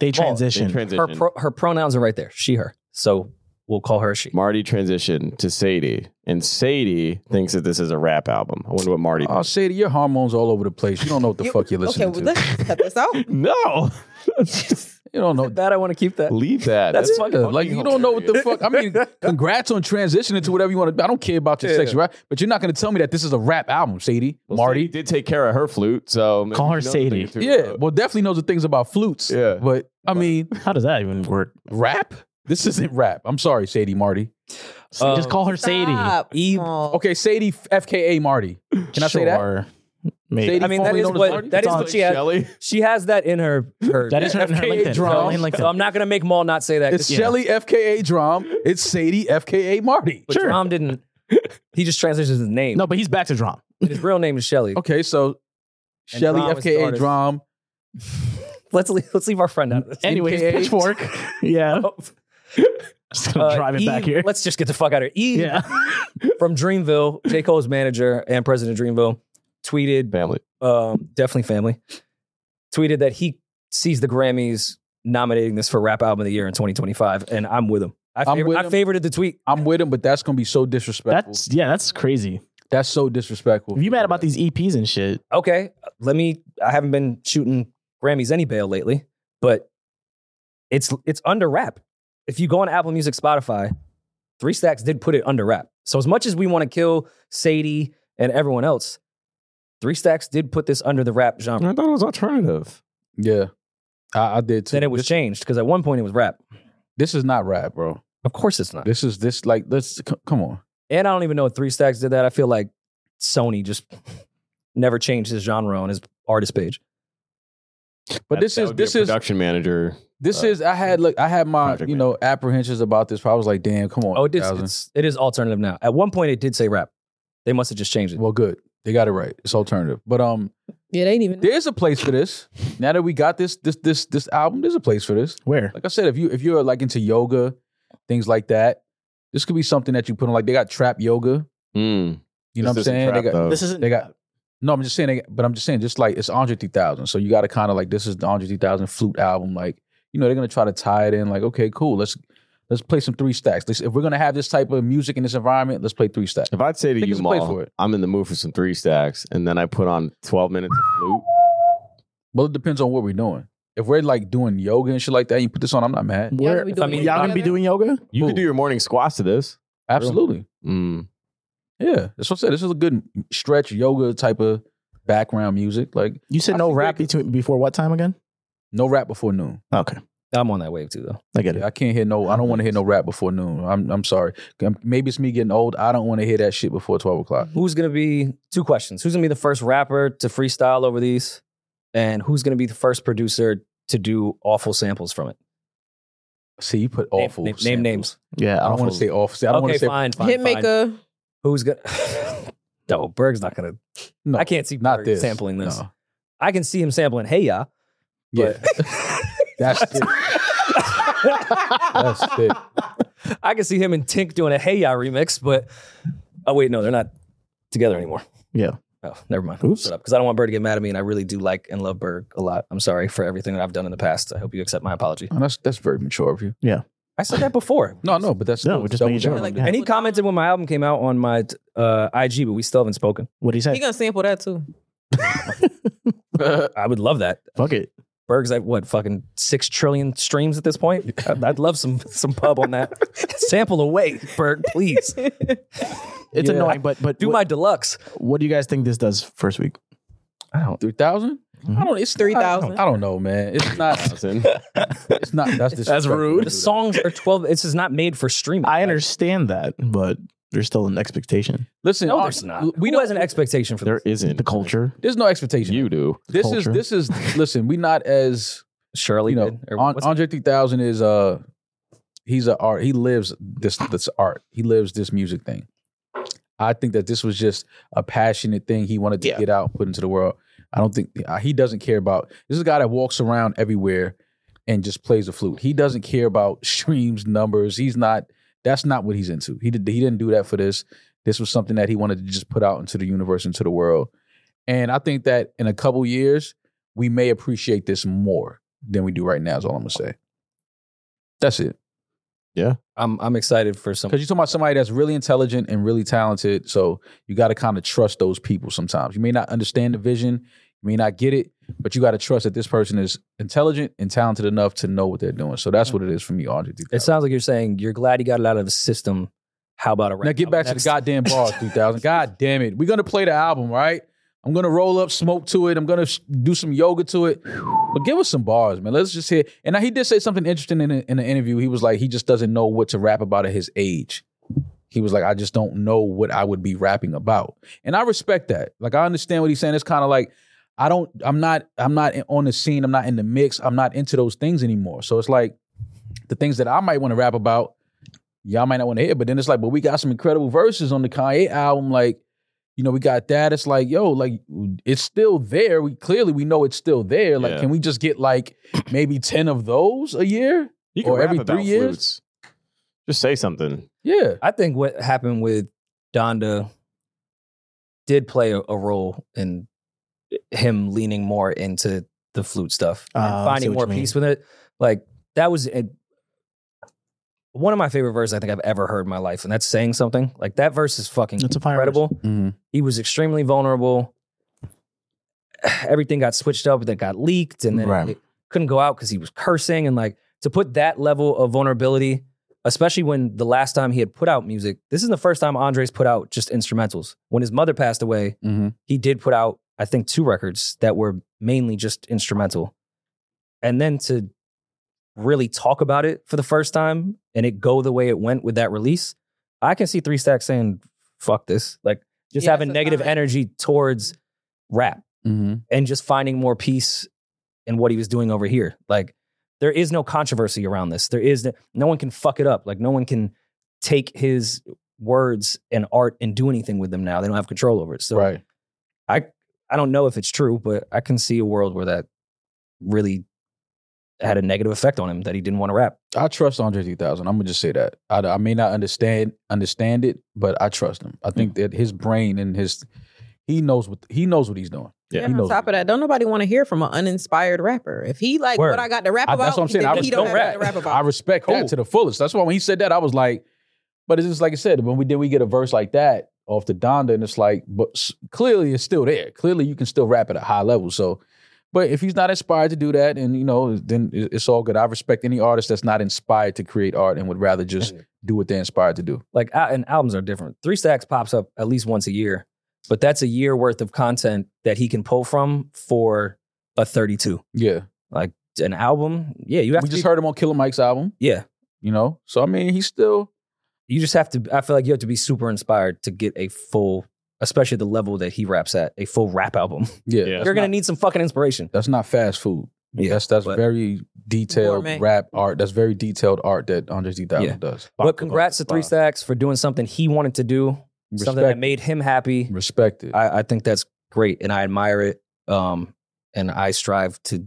They They transition. [laughs] her transitioned. pro, her pronouns are right there. She her. So we'll call her she. Marty transitioned to Sadie, and Sadie thinks that this is a rap album. I wonder what Marty. Oh, Sadie, your hormones all over the place. You don't know what the You- fuck you're Okay, listening well, to. let's cut this out. no, you don't know. That I want to keep that. leave that. That's That's fine. Yeah, like you don't know what the fuck. I mean, congrats on transitioning to whatever you want to. I don't care about your Yeah. sex, right? But you're not going to tell me that this is a rap album, Sadie, Well, Sadie Marty. did take care of her flute, so maybe Call her she knows a thing or Sadie. two Yeah, about- well, definitely knows the things about flutes. Yeah. but I mean, How does that even work? rap. This isn't rap. I'm sorry, Sadie Marty. Um, Just call her Sadie. Stop. Eve- Aw. Okay, Sadie FKA Marty. Can I say that? Sure. Maybe. Sadie I mean, that formerly is known as what Marty? that is It's what on she has. Shelly. She has that in her her. that is her, her FKA LinkedIn. drums. Her LinkedIn. so I'm not gonna make Maul not say that. It's 'cause Shelly FKA Drum. It's Sadie FKA Marty. But Drum didn't. He just transitions his name. no, but he's back to drum. his real name is Shelly. Okay, so And Shelly Drum is the FKA artist. Drum. Let's leave, let's leave our friend out. of this. [laughs] Oh, Anyways, MKH. pitchfork. yeah. Just gonna Uh, drive it back Eve- here. Let's just get the fuck out of here. Eve [laughs] Yeah. from Dreamville, J. Cole's manager and president of Dreamville, tweeted family. um, definitely family, tweeted that he sees the Grammys nominating this for Rap Album of the Year in 2025, and I'm with him. I, I'm favor- with I him. favorited the tweet. I'm with him, but that's gonna be so disrespectful. That's That's, yeah, that's crazy. so disrespectful. If you mad about these e- EPs and shit, Okay, let me. I haven't been shooting Grammys any bail lately, but it's it's under rap. If you go on Apple Music, Spotify, Three Stacks did put it under rap. So as much as we want to kill Sadie and everyone else, Three Stacks did put this under the rap genre. I thought it was alternative. Yeah, I, I did too. Then it was This, changed because at one point it was rap. this is not rap, bro. Of course it's not. This is this like let's c- come on. And I don't even know if Three Stacks did that. I feel like Sony just [laughs] never changed his genre on his artist page. But That- this that is would be a this is production manager. this uh, is. I had look. I had my project you know apprehensions about this. But I was like, damn, come on. Oh, it is, 2000. it's, it is alternative now. At one point, it did say rap. They must have just changed it. Well, good. They got it right. It's alternative. But um, Yeah, they ain't even. there's a place for this. Now that we got this this this this album, there's a place for this. where? Like I said, if you if you're like into yoga, things like that, this could be something that you put on. Like they got trap yoga. Mm. You know what I'm This isn't saying? They trap, got, though. This isn't They got no. I'm just saying, they, but I'm just saying, just like it's Andre 3000, so you got to kind of like this is the Andre 3000 flute album. Like you know, they're gonna try to tie it in. Like okay, cool, let's Let's play some three stacks. Let's, if we're gonna have this type of music in this environment, let's play three stacks. If I'd say to Think you, it's a play Ma, for it. I'm in the mood for some three stacks, and then I put on 12 minutes of flute, Well, it depends on what we're doing. If we're like doing yoga and shit like that, you put this on, I'm not Mm, mad. Where- gonna be if I doing mean, yoga Y'all gonna be together? doing yoga? you could do your morning squats to this. Absolutely. Mm. Yeah. That's what I said. This is a good stretch yoga type of background music. Like You said I no think rap we- between before what time again? no rap before noon. Okay, I'm on that wave too, though. I get Yeah, it. I can't hear no. I don't want to hear no rap before noon. I'm I'm sorry. Um, Maybe it's me getting old. I don't want to hear that shit before twelve o'clock. Who's gonna be two questions? Who's gonna be the first rapper to freestyle over these, and who's gonna be the first producer to do awful samples from it? See, you put Name- awful name, name samples. names. Yeah, I don't want awful. to say awful. See, I don't want okay, to say fine, fine, fine. Hitmaker. Who's gonna? [laughs] no, Berg's not gonna. no. I can't see Not Berg this. sampling this. No. I can see him sampling Hey [laughs] Ya. Yeah, [laughs] that's it. That's it. I can see him and Tink doing a Hey Ya remix, but oh wait, no, they're not together anymore. Yeah. Oh, never mind. Oops. Shut up, because I don't want Bird to get mad at me, and I really do like and love Berg a lot. I'm sorry for everything that I've done in the past. I hope you accept my apology. Oh, that's that's very mature of you. I said that before, No, no, but that's No, still we're just double making sure. down on Like, that. and he commented when my album came out on my uh, IG, but we still haven't spoken. What do you He say? gonna sample that too. I would love that. Fuck it. Berg's at what fucking six trillion streams at this [laughs] point. I'd, I'd love some some pub on that. Sample away, Berg, please. It's Yeah. annoying, but but Do what, my deluxe. what do you guys think this does first week? I don't. Three thousand? Mhm. I don't. It's 3,000. I, don't- I don't know, man. It's not. [laughs] Thousand. It's not. That's disrespectful. rude. Don't The do that. songs are twelve. It's just not made for streaming. I understand that, but there's still an expectation. Listen, No, our- there's not. We We don't. know an expectation for there this. isn't. The culture. There's no expectation. You do. this culture. is. This is. Listen, we not as Shirley, you know, did, or An- what's- Andre 3000 is uh he's a art. He lives this this art. He lives this music thing. I think that this was just a passionate thing he wanted to Yeah. get out and put into the world. I don't think uh, he doesn't care about this is a guy that walks around everywhere and just plays the flute. He doesn't care about [laughs] streams numbers. He's not that's not what he's into. He did he didn't do that for this. This was something that he wanted to just put out into the universe, into the world. And I think that in a couple years, we may appreciate this more than we do right now, is all I'm gonna say. That's it. I'm I'm excited for some. Because you're talking about somebody that's really intelligent and really talented. So you gotta kind of trust those people sometimes. You may not understand the vision, you may not get it, but you gotta trust that this person is intelligent and talented enough to know what they're doing. So that's what it is for me, Andre. 3000. It sounds like you're saying you're glad he got it out of his system. How about a rap? Now get back to the goddamn bars, 3000. God damn it. We're going to play the album, right? I'm going to roll up smoke to it. I'm going to do some yoga to it. But give us some bars, man. Let's just hear. And now he did say something interesting in, a, in an interview. He was like, he just doesn't know what to rap about at his age. He was like, I just don't know what I would be rapping about. And I respect that. Like, I understand what he's saying. It's kind of like, I don't, I'm not, I'm not on the scene. I'm not in the mix. I'm not into those things anymore. So it's like the things that I might want to rap about, y'all might not want to hear, but then it's like, but we got some incredible verses on the Kanye album. Like, you know, we got that. It's like, yo, like it's still there. We clearly we know it's still there. Like, Yeah. can we just get like maybe 10 of those a year? You can Or rap every about three years? flutes. Just say something. Yeah. I think what happened with Donda did play a, a role in him leaning more into the flute stuff, and Ah, I see finding more what you mean. peace with it. Like that was a, one of my favorite verses I think I've ever heard in my life, and that's saying something. Like that verse is fucking It's a fire. incredible. Mm-hmm. he was extremely vulnerable. Everything got switched up, that got leaked, and then Right. it couldn't go out because he was cursing. And like to put that level of vulnerability, especially when the last time he had put out music, this is the first time Andre's put out just instrumentals. When his mother passed away, Mm-hmm. he did put out, I think, two records that were mainly just instrumental. And then to really talk about it for the first time and it go the way it went with that release, I can see Three Stacks saying, fuck this. Like just Yeah, having so negative fine. energy towards rap Mm-hmm. and just finding more peace in what he was doing over here. Like there is no controversy around this. There is no, no one can fuck it up. Like no one can take his words and art and do anything with them now. They don't have control over it. So right. I don't know if it's true, but I can see a world where that really had a negative effect on him that he didn't want to rap. I trust Andre 3000. I'm gonna just say that. I, I may not understand understand it, but I trust him. I think that his brain and his he knows what he knows what he's doing. Yeah. He and on knows top of that, don't nobody want to hear from an uninspired rapper. If he like Word. what I got to rap I- about, that's what I'm saying. then I he res- don't don't have rap. nothing to rap about. I respect Cool. that to the fullest. That's why when he said that, I was like, but it's just like I said, when we then we get a verse like that off the Donda, and it's like, but s- clearly it's still there. Clearly you can still rap at a high level. So, but if he's not inspired to do that, and you know, then it- it's all good. I respect any artist that's not inspired to create art and would rather just do what they're inspired to do. like al- and albums are different. Three Stacks pops up at least once a year, but that's a year worth of content that he can pull from for a 32. Yeah, An album, yeah, you have we to just be- heard him on Killer Mike's album. yeah, You know, so I mean, he's still you just have to I feel like you have to be super inspired to get a full especially the level that he raps at, a full rap album. yeah. Yeah. that's You're going to not- need some fucking inspiration. that's not fast food. Yeah, that's that's but- very detailed Gourmet. rap art. That's very detailed art that Andre 3000 Yeah. does. But congrats to Three Stacks for doing something he wanted to do, something that Respect, made him happy. respect it. I, I think that's great and I admire it. Um, and I strive to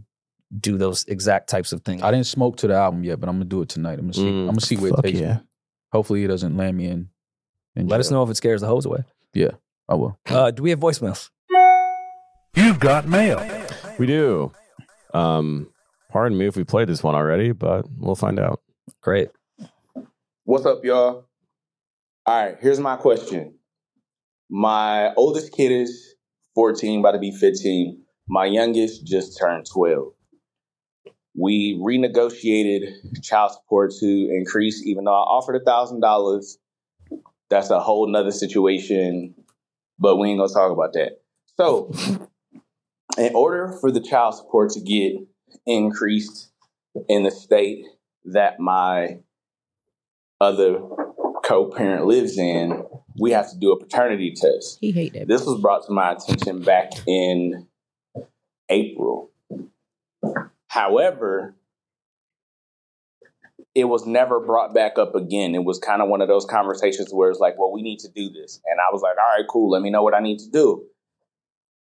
do those exact types of things. I didn't smoke to the album yet, but I'm gonna do it tonight. I'm gonna see. Mm. I'm gonna see where it Fuck takes yeah. me. Hopefully, it doesn't land me in. in Let us jail. know if it scares the hoes away. I will. Uh, do we have voicemails? You've got mail. We do. Um, pardon me if we played this one already, but we'll find out. Great. What's up, y'all? All right, here's my question. My oldest kid is 14, about to be 15. My youngest just turned 12. We renegotiated child support to increase, even though I offered $1,000. That's a whole nother situation, but we ain't gonna talk about that. So, in order for the child support to get increased in the state that my other co-parent lives in, we have to do a paternity test. he hate that. This was brought to my attention back in April. However, it was never brought back up again. It was kind of one of those conversations where it's like, well, we need to do this. And I was like, all right, cool, let me know what I need to do.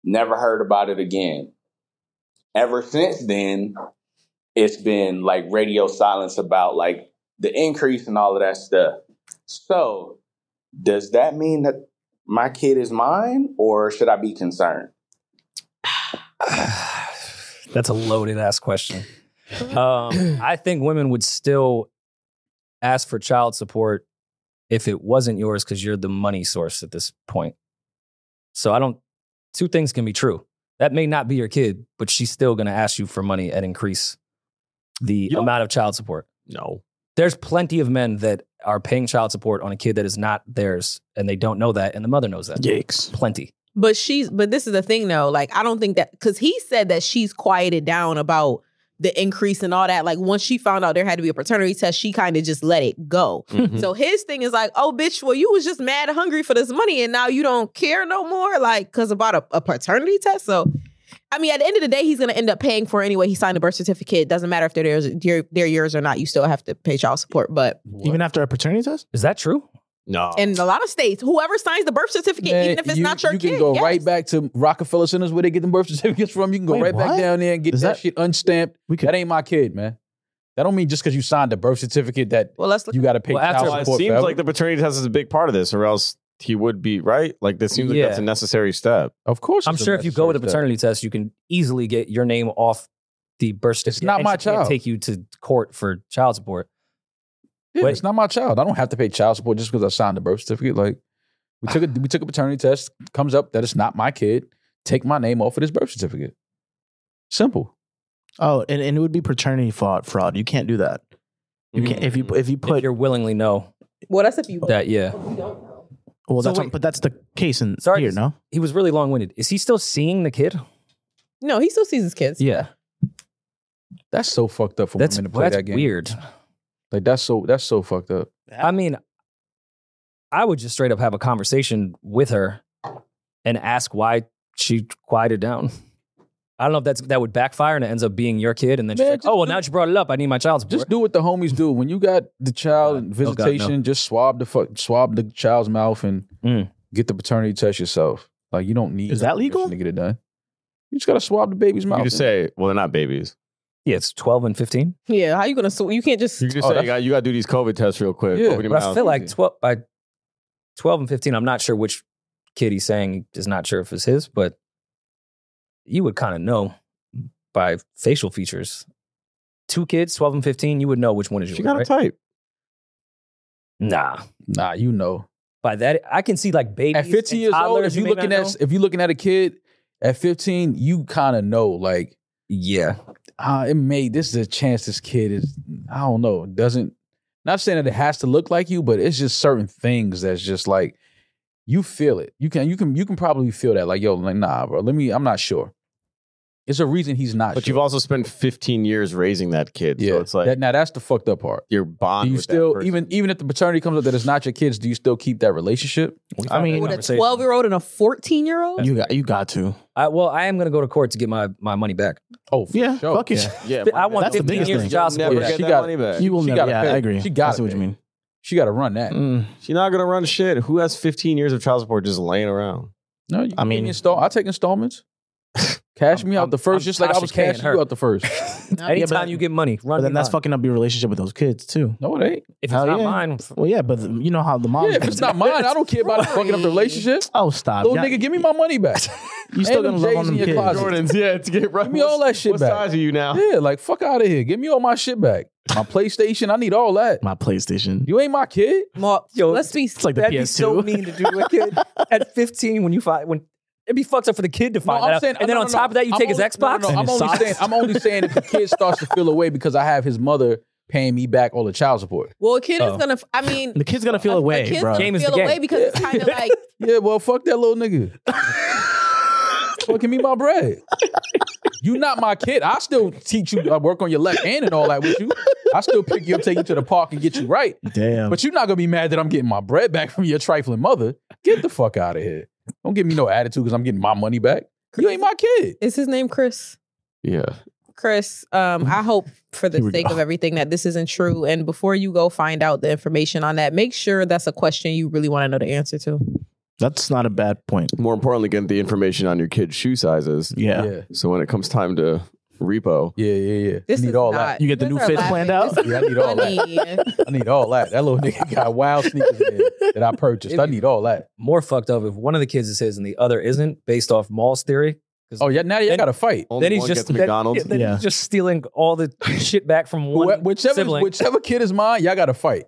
Never heard about it again. Ever since then, it's been like radio silence about like the increase and all of that stuff. So, does that mean that my kid is mine or should I be concerned? [sighs] That's a loaded ass question. Um, I think women would still ask for child support if it wasn't yours because you're the money source at this point. So I don't, two things can be true. That may not be your kid, but she's still going to ask you for money and increase the don't- amount of child support. [laughs] No. There's plenty of men that are paying child support on a kid that is not theirs and they don't know that and the mother knows that. Yikes. Plenty. But she's but this is the thing though. Like I don't think that because he said that she's quieted down about the increase and all that. Like once she found out there had to be a paternity test, she kind of just let it go. Mhm. So his thing is like, oh bitch, well you was just mad hungry for this money and now you don't care no more. Like cause about a, a paternity test. So I mean, at the end of the day, he's gonna end up paying for it anyway. He signed a birth certificate. Doesn't matter if they're theirs, they're, they're yours or not. You still have to pay child support. But Even after a paternity test? Is that true? no. in a lot of states, whoever signs the birth certificate, Man, even if it's you, not your you kid, can go yes. right back to Rockefeller Centers where they get them birth certificates from. You can go Wait, right what? back down there and get Is that, that- shit unstamped. We could That ain't my kid, man. That don't mean just because you signed a birth certificate that Well, let's look. you got to pay Well, after- child Well, it support. seems forever. like the paternity test is a big part of this, or else he would be right. Like this seems like Yeah. that's a necessary step. of course, I'm it's a sure if you go with a necessary step. paternity test, you can easily get your name off the birth certificate. not and she my can't child. Take you to court for child support. Yeah, Wait. it's not my child. I don't have to pay child support just because I signed a birth certificate. Like we took a we took a paternity test. Comes up that it's not my kid. Take my name off of this birth certificate. Simple. Oh, and, and it would be paternity fraud. Fraud. You can't do that. You Mm-hmm. can't if you if you But put you're willingly know Well, that's if you. that. Yeah, well. So That's wait. what, but that's the case in Sorry, here. this- No, he was really long winded. Is he still seeing the kid? No, he still sees his kids. Yeah, That's so fucked up for that's women to play that's that game. weird. Like that's so that's so fucked up. I mean, I would just straight up have a conversation with her and ask why she quieted down. I don't know if that's that would backfire and it ends up being your kid, and then she's Man, like, just "Oh well, do- now that you brought it up, I need my child support." Just do what the homies do. When you got the child God. Oh, God, no. visitation, just swab the fuck swab the child's mouth and Mm. get the paternity test yourself. Like you don't need Is that her permission legal? to get it done? You just gotta swab the baby's mouth. You just say, well, they're not babies. yeah, it's twelve and fifteen. Yeah, how you gonna? Sw- you can't just. You can just Oh, say, that's- you got, you got to do these COVID tests real quick. Yeah. Open your But I mouth. feel like easy. 12, by 12 and 15, I'm not sure which kid he's saying is not sure if it's his, but you would kind of know by facial features. Two kids, 12 and 15, you would know which one is yours. She got right? a type. Nah. Nah, you know. By that, I can see like babies. At 15 and years old, toddlers if you may looking not at know. if you looking at a kid at 15, you kind of know like Yeah. uh, it may this is a chance this kid is I don't know doesn't not saying that it has to look like you but it's just certain things that's just like you feel it you can you can you can probably feel that like yo like nah bro let me I'm not sure it's a reason he's not But sure. you've also spent 15 years raising that kid. So it's like that, now that's the fucked up part your do bond. you with that still person. even even if the paternity comes up that it's not your kids do you still keep that relationship I mean, With a 12 year old and a 14 year old? You got you got to. I, well, I am going to go to court to get my, my money back. oh for Yeah, sure. fuck it. yeah, I want That's the 15 biggest years thing. of child support. You'll never Yeah, get she that got- money back. You will She never. gotta Yeah, pay. I agree. She gotta I see what you pay. mean. she got to run that Mm. She's not gonna run shit. Who has 15 years of child support just laying around? no you I I mean- mean install I take installments cash me out I'm- the 1st I'm just like I Tasha was K and cashing her. you out [laughs] the first Anytime but- you get money, run. But then me that's mine. fucking up your relationship with those kids too. no it ain't If it's Hell not yeah. mine, Well, yeah, but the- you know how the mom. yeah if it's not mine I don't care about fucking up the relationship Oh, stop. Little Y'all- nigga, give me my money back. [laughs] You still gonna them love J's on them in your kids. closet. Jordans, yeah, to get right. Give me all that shit What back. size are you Uh. now? yeah, like fuck out of here. Give me all my shit back. My PlayStation, I need all that. My PlayStation. You ain't my kid. More, Yo, let's be It's like the that'd be PS2. so mean to do to a kid at 15 when you find when it'd be fucked up for the kid to find that out. and then no, on no, top no. of that, you I'm take his only- Xbox. No, no, and I'm his only socks. saying I'm only saying if the kid starts to feel away because I have his mother paying me back all the child support. Well, a kid Oh. is gonna. f- I mean, The kid's gonna feel [laughs] a away, kid's bro. gonna Game is the feel away game. because it's kind of like Yeah, well, fuck that little [laughs] nigga. Fucking me my bread. You not my kid. I still teach you. I work on your left hand and all that with you. I still pick you up, take you to the park, and get you right. Damn. But you're not gonna be mad that I'm getting my bread back from your trifling mother. Get the fuck out of here. Don't give me no attitude because I'm getting my money back. You ain't my kid. is his name Chris? Yeah. Chris, um, I hope for the Here we sake go. of everything that this isn't true. And before you go find out the information on that, make sure that's a question you really want to know the answer to. That's not a bad point. More importantly, getting the information on your kid's shoe sizes. Yeah. yeah, So when it comes time to repo, yeah, yeah. yeah. This I need is all not, You get the you new guys are fits laughing. planned out? This is Yeah, I need all funny. that. I need all that. That little nigga got wild sneakers in it that I purchased. I need all that. more fucked up if one of the kids is his and the other isn't, based off Maul's theory. Oh yeah, now you Then- got to fight. Oh, only then he's one just [laughs] gets McDonald's. Then, then Yeah. he's just stealing all the shit back from one Wh- whichever sibling. whichever kid is mine, y'all got to fight,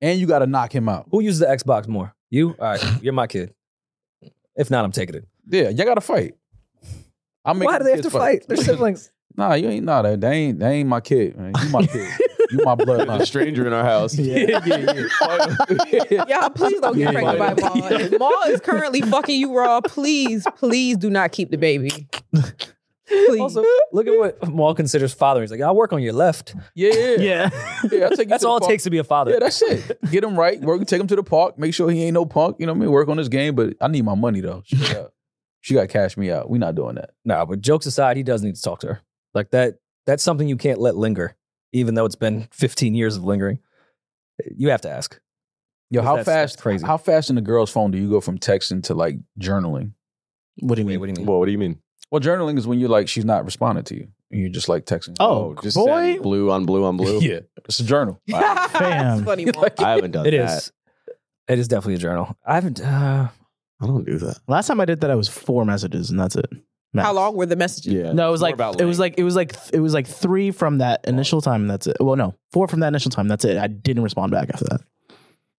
and you got to knock him out. Who uses the Xbox more? You? All right, [laughs] you're my kid. If not, I'm taking it. Yeah, y'all got to fight. I'm Why do they have to fight? They're siblings. [laughs] Nah, you ain't nah. That, that ain't that ain't my kid. Man. You my kid. you [laughs] my bloodline. a stranger in our house. yeah, yeah, [laughs] yeah. [laughs] Y'all, please don't Yeah, get pregnant yeah. by Maul. If Maul is currently fucking you raw, please, please do not keep [laughs] the baby. Please. [laughs] also, [laughs] look at what Maul considers fathering. He's like, I'll work on your left. yeah, yeah, [laughs] Yeah. Yeah, I'll take you That's to the all it park. takes to be a father. Yeah, that's it. Get him right. Work, take him to the park. Make sure he ain't no punk. You know what I mean? Work on his game, but I need my money though. Straight up. She got to cash me out. We not doing that. Nah, but jokes aside, he does need to talk to her. Like that, that's something you can't let linger, even though it's been 15 years of lingering. You have to [laughs] ask. Yo, how That's- that's fast? crazy. How fast in the girl's phone do you go from texting to like journaling? What do you Wait, mean? what do you mean? Well, what do you mean? Well, journaling is when you're like she's not responding to you. And You're just like texting. [laughs] Oh, just boy. send blue on blue on blue. yeah, it's a journal. That's funny, Maul. I haven't done It that. is. It is definitely a journal. I haven't. Uh, I don't do that. Last time I did that, I was four messages, and that's it. Max. How long were the messages? Yeah. No, it was More like it about Oh. was like it was like it was like three from that initial time. and That's it. Well, no, four from that initial time. That's it. I didn't respond back after that.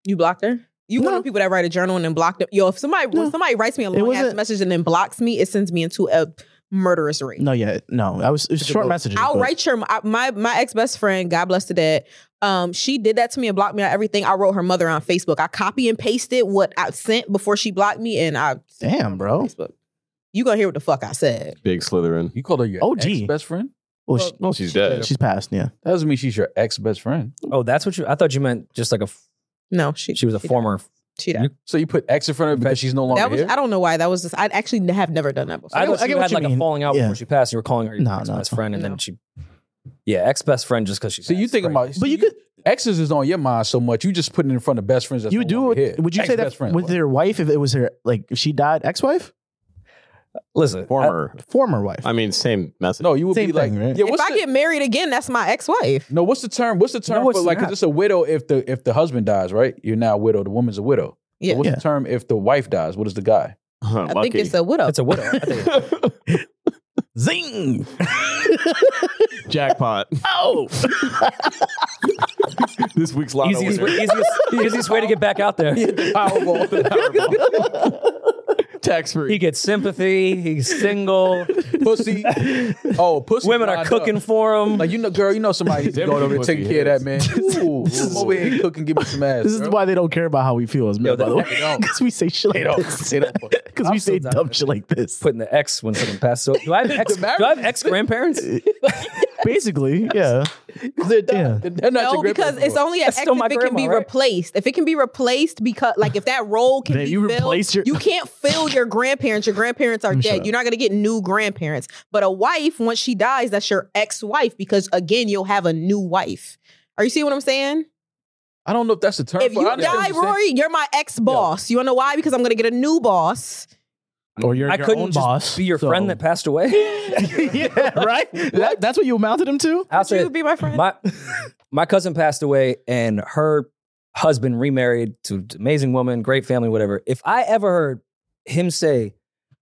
You blocked her? You one No. of the people that write a journal and then block them. Yo, if somebody No. when somebody writes me a It long ass wasn't- message and then blocks me, it sends me into a murderous rage. No, yeah, no. I was, it was short messages. I'll but- write your I- my my ex best friend, God bless the dead. Um, she did that to me and blocked me on everything. I wrote her mother on Facebook. I copy and pasted what I sent before she blocked me, and I Damn, bro. Facebook. You gonna hear what the fuck I said? Big Slytherin. You called her your OG. ex best friend. Well, she, Well, she's dead. she's passed. Yeah. That doesn't mean she's your ex best friend. oh, that's what you. I thought you meant just like a. f- No, she She was a she former. died. She died. you- So you put ex in front of her because she's no longer that was here. I don't know why that was. Just, I actually n- have never done that before. I, get- thought I you get what had you like a mean. falling out Yeah. before she passed. You were calling her your No, no, best no. friend, and No. then she. Yeah, ex best friend just because she. so you passed. thinking Crazy. about? But you could exes is on your mind so much. You just putting it in front of best friends. That's you no do longer it. here. Would you say that Ex-best friend. with your wife if it was her like if she died ex wife listen? I, Former. former wife? I, mean, same message. No, you would Same be like, thing, right? yeah. if What's I the, get married again, that's my ex wife. no, what's the term? What's the term No, for it's like? 'cause not. it's a widow if the if the husband dies, right? You're now a widow. The woman's a widow. Yeah. But what's Yeah. the [laughs] term if the wife dies? What is the guy? [laughs] I think it's a widow. it's a widow. I think a Zing! [laughs] [laughs] Jackpot. [laughs] Oh! this week's lotto Easiest way, [laughs] winner. easiest, easiest way to get back out there. [laughs] Tax free. He gets sympathy. He's [laughs] single. [laughs] pussy. Oh, pussy. Women are lined cooking up. for him. Like you know, girl, you know [laughs] somebody going over there taking care of that man. [laughs] Ooh, I'm over here cooking, give me some ass. This is girl. why they don't care about how we feel as men, by the way. They [laughs] don't. Because we say shit They like don't. this. They [laughs] don't. Because we say dumb shit like this. putting the X when someone passes. So do I [laughs] have ex, do I have ex grandparents? Basically, yeah. [laughs] They're done. Yeah. They're not No, your grandparents because no it's more. only an That's X still my if it can grandma, be right? replaced. If it can be replaced, because like if that role can Then be you filled, replace your- you can't fill your grandparents. Your grandparents are me shut dead. up. You're not gonna get new grandparents. But a wife, once she dies, that's your ex-wife because again, you'll have a new wife. Are you seeing what I'm saying? I don't know if that's a term. If for, I you understand die, what you're saying. Rory, you're my ex-boss. You wanna know why? Because I'm gonna get a new boss. Or you're I your couldn't own just boss. be your so- friend that passed [laughs] away. yeah, [laughs] right? That- that's what you amounted him to? I'll Would say you be my friend? my my cousin passed away and her husband remarried to an amazing woman, great family, whatever. If I ever heard him say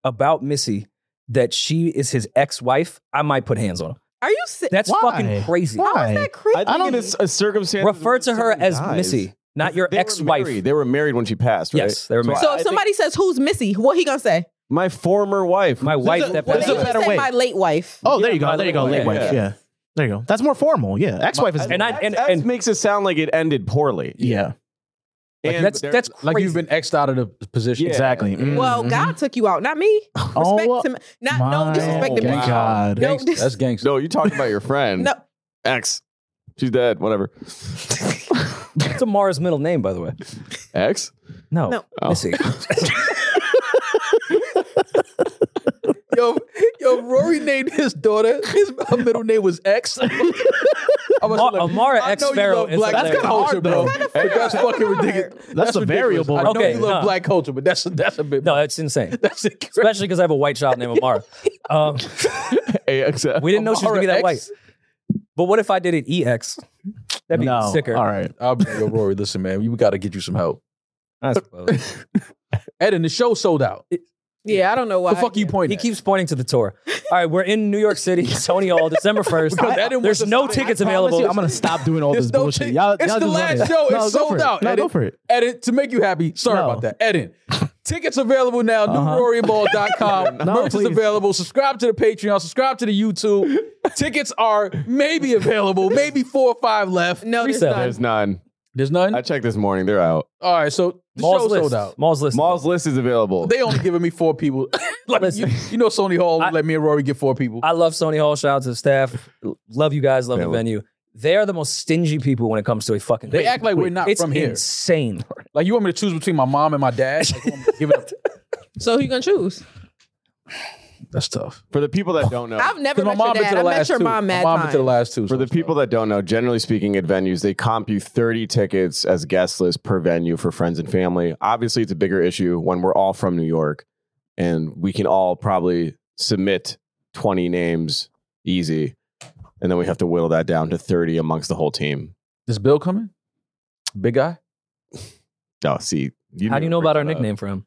about Missy that she is his ex-wife, I might put hands on him. are you si- That's Why? fucking crazy. How is Why? that crazy? I, think don't- in this a circumstance. Refer to her as Missy, not your They were ex-wife. married. They were married when she passed, right? Yes, they were So married. so I if think somebody says who's Missy, what he gonna say? my former wife, My wife that They passed There's a away. usually better say way. my late wife. Oh, there you Yeah, go. There you go. yeah, Late wife. yeah. Yeah. There you go. That's more formal. Yeah. Ex wife is. And I and, that and makes it sound like it ended poorly. yeah. And that's there- that's crazy. like you've been xed out of the position. Yeah. Exactly. Well, Mhm. God took you out, [laughs] not me. Respect Oh, to me. Not no disrespect to me. my Wow. God. No, Gangsta. That's gangster. [laughs] no. You're talking about your friend. No, ex. She's dead. Whatever. That's Amara's middle name, by the way. Ex. No, No. Missy. Yo, [laughs] yo, [laughs] Rory named his daughter. His her middle name was [laughs] X. I was Amar- Amara I X know you Pharaoh love is black hilarious. That's kinda hard, culture, bro. though. But [laughs] That's fucking ridiculous. That's a ridiculous. variable. I know Okay, you love nah. black culture, but that's a, that's a bit. No, that's insane. [laughs] that's a Especially because I have a white child named Amara. Um, Ex. we didn't know she was gonna be that Amara white. X? But what if I did it EX? That'd be no. sicker. All right. I'll be, yo, Rory, listen, man, we got to get you some [laughs] help. I [laughs] suppose. Ed, and the show sold out. yeah, I don't know why. the fuck you he pointing? keeps pointing to the tour. All right, we're in New York [laughs] City, Tony Hall, December first. Because that didn't There's was a no sign. tickets I promise available. You, I'm gonna stop doing all There's this no bullshit. tick- Y'all, it's y'all the just love last it. show. No, it's go sold for it. out. No, Edit, go for it. Edit to make you happy. Sorry No. Uh-huh. about that. [laughs] Edit. Tickets available now. NewRoryBall.com. [laughs] No, Merch please. is available. Subscribe to the Patreon. Subscribe to the [laughs] YouTube. Tickets are maybe available. Maybe four or five left. No, there's Resell. not. There's none. There's none. I checked this morning. They're out. All right, so the show Mall's list. sold out. Mall's list. Mall's list is available. They only giving me four [laughs] people. like you, Listen. you know, Sony Hall I- let me and Rory get four people. I love Sony Hall. Shout out to the staff. Love you guys. Love the Family. venue. They are the most stingy people when it comes to a fucking. they venue. act like we're not it's from here. insane. Like you want me to choose between my mom and my [laughs] dad? Like, who I'm giving up to? So who you gonna choose? That's tough. For the people that don't know, I've never 'Cause my met your mom been dad. to the I met last your two. mom my mad mom been to the time. last two. For so the it's people tough. that don't know, generally speaking, at venues, they comp you 30 tickets as guest list per venue for friends and family. Obviously, it's a bigger issue when we're all from New York and we can all probably submit 20 names easy. And then we have to whittle that down to 30 amongst the whole team. is Bill coming? Big guy. Oh, see. You How do you didn't know bring about our that up. uh, nickname for him?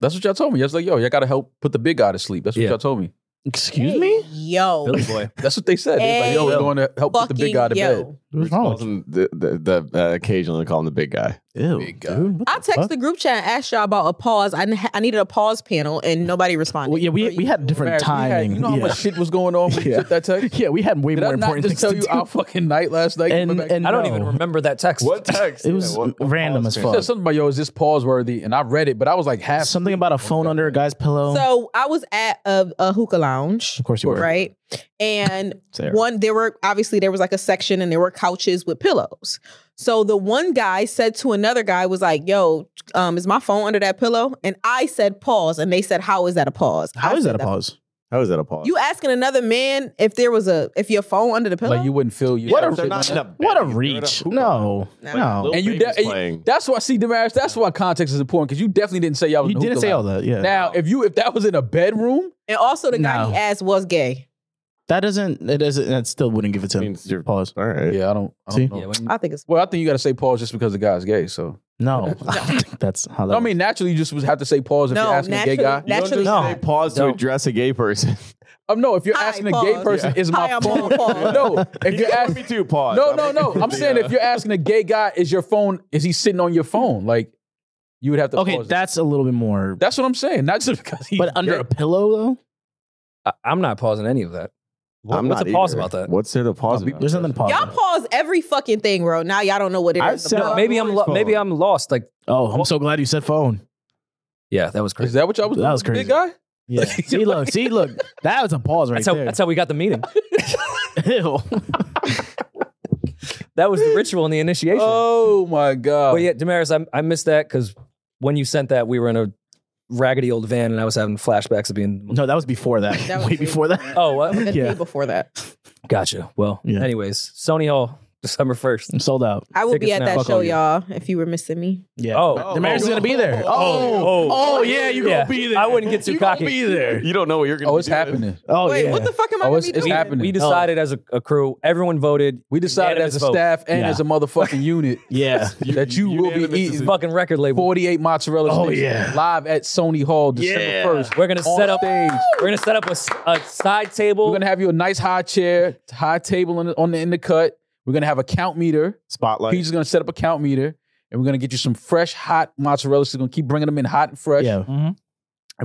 That's what y'all told me. I was like, yo, y'all gotta help put the big guy to sleep. That's what Yeah. y'all told me. Excuse Hey, me. Yo, Billy Boy. That's what they said. They was like, yo, Hey. we're going to help put the fucking big guy to bed. yo. What's Rich wrong? calls with him the, the, the, uh, occasionally call him the big guy. you? Ew, Big guy. dude, what I fuck? texted the group chat and asked y'all about a pause. I, n- I needed a pause panel and nobody responded. Well, yeah, we Where we you- had different Marriage, we had- timing. you know how yeah. [laughs] much shit was going on when you Yeah. sent that text? yeah, we had [laughs] way Did I more not important just things tell to you do. our fucking night last night? And- Back- and- I don't No. even remember that text. text? It was random as I fuck. said something about yo, is this pause worthy? And I read it, but I was like half Something about a phone under a guy's pillow. So I was at a, a hookah lounge, of course you were. right? And Sarah. one there were obviously there was like a section and there were couches with pillows so the one guy said to another guy was like yo um is my phone under that pillow and i said pause and they said how is that a pause How I is said that a pause? How is that a pause? you asking another man if there was a if your phone under the pillow like you wouldn't feel you. What Shit a- they're not like in that. a What a venue, they're in reach! hookah No, Nah. no. Little and you, baby's de- and you- playing. that's why see Damaris, that's why context is important because you definitely didn't say y'all was You in the didn't hookah say all lounge. that. Yeah, Now, if you if that was in a bedroom, and also the guy No. he asked was gay that doesn't. It doesn't. That still wouldn't give it to him. Means you're- Pause. All right. yeah, I don't. I See? don't know. Yeah, when- i think it's Well, I think you got to say pause just because the guy's gay. So No, [laughs] I don't think that's how that. I mean, naturally, you just would have to say pause if No, you're asking a gay naturally- guy. naturally you don't just not. say pause to Don't. address a gay person. Um, no, if you're Hi, asking a gay pause. person, Yeah. is my Hi, I'm phone? on [laughs] pause. No, if You you're want asking me to pause. No, I'm no, no. making I'm the, saying uh, if you're asking a gay guy, is your phone? Is he sitting on your phone? Like you would have to. Okay, pause it. that's a little bit more. that's what I'm saying. Not just because he's But under gay. a pillow though, I, I'm not pausing any of that. What- I'm what's not a pause either. about that? What's there to pause? I'll be- about? there's nothing Y'all positive. pause every fucking thing, bro. Now y'all don't know what it I is. said- The- maybe I'm lo- phone. maybe I'm lost. Like, Oh, I'm so glad you said phone. yeah, that was Is crazy. that what y'all was? That doing, was Big crazy. guy. Yeah. see, look, see, look. That was a pause right That's how there. that's how we got the meeting. [laughs] Ew. that was [laughs] the ritual and the initiation. Oh my god. But yeah, Damaris, I, I missed that because when you sent that, we were in a raggedy old van, and I was having flashbacks of [laughs] being. No, that was before that. That was Way way before that. Oh, what? the Yeah. day before that. gotcha. Well, Yeah. anyways, Sony Hall, December first. I'm sold out. I will Tickets be at now. that Fuck show, all you. y'all, if you were missing me. Yeah. Oh. the mayor's gonna be there. Oh, oh, yeah, you Yeah. gonna be there. I wouldn't get too you gonna cocky. Be there. You don't know what you're gonna. Oh, be it's doing. happening. Oh Wait, yeah. what the fuck am I Oh, gonna it's, be it's doing? happening. We We, decided as a, a crew, everyone voted. decided as unanimous a vote. staff and Yeah. as a motherfucking unit [laughs] yeah. [laughs] that you will be unanimous eating Fucking record label. 48 mozzarella Oh, sticks yeah. live at Sony Hall December Yeah. 1st. We're gonna on set up. stage. We're gonna set up a, s- a side We're table. gonna have you a nice high chair, high table on the, on the in the cut. We're gonna have a count meter. Spotlight. Peach is gonna set up a count meter, and we're gonna get you some fresh, hot mozzarella. So we're gonna keep bringing them in hot and fresh, Yeah. and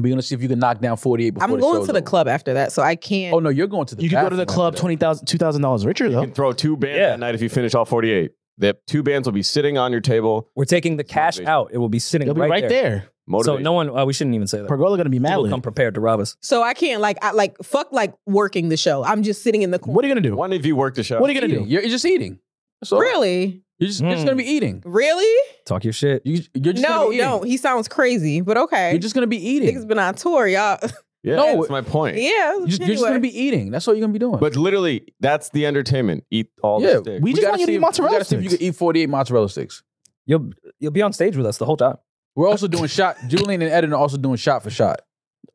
we're gonna see if you can knock down forty eight. before I'm the going show's to the over. club after that, so I can't. Oh no, you're going to the. You could go to the bathroom club after that. twenty thousand, two thousand dollars richer You though. can throw two bands Yeah. that night if you finish all 48. The two bands will be sitting on your table. We're taking the cash Motivation. out. It will be sitting You'll be right, right there. So Motivation. no one. Uh, we shouldn't even say that. Pergola gonna be mad. People lit. come prepared to rob us. So I can't like I like fuck like working the show. I'm just sitting in the corner. What are you gonna do? One of you worked the show. What are you gonna Eating. do? Hmm. You're, you're just eating. So really? You're just, you're just Mm. gonna be eating. Really? Talk your shit. You, you're just gonna No, be eating. no. He sounds crazy, but okay. You're just gonna be eating. Niggas been on tour, y'all. [laughs] Yeah, No. that's my point. yeah. You're just, you're just gonna anyway. be eating. That's all you're gonna be doing. But literally, that's the entertainment. Eat all yeah, the sticks. We just gotta want you to see eat if- mozzarella We gotta see if you sticks. can eat forty eight mozzarella sticks. You'll you'll be on stage with us the whole time. We're also doing [laughs] shot. Julian and Eden are also doing shot for shot.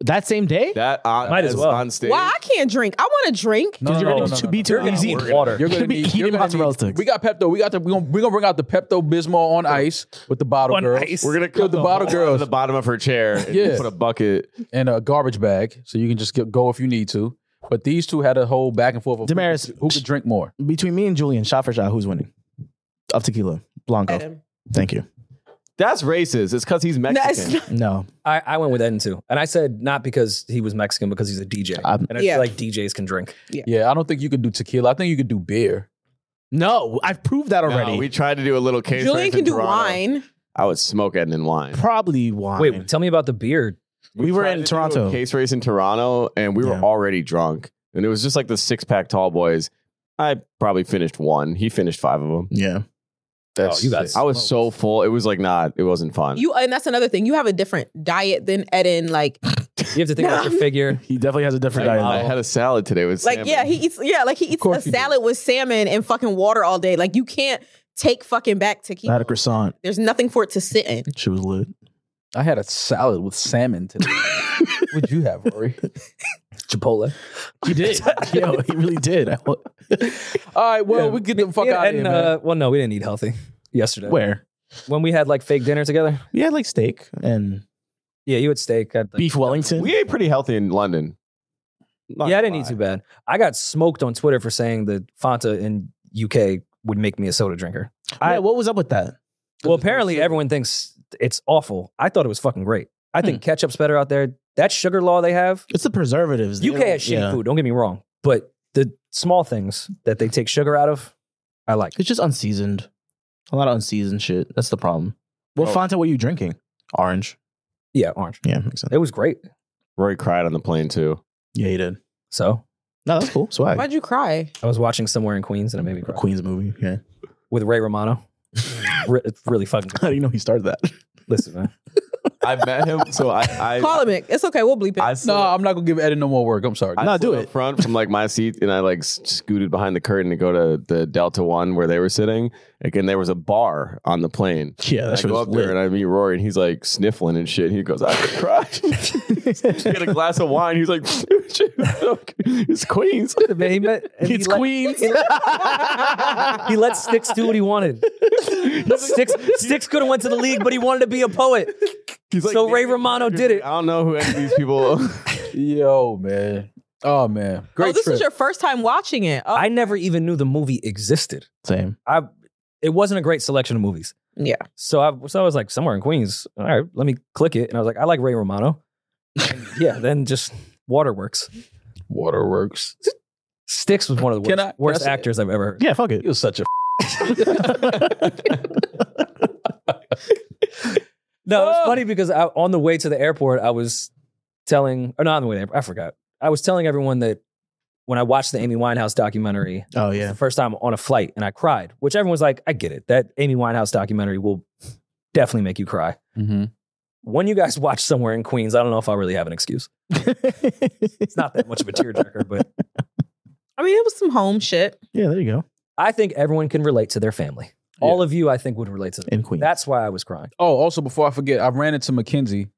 That same day? that on, Might as well. on stage. Why I can't drink? I want to drink. No, Because no, you're no, gonna no, be no, too no, be no. too You're gonna easy. eat water. You're [laughs] gonna Keep it- need, keep you're it gonna mozzarella need- sticks. We got Pepto. We got the. We gonna, we gonna bring out the Pepto Bismol on ice with the bottle On girls ice. We're gonna Yo, cut the the bottle bottle girl girls. to the bottom of her chair and Yeah. put a bucket. and a garbage bag, so you can just get, go if you need to. But these two had a whole back and forth of who Damaris, could- who could drink more. Between me and Julian, shot for shot, who's winning? Of tequila. Blanco. [laughs] Adam. Thank you. That's racist. It's because he's No, Mexican. it's No. not- I, I went with Eden too, and I said not because he was Mexican, because he's a DJ, I'm- and I Yeah. feel like DJs can drink. Yeah, I don't think you could do tequila. I think you could do beer. No. I've proved that No, already. we tried to do a little case. Julian study can for do Toronto. wine. I would smoke Eden in wine. Probably wine. Wait, tell me about the beer. we were tried in to do a Toronto. case race in Toronto, and we were Yeah. already drunk. And it was just like the six pack tall boys. I probably finished one. He finished five of them. Yeah. Oh, That's- you got I was so full. It was like not. It wasn't fun. You and that's another thing. You have a different diet than Eden. [laughs] Like, You have to think about your figure. He definitely has a different I, diet. I had a salad today with like salmon. [laughs] yeah, he eats. Yeah, like he eats course a you do. salad with salmon and fucking water all day. Like you can't take fucking back I had a tequila. croissant. There's nothing for it to sit in. She was lit. I had a salad with salmon [laughs] today. What'd you have, Rory? Chipotle. [laughs] He [laughs] did. Yo, he really did. [laughs] I- All right, well, Yeah. we get the fuck Me and out of here, Eden, man. uh, well, no, we didn't eat healthy [laughs] yesterday. Where? When we had like fake dinner together. We had like steak and Yeah, you had steak. I had, like, beef Wellington. we ate pretty healthy in London. Not Yeah, I didn't gonna eat too lie. bad. I got smoked on Twitter for saying that Fanta in UK would make me a soda drinker. yeah, what was up with that? Well, apparently everyone thinks it's awful. I thought it was fucking great. I think ketchup's better out there. That sugar law they have, It's the preservatives. They UK don't- has shitty yeah. food. Don't get me wrong, but the small things that they take sugar out of, I like. It's just unseasoned. A lot of unseasoned shit. That's the problem. What Oh. Fanta were you drinking? Orange. Yeah, orange. Yeah, makes sense. It was great. Rory cried on the plane too. Yeah, you did. So No, that's cool. Swag. Why'd you cry? I was watching somewhere in Queens and it made me A cry Queen's movie. Yeah. [laughs] with Ray Romano. Re- it's really fucking. How do you know he started that? Listen, man. I met him, so I I, [laughs] Call him it. It's okay. We'll bleep it. I No, slid- I'm not gonna give Eddie no more work. I'm sorry. I No, slid do up it. front from like my seat, and I like s- scooted behind the curtain to go to the Delta One where they were sitting. Again, there was a bar on the plane. [laughs] Yeah, And I go up there and I meet Rory, and he's like sniffling and shit. And he goes, "I could cry." [laughs] [laughs] he had a glass of wine. He's like, "It's Queens." Man, he met, and he it's let- Queens. [laughs] He let Sticks do what he wanted. Sticks, Sticks could have went to the league, but he wanted to be a poet. He's like, Oh, So Ray Romano did it. I don't know who any of these people. Yo, man. Oh man, great oh, this trip. was your first time watching it. Oh, I never even knew the movie existed. Same. I it wasn't a great selection of movies. yeah. So I so I was like somewhere in Queens. All right, let me click it, and I was like, I like Ray Romano. And yeah, then just Waterworks. Waterworks. Sticks was one of the Can worst, I- can I worst say- actors I've ever heard. [laughs] Yeah, fuck [laughs] it. He was such a. No, it's Oh. funny because I, on the way to the airport, I was telling, or not on the way to the airport, I forgot. I was telling everyone that when I watched the Amy Winehouse documentary, Oh the yeah. first time on a flight, and I cried, which everyone's like, I get it. That Amy Winehouse documentary will definitely make you cry. Mhm. When you guys [laughs] watch somewhere in Queens, I don't know if I really have an excuse. It's not that much of a tearjerker, but I mean, it was some home shit. [laughs] yeah, there you go. I think everyone can relate to their family. All of you, I think, would relate to them. In Queens. That's why I was crying. Oh, also before I forget, I ran into Mackenzie,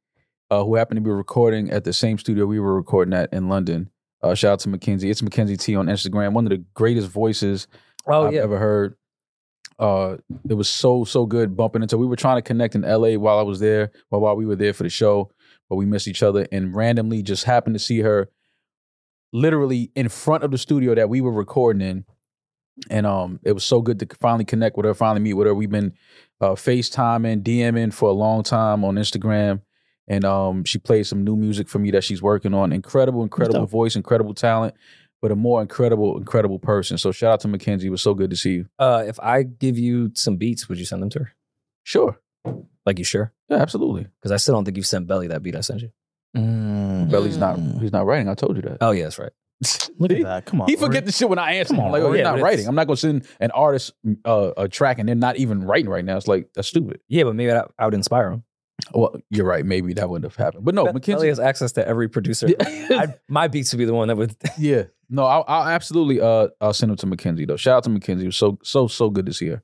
uh, who happened to be recording at the same studio we were recording at in London. Uh, shout out to Mackenzie. It's Mackenzie T on Instagram. One of the greatest voices Oh I've yeah, ever heard. Uh, it was so so good bumping into. We were trying to connect in L.A. while I was there, while while we were there for the show, but we missed each other and randomly just happened to see her, literally in front of the studio that we were recording in, and um, it was so good to finally connect with her, finally meet with her. We've been uh, FaceTiming, DMing for a long time on Instagram, and um, she played some new music for me that she's working on. Incredible, incredible dope. voice, incredible talent. But a more incredible, incredible person. So shout out to Mackenzie. It was so good to see you. Uh, if I give you some beats, would you send them to her? Sure. Like you sure? Yeah, absolutely. Because I still don't think you've sent Belly that beat I sent you. Mm. Belly's not Mm. he's not writing. I told you that. Oh yeah, that's right. Look at that. Come on. he forget Ori. the shit when I answer. Come him. on, like, oh, Ori. you're Yeah, not but writing. it's- I'm not gonna send an artist uh, a track and they're not even writing right now. It's like that's stupid. Yeah, but maybe I, I would inspire him. Well, you're right. Maybe that wouldn't have happened. But no, Be- Belly Mackenzie. has access to every producer. [laughs] [laughs] Yeah. I, my beats would be the one that would. [laughs] yeah. No, I'll, I'll absolutely. Uh, I'll send him to Mackenzie though. Shout out to Mackenzie. It was so so so good to see her.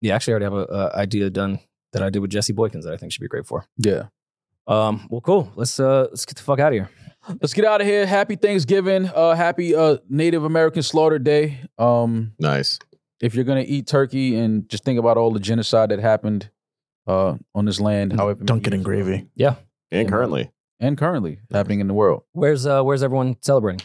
Yeah, actually, I already have an uh, idea done that I did with Jesse Boykins that I think she'd be great for. Yeah. Um, well, cool. Let's uh, let's get the fuck out of here. Let's get out of here. Happy Thanksgiving. Uh, happy uh Native American Slaughter Day. Um, [laughs] Nice. if you're gonna eat turkey and just think about all the genocide that happened, uh, on this land, however many Dunk it in years ago. gravy. And currently, and currently happening in the world. Where's uh, where's everyone celebrating?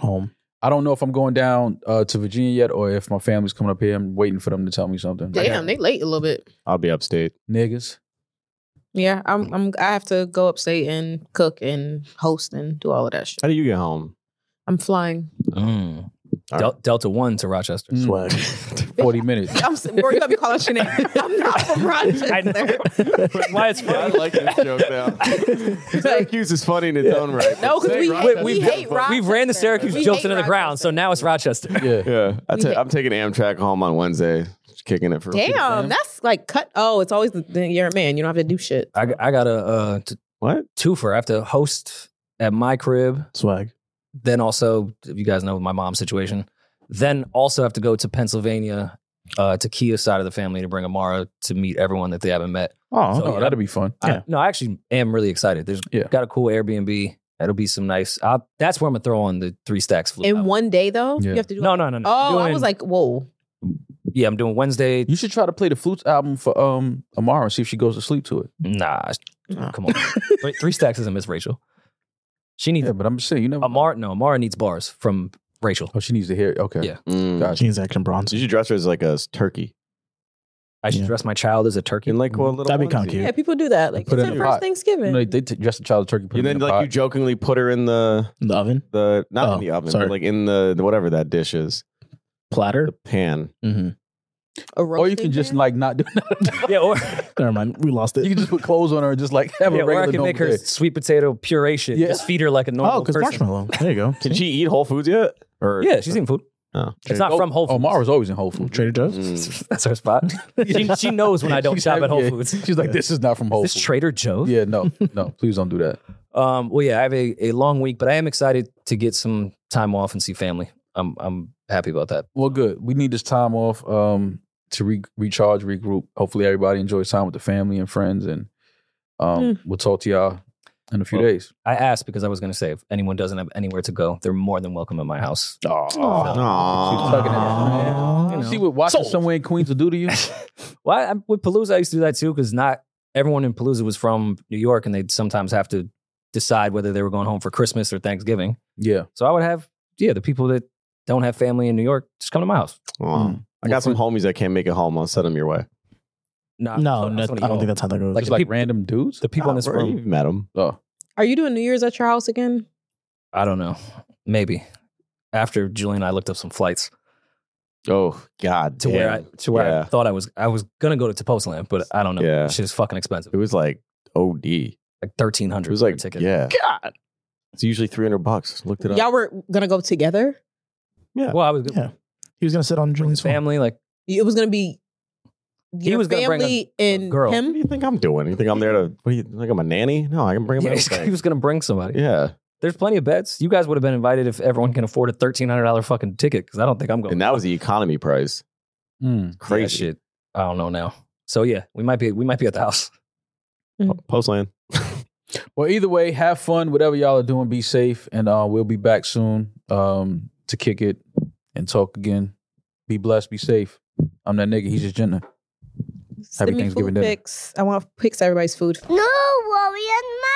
Home. I don't know if I'm going down uh, to Virginia yet or if my family's coming up here. I'm waiting for them to tell me something. Damn, they late a little bit. I'll be upstate. Niggas. Yeah, I'm. I'm. I have to go upstate and cook and host and do all of that shit. How do you get [laughs] home? I'm flying. Mm. All Del- Delta One to Rochester. Mm. Swag. [laughs] 40 minutes. [laughs] I'm. s- Bro, you gotta be calling [laughs] Sinead. I'm not from I Rochester. know. Why [laughs] it's I like this joke [laughs] now. Syracuse is funny in its own right. No, because we, Rochester. hate- we, hate Rochester. We've ran the Syracuse We jokes hate into the ground, Rochester. so now it's Rochester. [laughs] Yeah. Yeah, I We ta- hate- I'm taking Amtrak home on Wednesday, Just kicking it for. Damn, that's like cut. Oh, it's always the, the, you're a man. You don't have to do shit. I, I got a uh, t- what? twofer. I have to host at my crib. Swag. Then also, if you guys know my mom's situation, then also have to go to Pennsylvania uh, to Kia's side of the family to bring Amara to meet everyone that they haven't met. Oh, So- Oh, that'll be fun. I- Yeah. no, I actually am really excited. There's Yeah. got a cool Airbnb. That'll be some nice. I, that's where I'm gonna throw on the three stacks. Flip In one day though, Yeah. you have to do. No, no, no, no. Oh, I Doing- was like, whoa. yeah, I'm doing Wednesday. You should try to play the flutes album for um Amara and see if she goes to sleep to it. Nah, Oh. come on. three, three stacks isn't Miss Rachel. She needs Yeah, but I'm just saying, you never. Amara. No, Amara needs bars from Rachel. oh, she needs to hear it. Okay. Yeah. Mm. Gotcha. Jeans action bronze. You should dress her as like a s- turkey I should Yeah. dress my child as a turkey. in like a little. That'd be kinda onesie. cute. Yeah, people do that. Like Put it's it in the their first pot. You Thanksgiving. know, they t- dress the child as turkey. Put And it in then the like pot. you jokingly put her in the In the oven. the not in Oh, the oven, sorry. but like in the the- whatever that dish is, Platter. the pan. Mm-hmm. A or you roasted can just man? like not do [laughs] [laughs] yeah, or Never mind. We lost You it. can just put clothes on her and just like have yeah, a or I regular can normal make her day. sweet potato puree shit. Yeah. Just feed her like a normal Oh, because person. marshmallow. There you go. Can See? she eat Whole Foods yet? Or Yeah, she's eating food. Oh. It's not from Whole Foods. Amara's always in Whole Foods. Trader Joe's? Mm. [laughs] That's her spot. she, she knows [laughs] when I don't She's shop at happy- Whole yeah. Foods. [laughs] She's like, this is not from Whole This Foods. Trader Joe's. [laughs] yeah, no, no, please don't do that. Um, well, yeah, I have a, a long week, but I am excited to get some time off and see family. I'm I'm happy about that. Well, good. We need this time off um, to re- recharge, regroup. Hopefully, everybody enjoys time with the family and friends, and um, we'll talk to y'all in a few Well, days. I asked because I was going to say if anyone doesn't have anywhere to go, they're more than welcome at my house. oh. Aw. She uh, was tugging at it. Aw. You know. See what watching Sold. somewhere in Queens will [laughs] do to you? Well, I, I- with Palooza, I used to do that too because not everyone in Palooza was from New York, and they'd sometimes have to decide whether they were going home for Christmas or Thanksgiving. Yeah. So I would have, yeah, the people that don't have family in New York just come to my house. Wow. I got some homies that can't make it home. I'll send them your way. Nah, No, that's no, what he I don't called. think that's how that goes. Like Just the like people- random dudes. The people in this Where room, You've met them. Oh, Are you doing New Year's at your house again? I don't know, maybe. After Julie and I looked up some flights Oh God. to where I damn. to where I Yeah. thought I was I was gonna go to Tepoztlan, but I don't know. Yeah. Shit is fucking expensive. it was like OD. It Like thirteen hundred. was like ticket. yeah. God. It's usually three hundred bucks. Looked it up. Y'all were gonna go together. Yeah. Well, I was Yeah. He was gonna sit on Julie's phone. family like It was gonna be your was gonna bring a- family and girl. What do him. you think I'm doing? You think I'm there to? What do you think I'm a nanny? No, I can bring yeah, [laughs] them he everything. was gonna bring somebody. yeah, There's plenty of beds. You guys would have been invited if everyone can afford a thirteen hundred dollar fucking ticket because I don't think I'm going. and that was the economy price. Mm. Yeah, Crazy shit. I don't know now. So yeah, we might be we might be at the house. Postland. Well, either way, have fun. Whatever y'all are doing, be safe, and uh, we'll be back soon um, to kick it and talk again. Be blessed. Be safe. I'm that nigga. He's just Jenna. Send me Thanksgiving food dinner. pics. I want pics of everybody's food. No worry and ma.